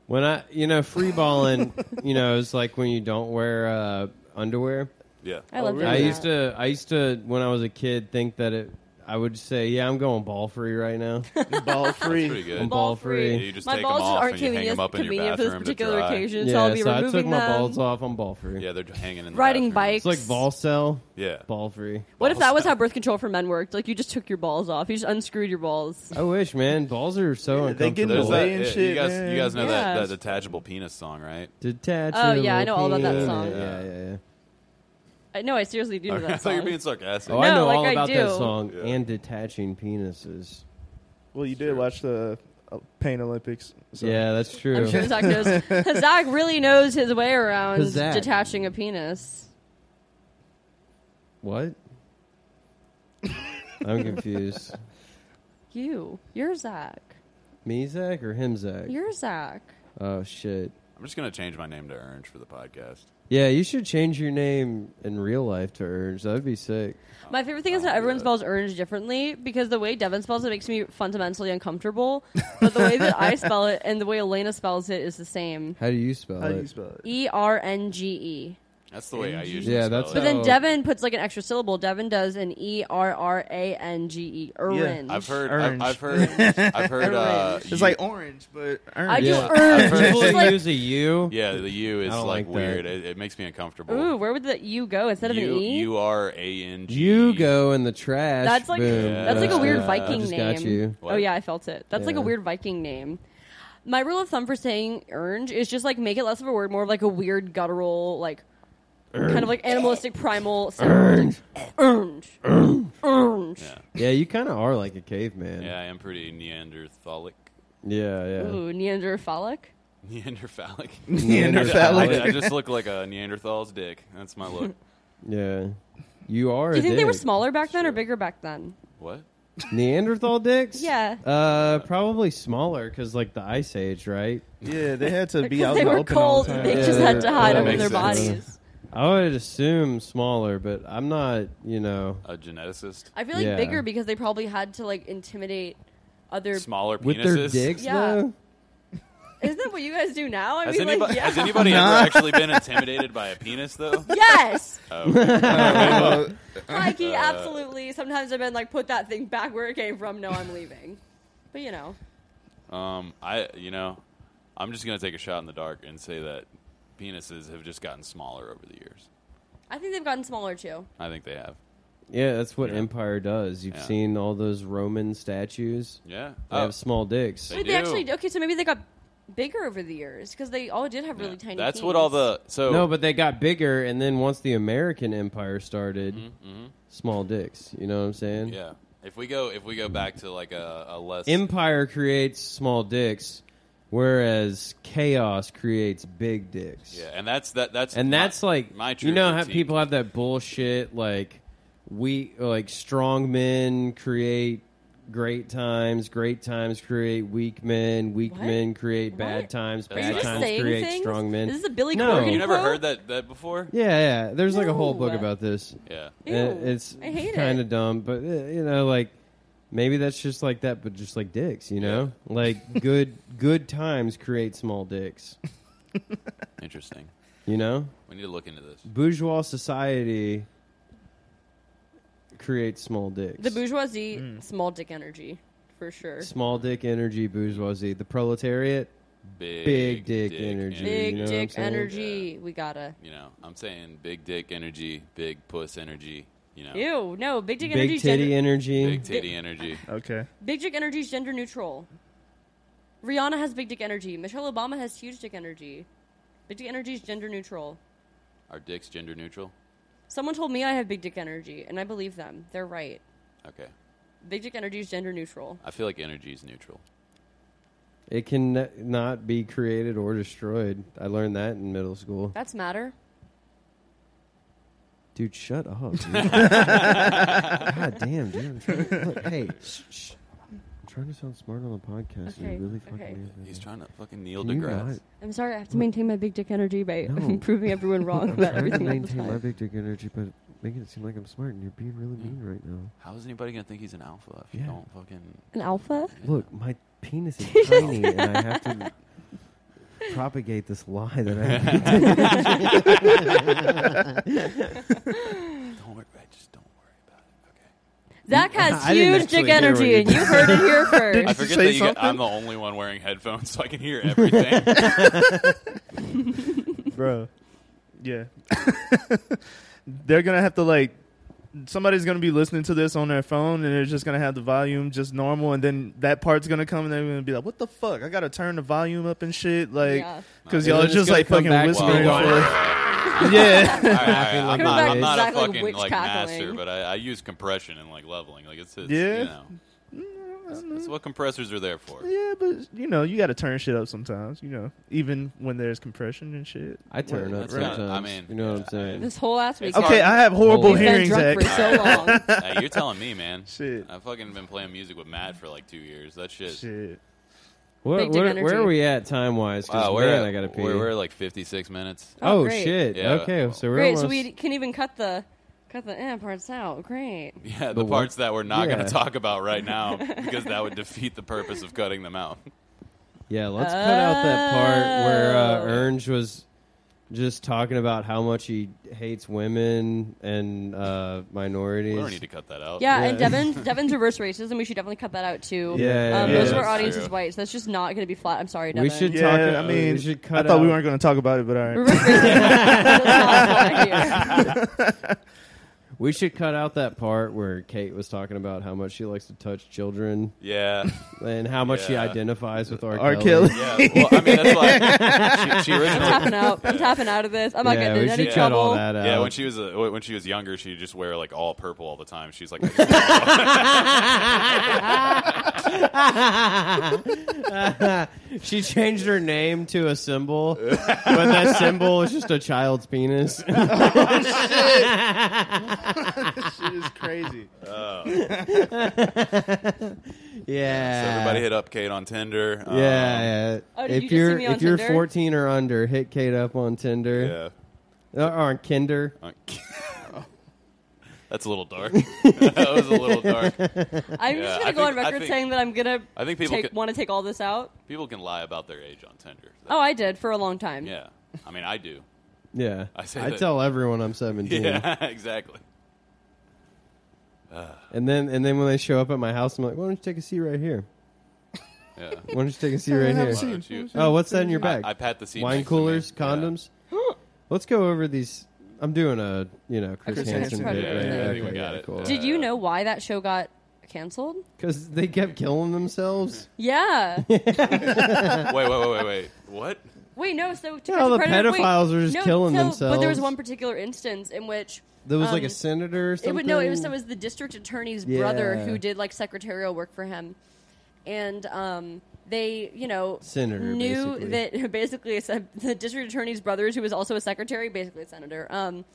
[SPEAKER 3] When I, you know, free balling, you know, is like when you don't wear uh, underwear.
[SPEAKER 1] Yeah.
[SPEAKER 2] I love
[SPEAKER 4] Oh,
[SPEAKER 2] doing
[SPEAKER 4] really?
[SPEAKER 3] I
[SPEAKER 2] that.
[SPEAKER 3] used to, I used to, when I was a kid, think that it, I- I would say, yeah, I'm going ball free right now.
[SPEAKER 4] Ball free.
[SPEAKER 1] pretty good.
[SPEAKER 3] I'm ball free.
[SPEAKER 1] You just
[SPEAKER 2] my
[SPEAKER 1] take 'em
[SPEAKER 2] balls
[SPEAKER 1] off
[SPEAKER 2] aren't
[SPEAKER 1] and you hang 'em
[SPEAKER 2] convenient,
[SPEAKER 1] up in your
[SPEAKER 2] convenient for this
[SPEAKER 1] bathroom to
[SPEAKER 2] particular
[SPEAKER 1] dry.
[SPEAKER 2] occasion, so I'll
[SPEAKER 3] yeah,
[SPEAKER 2] be
[SPEAKER 3] so I
[SPEAKER 2] removing
[SPEAKER 3] took my
[SPEAKER 2] them.
[SPEAKER 3] balls off. I'm ball free.
[SPEAKER 1] Yeah, they're just hanging in the
[SPEAKER 2] Riding
[SPEAKER 1] bathroom.
[SPEAKER 2] bikes.
[SPEAKER 3] It's like ball cell,
[SPEAKER 1] Yeah.
[SPEAKER 3] ball free.
[SPEAKER 2] What if
[SPEAKER 1] Balls
[SPEAKER 2] that was
[SPEAKER 1] out.
[SPEAKER 2] how birth control for men worked? Like you just took your balls off, you just unscrewed your balls.
[SPEAKER 3] I wish, man. Balls are so
[SPEAKER 4] they get in
[SPEAKER 1] There's
[SPEAKER 3] uncomfortable.
[SPEAKER 1] that,
[SPEAKER 4] Boy and
[SPEAKER 1] yeah, you
[SPEAKER 4] shit,
[SPEAKER 1] guys,
[SPEAKER 4] man.
[SPEAKER 1] you guys know
[SPEAKER 2] Yeah.
[SPEAKER 1] that, that detachable penis song, right?
[SPEAKER 3] Detach.
[SPEAKER 2] Oh,
[SPEAKER 3] your
[SPEAKER 2] yeah, I
[SPEAKER 3] little
[SPEAKER 2] know all about that
[SPEAKER 3] penis.
[SPEAKER 2] song.
[SPEAKER 3] Yeah, yeah, yeah.
[SPEAKER 2] I, no, I seriously do know
[SPEAKER 1] I
[SPEAKER 2] that
[SPEAKER 1] thought you were
[SPEAKER 2] song.
[SPEAKER 1] being sarcastic.
[SPEAKER 3] Oh, I
[SPEAKER 2] No,
[SPEAKER 3] know
[SPEAKER 2] like
[SPEAKER 3] all
[SPEAKER 2] I
[SPEAKER 3] about that
[SPEAKER 2] do.
[SPEAKER 3] song
[SPEAKER 1] Yeah.
[SPEAKER 3] and detaching penises.
[SPEAKER 4] Well, you did watch the uh, Pain Olympics. So.
[SPEAKER 3] Yeah, that's true.
[SPEAKER 2] I'm sure Zach knows. Zach really knows his way around
[SPEAKER 3] Zach.
[SPEAKER 2] detaching a penis.
[SPEAKER 3] What? I'm confused.
[SPEAKER 2] You, you're Zach.
[SPEAKER 3] Me Zach or him Zach?
[SPEAKER 2] You're Zach.
[SPEAKER 3] Oh shit.
[SPEAKER 1] I'm just gonna change my name to Orange for the podcast.
[SPEAKER 3] Yeah, you should change your name in real life to Urge. That'd be sick.
[SPEAKER 2] My favorite thing is
[SPEAKER 1] I'll
[SPEAKER 2] that
[SPEAKER 1] do
[SPEAKER 2] everyone
[SPEAKER 1] that.
[SPEAKER 2] spells orange differently because the way Devin spells it makes me fundamentally uncomfortable. but the way that I spell it and the way Elena spells it is the same.
[SPEAKER 3] How do you spell
[SPEAKER 4] How
[SPEAKER 3] it?
[SPEAKER 4] do you spell it?
[SPEAKER 2] E R N G E.
[SPEAKER 1] That's the way I
[SPEAKER 4] NG.
[SPEAKER 1] usually
[SPEAKER 3] Yeah,
[SPEAKER 1] spell
[SPEAKER 3] that's
[SPEAKER 1] it.
[SPEAKER 2] But then
[SPEAKER 3] Oh.
[SPEAKER 2] Devin puts like an extra syllable. Devin does an E R R A N G E. Orange.
[SPEAKER 1] I've heard, I've,
[SPEAKER 4] Orange.
[SPEAKER 1] I've heard, I've heard. Uh,
[SPEAKER 2] Orange.
[SPEAKER 1] you-
[SPEAKER 4] It's like orange, but orange.
[SPEAKER 2] I do
[SPEAKER 3] Yeah.
[SPEAKER 2] orange.
[SPEAKER 1] I've
[SPEAKER 3] People
[SPEAKER 2] It's
[SPEAKER 1] heard-
[SPEAKER 2] like,
[SPEAKER 3] use a U.
[SPEAKER 1] yeah, the U is
[SPEAKER 3] I don't
[SPEAKER 1] like,
[SPEAKER 3] like that.
[SPEAKER 1] weird. It, it makes me uncomfortable.
[SPEAKER 2] ooh, where would the U go instead of
[SPEAKER 1] U,
[SPEAKER 2] an E?
[SPEAKER 1] U R A N G. E.
[SPEAKER 3] You go in the trash.
[SPEAKER 2] That's like
[SPEAKER 3] Boom.
[SPEAKER 1] Yeah.
[SPEAKER 2] that's like a
[SPEAKER 3] That's
[SPEAKER 2] weird
[SPEAKER 3] it.
[SPEAKER 2] Viking
[SPEAKER 3] I just
[SPEAKER 2] name.
[SPEAKER 3] got you.
[SPEAKER 2] Oh
[SPEAKER 1] What?
[SPEAKER 2] yeah, I felt it. That's like a
[SPEAKER 3] Yeah.
[SPEAKER 2] weird Viking name. My rule of thumb for saying "orange" is just like make it less of a word, more of like a weird guttural, like kind of like animalistic primal sound. Orange, orange, orange.
[SPEAKER 1] Yeah,
[SPEAKER 3] Yeah, you kind of are like a caveman.
[SPEAKER 1] yeah, I am pretty Neanderthalic.
[SPEAKER 3] yeah, yeah.
[SPEAKER 2] Ooh, Neanderthalic.
[SPEAKER 1] Neanderthalic.
[SPEAKER 3] Neanderthalic.
[SPEAKER 1] I, I just look like a Neanderthal's dick. That's my look.
[SPEAKER 3] Yeah. You are.
[SPEAKER 2] Do you
[SPEAKER 3] a
[SPEAKER 2] think they were
[SPEAKER 3] dick.
[SPEAKER 2] smaller back then or
[SPEAKER 1] Sure.
[SPEAKER 2] bigger back then?
[SPEAKER 1] What?
[SPEAKER 3] Neanderthal dicks?
[SPEAKER 2] Yeah.
[SPEAKER 3] Uh, probably smaller because like the Ice Age, right?
[SPEAKER 4] Yeah, they had to be out
[SPEAKER 2] Because
[SPEAKER 4] in
[SPEAKER 2] they
[SPEAKER 4] the
[SPEAKER 2] were
[SPEAKER 4] open
[SPEAKER 2] cold.
[SPEAKER 4] all the
[SPEAKER 2] and
[SPEAKER 4] time.
[SPEAKER 2] They
[SPEAKER 3] Yeah,
[SPEAKER 2] just had to
[SPEAKER 3] that
[SPEAKER 2] hide under
[SPEAKER 1] makes
[SPEAKER 2] their
[SPEAKER 1] sense.
[SPEAKER 2] bodies.
[SPEAKER 3] I would assume smaller, but I'm not. You know,
[SPEAKER 1] A geneticist?
[SPEAKER 2] I feel like
[SPEAKER 3] Yeah.
[SPEAKER 2] bigger because they probably had to like intimidate other.
[SPEAKER 1] Smaller penises?
[SPEAKER 3] with their dicks
[SPEAKER 2] Yeah.
[SPEAKER 3] though.
[SPEAKER 2] Isn't that what you guys do now? I
[SPEAKER 1] Has
[SPEAKER 2] mean,
[SPEAKER 1] anybody,
[SPEAKER 2] like, yeah.
[SPEAKER 1] has anybody ever actually been intimidated by a penis, though?
[SPEAKER 2] Yes.
[SPEAKER 4] Uh,
[SPEAKER 2] Mikey, absolutely. Sometimes I've been like, put that thing back where it came from. No, I'm leaving. But you know,
[SPEAKER 1] Um, I, you know, I'm just going to take a shot in the dark and say that penises have just gotten smaller over the years.
[SPEAKER 2] I think they've gotten smaller too.
[SPEAKER 1] I think they have.
[SPEAKER 3] Yeah, that's what
[SPEAKER 1] Yeah.
[SPEAKER 3] Empire does. You've
[SPEAKER 1] Yeah.
[SPEAKER 3] seen all those Roman statues.
[SPEAKER 1] Yeah. Oh,
[SPEAKER 3] They have small dicks.
[SPEAKER 1] They
[SPEAKER 2] Wait, they
[SPEAKER 1] do.
[SPEAKER 2] actually okay. So maybe they got bigger over the years because they all did have really
[SPEAKER 1] Yeah.
[SPEAKER 2] tiny.
[SPEAKER 1] That's
[SPEAKER 2] penis.
[SPEAKER 1] what all the. So,
[SPEAKER 3] No, but they got bigger, and then once the American Empire started, small dicks. You know what I'm saying?
[SPEAKER 1] Mm-hmm, yeah. If we go, if we go back to like a, a less.
[SPEAKER 3] Empire creates small dicks, whereas chaos creates big dicks.
[SPEAKER 1] yeah, and that's that. That's
[SPEAKER 3] and
[SPEAKER 1] my-
[SPEAKER 3] that's like
[SPEAKER 1] my true
[SPEAKER 3] you know how
[SPEAKER 1] critique.
[SPEAKER 3] people have that bullshit like we like strong men create great times, great times create weak men, weak
[SPEAKER 2] What?
[SPEAKER 3] men create
[SPEAKER 2] What?
[SPEAKER 3] bad times,
[SPEAKER 1] Are
[SPEAKER 2] Are you
[SPEAKER 3] bad
[SPEAKER 1] Exactly.
[SPEAKER 2] just
[SPEAKER 3] times
[SPEAKER 2] saying
[SPEAKER 3] create
[SPEAKER 2] things?
[SPEAKER 3] strong men.
[SPEAKER 2] Is this a Billy
[SPEAKER 3] No.
[SPEAKER 2] Corgan
[SPEAKER 1] You never
[SPEAKER 2] quote?
[SPEAKER 1] heard that that before?
[SPEAKER 3] yeah, yeah. There's like a whole book
[SPEAKER 2] No.
[SPEAKER 3] about this.
[SPEAKER 1] Yeah.
[SPEAKER 2] Ew,
[SPEAKER 3] And it's
[SPEAKER 2] I hate
[SPEAKER 3] kind
[SPEAKER 2] it.
[SPEAKER 3] of dumb, but uh, you know, like maybe that's just like that, but just like dicks, you know, like good good times create small dicks,
[SPEAKER 1] Interesting.
[SPEAKER 3] you know.
[SPEAKER 1] We need to look into this.
[SPEAKER 3] Bourgeois society creates small dicks.
[SPEAKER 2] The bourgeoisie,
[SPEAKER 3] Mm.
[SPEAKER 2] small dick energy, for sure.
[SPEAKER 3] small dick energy bourgeoisie. The proletariat.
[SPEAKER 1] Big,
[SPEAKER 3] Big dick energy.
[SPEAKER 2] Big
[SPEAKER 3] You know what I'm
[SPEAKER 2] dick
[SPEAKER 3] saying?
[SPEAKER 2] energy. We gotta.
[SPEAKER 1] You know, I'm saying big dick energy, big puss energy. You know,
[SPEAKER 2] Ew, no, big dick energy.
[SPEAKER 3] Big
[SPEAKER 2] is
[SPEAKER 3] titty
[SPEAKER 2] gender-
[SPEAKER 3] energy.
[SPEAKER 1] big titty energy.
[SPEAKER 4] okay.
[SPEAKER 2] Big dick energy is gender neutral. Rihanna has big dick energy. Michelle Obama has huge dick energy. Big dick energy is gender neutral.
[SPEAKER 1] Are dicks gender neutral?
[SPEAKER 2] Someone told me I have big dick energy, and I believe them. They're right.
[SPEAKER 1] Okay,
[SPEAKER 2] Big dick energy is gender neutral.
[SPEAKER 1] I feel like energy is neutral.
[SPEAKER 3] it can n- not be created or destroyed. I learned that in middle school.
[SPEAKER 2] That's matter.
[SPEAKER 3] Dude, shut up. dude. God damn, dude. I'm trying to, look, hey, shh, shh. I'm trying to sound smart on the podcast. and
[SPEAKER 2] Okay,
[SPEAKER 3] It really fucking
[SPEAKER 2] okay.
[SPEAKER 3] is, man.
[SPEAKER 1] He's trying to fucking Neil
[SPEAKER 3] Can you
[SPEAKER 1] deGrasse.
[SPEAKER 3] not?
[SPEAKER 2] I'm sorry, I have to maintain my big dick energy by
[SPEAKER 3] No.
[SPEAKER 2] proving everyone wrong
[SPEAKER 3] I'm
[SPEAKER 2] about
[SPEAKER 3] trying to
[SPEAKER 2] everything all the
[SPEAKER 3] maintain my
[SPEAKER 2] time.
[SPEAKER 3] big dick energy, but making it seem like I'm smart, and you're being really mean right now.
[SPEAKER 1] How is anybody gonna think he's an alpha if you
[SPEAKER 3] Yeah.
[SPEAKER 1] don't fucking?
[SPEAKER 2] An alpha?
[SPEAKER 3] Look, my penis is tiny, and I have to propagate this lie that I have.
[SPEAKER 1] Don't worry, right, just don't worry about it. Okay.
[SPEAKER 2] That has
[SPEAKER 3] I didn't
[SPEAKER 2] huge dick
[SPEAKER 3] actually hear what
[SPEAKER 2] energy,
[SPEAKER 3] you
[SPEAKER 2] and you heard it here
[SPEAKER 1] I
[SPEAKER 2] first.
[SPEAKER 1] forget
[SPEAKER 4] say
[SPEAKER 1] that you get,
[SPEAKER 4] something?
[SPEAKER 1] I'm the only one wearing headphones, so I can hear everything.
[SPEAKER 4] bro. Yeah, they're gonna have to like somebody's gonna be listening to this on their phone, and they're just gonna have the volume just normal, and then that part's gonna come, and they're gonna be like, "What the fuck? I gotta turn the volume up and shit." Like,
[SPEAKER 2] Yeah.
[SPEAKER 4] because
[SPEAKER 3] They're
[SPEAKER 4] y'all
[SPEAKER 3] just
[SPEAKER 4] just
[SPEAKER 3] gonna
[SPEAKER 4] like
[SPEAKER 3] come
[SPEAKER 4] fucking
[SPEAKER 3] back
[SPEAKER 4] whispering.
[SPEAKER 1] while we're
[SPEAKER 4] for-
[SPEAKER 1] All right,
[SPEAKER 4] yeah,
[SPEAKER 1] all right, I'm,
[SPEAKER 3] Coming
[SPEAKER 1] not,
[SPEAKER 3] back
[SPEAKER 1] I'm not
[SPEAKER 2] exactly
[SPEAKER 1] a fucking
[SPEAKER 2] witch
[SPEAKER 1] like master,
[SPEAKER 2] cackling.
[SPEAKER 1] but I, I use compression and like leveling. Like it's, it's
[SPEAKER 4] Yeah.
[SPEAKER 1] you know, that's, that's what compressors are there for.
[SPEAKER 4] yeah, but you know, you gotta turn shit up sometimes. You know, even when therere's compression and shit.
[SPEAKER 3] I turn
[SPEAKER 4] Well,
[SPEAKER 3] up
[SPEAKER 1] That's not-
[SPEAKER 3] sometimes.
[SPEAKER 1] I mean,
[SPEAKER 3] you know what
[SPEAKER 1] yeah,
[SPEAKER 3] I'm saying?
[SPEAKER 2] This whole last week.
[SPEAKER 4] Okay, I have horrible
[SPEAKER 3] We've
[SPEAKER 2] We've been
[SPEAKER 4] hearing, Zach.
[SPEAKER 2] drunk for so long.
[SPEAKER 1] hey, you're telling me, man.
[SPEAKER 4] Shit.
[SPEAKER 1] I've fucking been playing music with Matt for like two years. That shit.
[SPEAKER 4] Shit.
[SPEAKER 3] What,
[SPEAKER 2] Big dick
[SPEAKER 3] where,
[SPEAKER 2] energy.
[SPEAKER 3] where are we at time wise? Because
[SPEAKER 1] Wow, Uh, we're
[SPEAKER 3] man,
[SPEAKER 1] at-
[SPEAKER 3] I gotta pee.
[SPEAKER 1] We're, we're at, like 56 minutes.
[SPEAKER 3] oh
[SPEAKER 2] Oh, great.
[SPEAKER 3] shit!
[SPEAKER 1] Yeah.
[SPEAKER 3] Okay, so we're
[SPEAKER 2] Great,
[SPEAKER 3] almost.
[SPEAKER 2] so we can even cut the cut the eh, parts out. Great.
[SPEAKER 1] Yeah, the,
[SPEAKER 3] The what?
[SPEAKER 1] parts that we're not going
[SPEAKER 3] Yeah.
[SPEAKER 1] to talk about right now because that would defeat the purpose of cutting them out.
[SPEAKER 3] Yeah, let's cut out that part where
[SPEAKER 2] Oh.
[SPEAKER 3] uh, Ernst was just talking about how much he hates women and uh, minorities.
[SPEAKER 1] We don't need to cut that out.
[SPEAKER 2] Yeah,
[SPEAKER 3] Yeah.
[SPEAKER 2] and Devin Devin's reverse racism. We should definitely cut that out too.
[SPEAKER 3] Yeah,
[SPEAKER 2] um,
[SPEAKER 4] yeah,
[SPEAKER 2] most of
[SPEAKER 4] yeah.
[SPEAKER 2] our audience
[SPEAKER 1] True.
[SPEAKER 2] is white, so that's just not going to be flat. I'm sorry, Devin.
[SPEAKER 3] we should
[SPEAKER 4] Yeah,
[SPEAKER 3] talk.
[SPEAKER 4] I mean,
[SPEAKER 3] we oh, should cut
[SPEAKER 4] I thought we
[SPEAKER 3] out-
[SPEAKER 4] weren't gonna talk about it, but all right.
[SPEAKER 2] Reverse racism. That's not a flat here.
[SPEAKER 3] We should cut out that part where Kate was talking about how much she likes to touch children
[SPEAKER 1] Yeah.
[SPEAKER 3] and how much she
[SPEAKER 1] Yeah.
[SPEAKER 3] identifies with R.
[SPEAKER 4] R. Kelly.
[SPEAKER 1] Yeah. Well, I mean, that's why she, she
[SPEAKER 2] I'm
[SPEAKER 1] originally
[SPEAKER 2] tapping out. I'm tapping out of this. I'm not
[SPEAKER 3] yeah,
[SPEAKER 2] getting
[SPEAKER 3] we
[SPEAKER 2] in
[SPEAKER 3] should
[SPEAKER 2] any
[SPEAKER 3] cut
[SPEAKER 2] trouble.
[SPEAKER 3] all that out.
[SPEAKER 1] Yeah, when she was uh, when she was younger, she'd just wear like all purple all the time. She's like,
[SPEAKER 3] she changed her name to a symbol, but that symbol is just a child's penis.
[SPEAKER 4] Shit is crazy.
[SPEAKER 3] yeah.
[SPEAKER 1] so everybody hit up Kate on Tinder. Um,
[SPEAKER 3] Yeah, yeah.
[SPEAKER 2] Oh, did you just
[SPEAKER 3] if
[SPEAKER 2] see
[SPEAKER 3] you're
[SPEAKER 2] me on
[SPEAKER 3] if you're
[SPEAKER 2] Tinder?
[SPEAKER 3] 14 or under, hit Kate up on Tinder
[SPEAKER 1] yeah.
[SPEAKER 3] or, or on Kinder.
[SPEAKER 1] Uh, That's a little dark. that was a little dark.
[SPEAKER 2] I'm
[SPEAKER 1] Yeah,
[SPEAKER 2] just
[SPEAKER 1] I
[SPEAKER 2] going to go
[SPEAKER 1] think-
[SPEAKER 2] on
[SPEAKER 1] I
[SPEAKER 2] record
[SPEAKER 1] think-
[SPEAKER 2] saying that I'm going to.
[SPEAKER 1] I think people
[SPEAKER 2] take,
[SPEAKER 1] could-
[SPEAKER 2] want to take all this out.
[SPEAKER 1] People can lie about their age on Tinder.
[SPEAKER 2] Oh, I did for a long time.
[SPEAKER 1] Yeah. I mean, I do.
[SPEAKER 3] Yeah,
[SPEAKER 1] I say that-
[SPEAKER 3] tell everyone I'm 17,
[SPEAKER 1] Yeah, exactly.
[SPEAKER 3] and then and then when they show up at my house, I'm like, why don't you take a seat right here?
[SPEAKER 1] Yeah.
[SPEAKER 3] Why don't you take a seat right
[SPEAKER 4] have
[SPEAKER 3] here?
[SPEAKER 4] a
[SPEAKER 1] Why don't you-
[SPEAKER 3] Oh, what's that in your bag?
[SPEAKER 1] I pat the seat.
[SPEAKER 3] Wine
[SPEAKER 1] next to me.
[SPEAKER 3] coolers,
[SPEAKER 1] Yeah.
[SPEAKER 3] condoms. Let's go over these. I'm doing a you know Chris,
[SPEAKER 2] Chris Hansen
[SPEAKER 3] Hansen bit
[SPEAKER 2] project.
[SPEAKER 3] right
[SPEAKER 2] Yeah,
[SPEAKER 3] now.
[SPEAKER 2] yeah,
[SPEAKER 1] I think we got it.
[SPEAKER 3] cool.
[SPEAKER 1] Yeah.
[SPEAKER 2] Did you know why that show got canceled?
[SPEAKER 3] Because they kept killing themselves.
[SPEAKER 2] Yeah.
[SPEAKER 1] Wait, wait, wait, wait, wait. What?
[SPEAKER 2] Wait, no. So to
[SPEAKER 3] Yeah,
[SPEAKER 2] catch
[SPEAKER 3] all
[SPEAKER 2] a
[SPEAKER 3] the
[SPEAKER 2] predator-
[SPEAKER 3] pedophiles
[SPEAKER 2] wait,
[SPEAKER 3] are just
[SPEAKER 2] no,
[SPEAKER 3] killing
[SPEAKER 2] so- But there
[SPEAKER 3] themselves.
[SPEAKER 2] was one particular instance in which
[SPEAKER 3] There was like
[SPEAKER 2] um,
[SPEAKER 3] a senator or something.
[SPEAKER 2] It would no. It was it was the district attorney's brother
[SPEAKER 3] Yeah.
[SPEAKER 2] who did like secretarial work for him, and um, they you know
[SPEAKER 3] Senator,
[SPEAKER 2] knew
[SPEAKER 3] basically.
[SPEAKER 2] that basically a se- the district attorney's brother who was also a secretary, basically a senator. Um,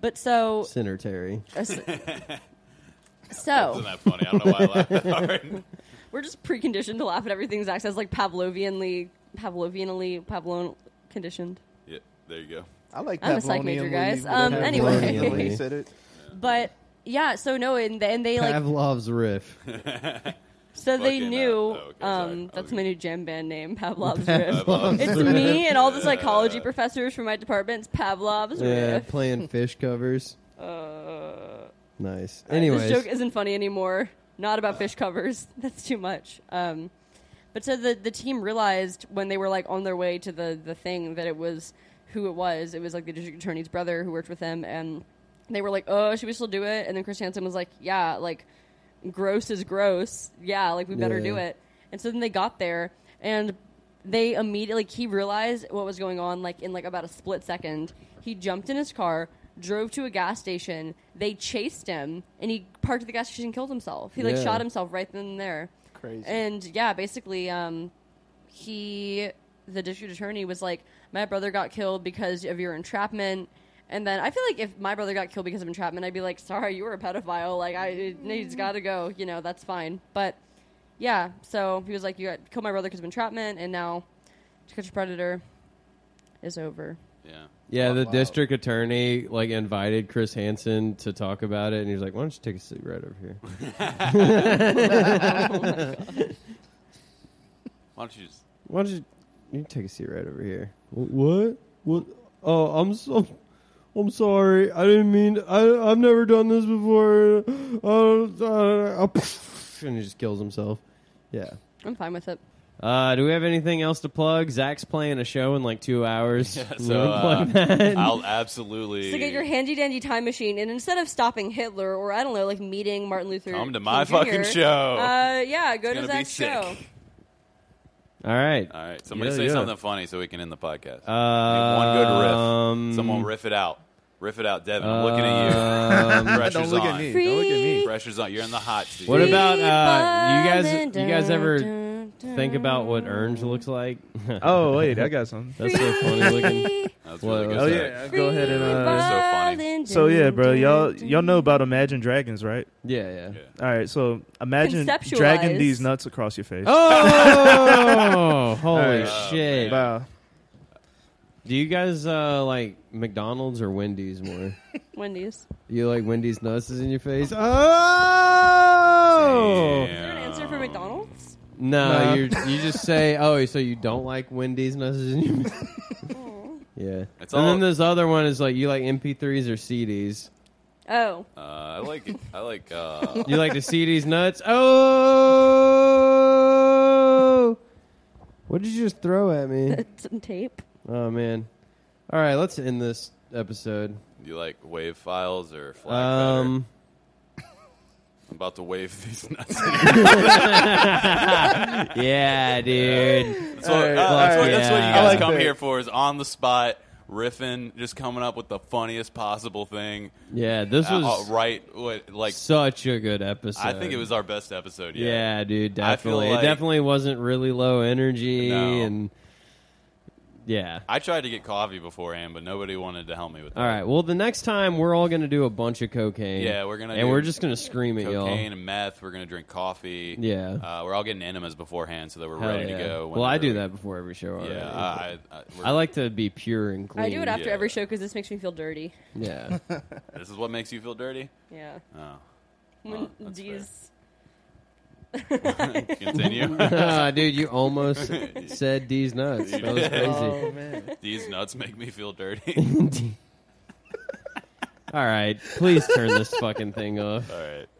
[SPEAKER 2] but so
[SPEAKER 3] Senator.
[SPEAKER 2] a se-
[SPEAKER 1] Isn't
[SPEAKER 2] so
[SPEAKER 1] that funny? I don't know why I laughed that hard.
[SPEAKER 2] we're just preconditioned to laugh at everything Zach says, like Pavlovianly, Pavlovianly, Pavlon conditioned.
[SPEAKER 1] Yeah, there you go.
[SPEAKER 6] I like
[SPEAKER 2] I'm a
[SPEAKER 6] that.
[SPEAKER 2] psych major, guys. Um,
[SPEAKER 6] Whatever.
[SPEAKER 2] anyway,
[SPEAKER 3] Pavlonian.
[SPEAKER 6] He said it.
[SPEAKER 2] but yeah, so no, and, and they like
[SPEAKER 3] Pavlov's riff.
[SPEAKER 2] So they
[SPEAKER 1] Fucking, uh,
[SPEAKER 2] knew.
[SPEAKER 1] oh, okay, sorry.
[SPEAKER 2] um,
[SPEAKER 1] I
[SPEAKER 2] that's
[SPEAKER 1] was
[SPEAKER 2] my
[SPEAKER 1] gonna-
[SPEAKER 2] new jam band name, Pavlov's Riff.
[SPEAKER 3] Pavlov's
[SPEAKER 2] It's
[SPEAKER 3] riff.
[SPEAKER 2] me and all the psychology professors from my department. It's Pavlov's
[SPEAKER 3] Yeah,
[SPEAKER 2] Riff.
[SPEAKER 3] playing fish covers.
[SPEAKER 2] Uh,
[SPEAKER 3] Nice.
[SPEAKER 2] this
[SPEAKER 3] Anyways,
[SPEAKER 2] joke isn't funny anymore. Not about fish covers. That's too much. Um, but so the the team realized when they were like on their way to the the thing that it was who it was. It was like the district attorney's brother who worked with him, and they were like, "Oh, should we still do it?" And then Chris Hansen was like, "Yeah, like gross is gross. Yeah, like we better
[SPEAKER 3] Yeah.
[SPEAKER 2] do it." And so then they got there, and they immediately like, he realized what was going on. Like in like about a split second, he jumped in his car. Drove to a gas station. They chased him, and he parked at the gas station and killed himself. He like
[SPEAKER 3] Yeah.
[SPEAKER 2] shot himself right then and there.
[SPEAKER 6] Crazy.
[SPEAKER 2] And yeah, basically, um, he, the district attorney, was like, "My brother got killed because of your entrapment." And then I feel like if my brother got killed because of entrapment, I'd be like, "Sorry, you were a pedophile. Like, I he's got to go. You know, that's fine." But yeah, so he was like, "You got killed my brother because of entrapment, and now to catch a predator is over."
[SPEAKER 1] Yeah.
[SPEAKER 3] yeah, the
[SPEAKER 6] Wow.
[SPEAKER 3] district attorney like invited Chris Hansen to talk about it, and he was like, "Why don't you take a seat right over here?"
[SPEAKER 1] Why don't you just?
[SPEAKER 3] Why don't you you take a seat right over here? What? What? Oh, I'm so. I'm sorry. I didn't mean. I I've never done this before. Uh, uh, uh, and he just kills himself. Yeah.
[SPEAKER 2] I'm fine with it.
[SPEAKER 3] Uh, do we have anything else to plug? Zach's playing a show in like two hours. We
[SPEAKER 1] So
[SPEAKER 3] wanna plug
[SPEAKER 1] uh,
[SPEAKER 3] that.
[SPEAKER 1] I'll absolutely
[SPEAKER 2] So get your handy dandy time machine, and instead of stopping Hitler or I don't know, like meeting Martin Luther,
[SPEAKER 1] come to
[SPEAKER 2] King
[SPEAKER 1] my
[SPEAKER 2] Jr.,
[SPEAKER 1] fucking show.
[SPEAKER 2] Uh, yeah, go
[SPEAKER 1] it's gonna
[SPEAKER 2] to
[SPEAKER 1] be
[SPEAKER 2] Zach's
[SPEAKER 1] sick.
[SPEAKER 2] show.
[SPEAKER 3] All right.
[SPEAKER 1] All right, somebody
[SPEAKER 3] Yeah,
[SPEAKER 1] say
[SPEAKER 3] yeah.
[SPEAKER 1] something funny so we can end the podcast.
[SPEAKER 3] Um,
[SPEAKER 1] Need one good riff. Someone riff it out. Riff it out, Devin. I'm looking at you.
[SPEAKER 3] Um,
[SPEAKER 1] Pressure's
[SPEAKER 6] Don't look
[SPEAKER 1] on.
[SPEAKER 6] at me. Don't look at me.
[SPEAKER 1] Pressure's on. You're in the hot seat.
[SPEAKER 3] what about uh, you
[SPEAKER 2] Free
[SPEAKER 3] guys?
[SPEAKER 2] balling,
[SPEAKER 3] You guys ever
[SPEAKER 2] dun, dun,
[SPEAKER 3] think about what Orange looks like?
[SPEAKER 4] Oh wait, I got something.
[SPEAKER 3] That's so funny looking.
[SPEAKER 2] free
[SPEAKER 1] That's
[SPEAKER 3] What-
[SPEAKER 1] really good.
[SPEAKER 4] Oh
[SPEAKER 1] Zach.
[SPEAKER 4] yeah, go ahead and. Uh,
[SPEAKER 1] so funny.
[SPEAKER 2] balling,
[SPEAKER 4] so yeah, bro,
[SPEAKER 2] dun,
[SPEAKER 4] y'all
[SPEAKER 2] dun,
[SPEAKER 4] y'all know about Imagine Dragons, right?
[SPEAKER 3] Yeah, yeah.
[SPEAKER 4] All right, so imagine
[SPEAKER 2] Conceptualize.
[SPEAKER 4] dragging these nuts across your face.
[SPEAKER 3] Oh, holy
[SPEAKER 1] Oh,
[SPEAKER 3] shit!
[SPEAKER 4] Wow.
[SPEAKER 3] Do you guys uh, like McDonald's or Wendy's more?
[SPEAKER 2] Wendy's.
[SPEAKER 3] you like Wendy's nuts is in your face? Oh,
[SPEAKER 2] Is there an answer for McDonald's?
[SPEAKER 3] no!
[SPEAKER 4] No.
[SPEAKER 3] You you just say oh, so you don't like Wendy's nuts is in your face? yeah.
[SPEAKER 1] It's
[SPEAKER 3] and
[SPEAKER 1] all-
[SPEAKER 3] then this other one is like you like MP3s or CDs.
[SPEAKER 2] Oh,
[SPEAKER 1] Uh, I like it. I like. Uh,
[SPEAKER 3] You like the CDs nuts? Oh. What did you just throw at me?
[SPEAKER 2] some tape.
[SPEAKER 3] Oh man! All right, let's end this episode.
[SPEAKER 1] you like wave files or flag better?
[SPEAKER 3] Um,
[SPEAKER 1] I'm about to wave these nuts.
[SPEAKER 3] yeah, dude.
[SPEAKER 1] That's what, uh, that's, what,
[SPEAKER 4] All
[SPEAKER 3] right.
[SPEAKER 1] that's what you
[SPEAKER 3] Yeah.
[SPEAKER 1] guys
[SPEAKER 4] I like
[SPEAKER 1] come
[SPEAKER 4] that.
[SPEAKER 1] here for is on the spot riffing, just coming up with the funniest possible thing.
[SPEAKER 3] Yeah, this
[SPEAKER 1] Uh,
[SPEAKER 3] was
[SPEAKER 1] uh, right, what, like
[SPEAKER 3] such a good episode.
[SPEAKER 1] I think it was our best episode yet.
[SPEAKER 3] Yeah, dude,
[SPEAKER 1] I feel
[SPEAKER 3] definitely.
[SPEAKER 1] like-
[SPEAKER 3] it definitely wasn't really low energy,
[SPEAKER 1] No.
[SPEAKER 3] and yeah.
[SPEAKER 1] I tried to get coffee beforehand, but nobody wanted to help me with that.
[SPEAKER 3] All right. Well, the next time we're all gonna do a bunch of cocaine.
[SPEAKER 1] Yeah, we're gonna
[SPEAKER 3] and
[SPEAKER 1] do
[SPEAKER 3] we're just gonna scream at y'all.
[SPEAKER 1] Cocaine and meth. We're gonna drink coffee.
[SPEAKER 3] Yeah.
[SPEAKER 1] uh, we're all getting enemas beforehand so that we're
[SPEAKER 3] Hell
[SPEAKER 1] ready
[SPEAKER 3] yeah.
[SPEAKER 1] to go.
[SPEAKER 3] Well, I
[SPEAKER 1] whenever
[SPEAKER 3] do
[SPEAKER 1] we-
[SPEAKER 3] that before every show. Already.
[SPEAKER 1] Yeah, I, I, I- we're-
[SPEAKER 3] I like to be pure and clean.
[SPEAKER 2] I do it after
[SPEAKER 1] Yeah.
[SPEAKER 2] every show because this makes me feel dirty.
[SPEAKER 3] Yeah.
[SPEAKER 1] This is what makes you feel dirty.
[SPEAKER 2] Yeah.
[SPEAKER 1] Oh,
[SPEAKER 2] When
[SPEAKER 1] that's
[SPEAKER 2] these
[SPEAKER 1] continue.
[SPEAKER 3] Ah, dude, you almost said D's nuts. That was crazy.
[SPEAKER 4] Oh man.
[SPEAKER 1] These nuts make me feel dirty.
[SPEAKER 2] Oh.
[SPEAKER 3] All right, please turn this fucking thing off.
[SPEAKER 1] all right.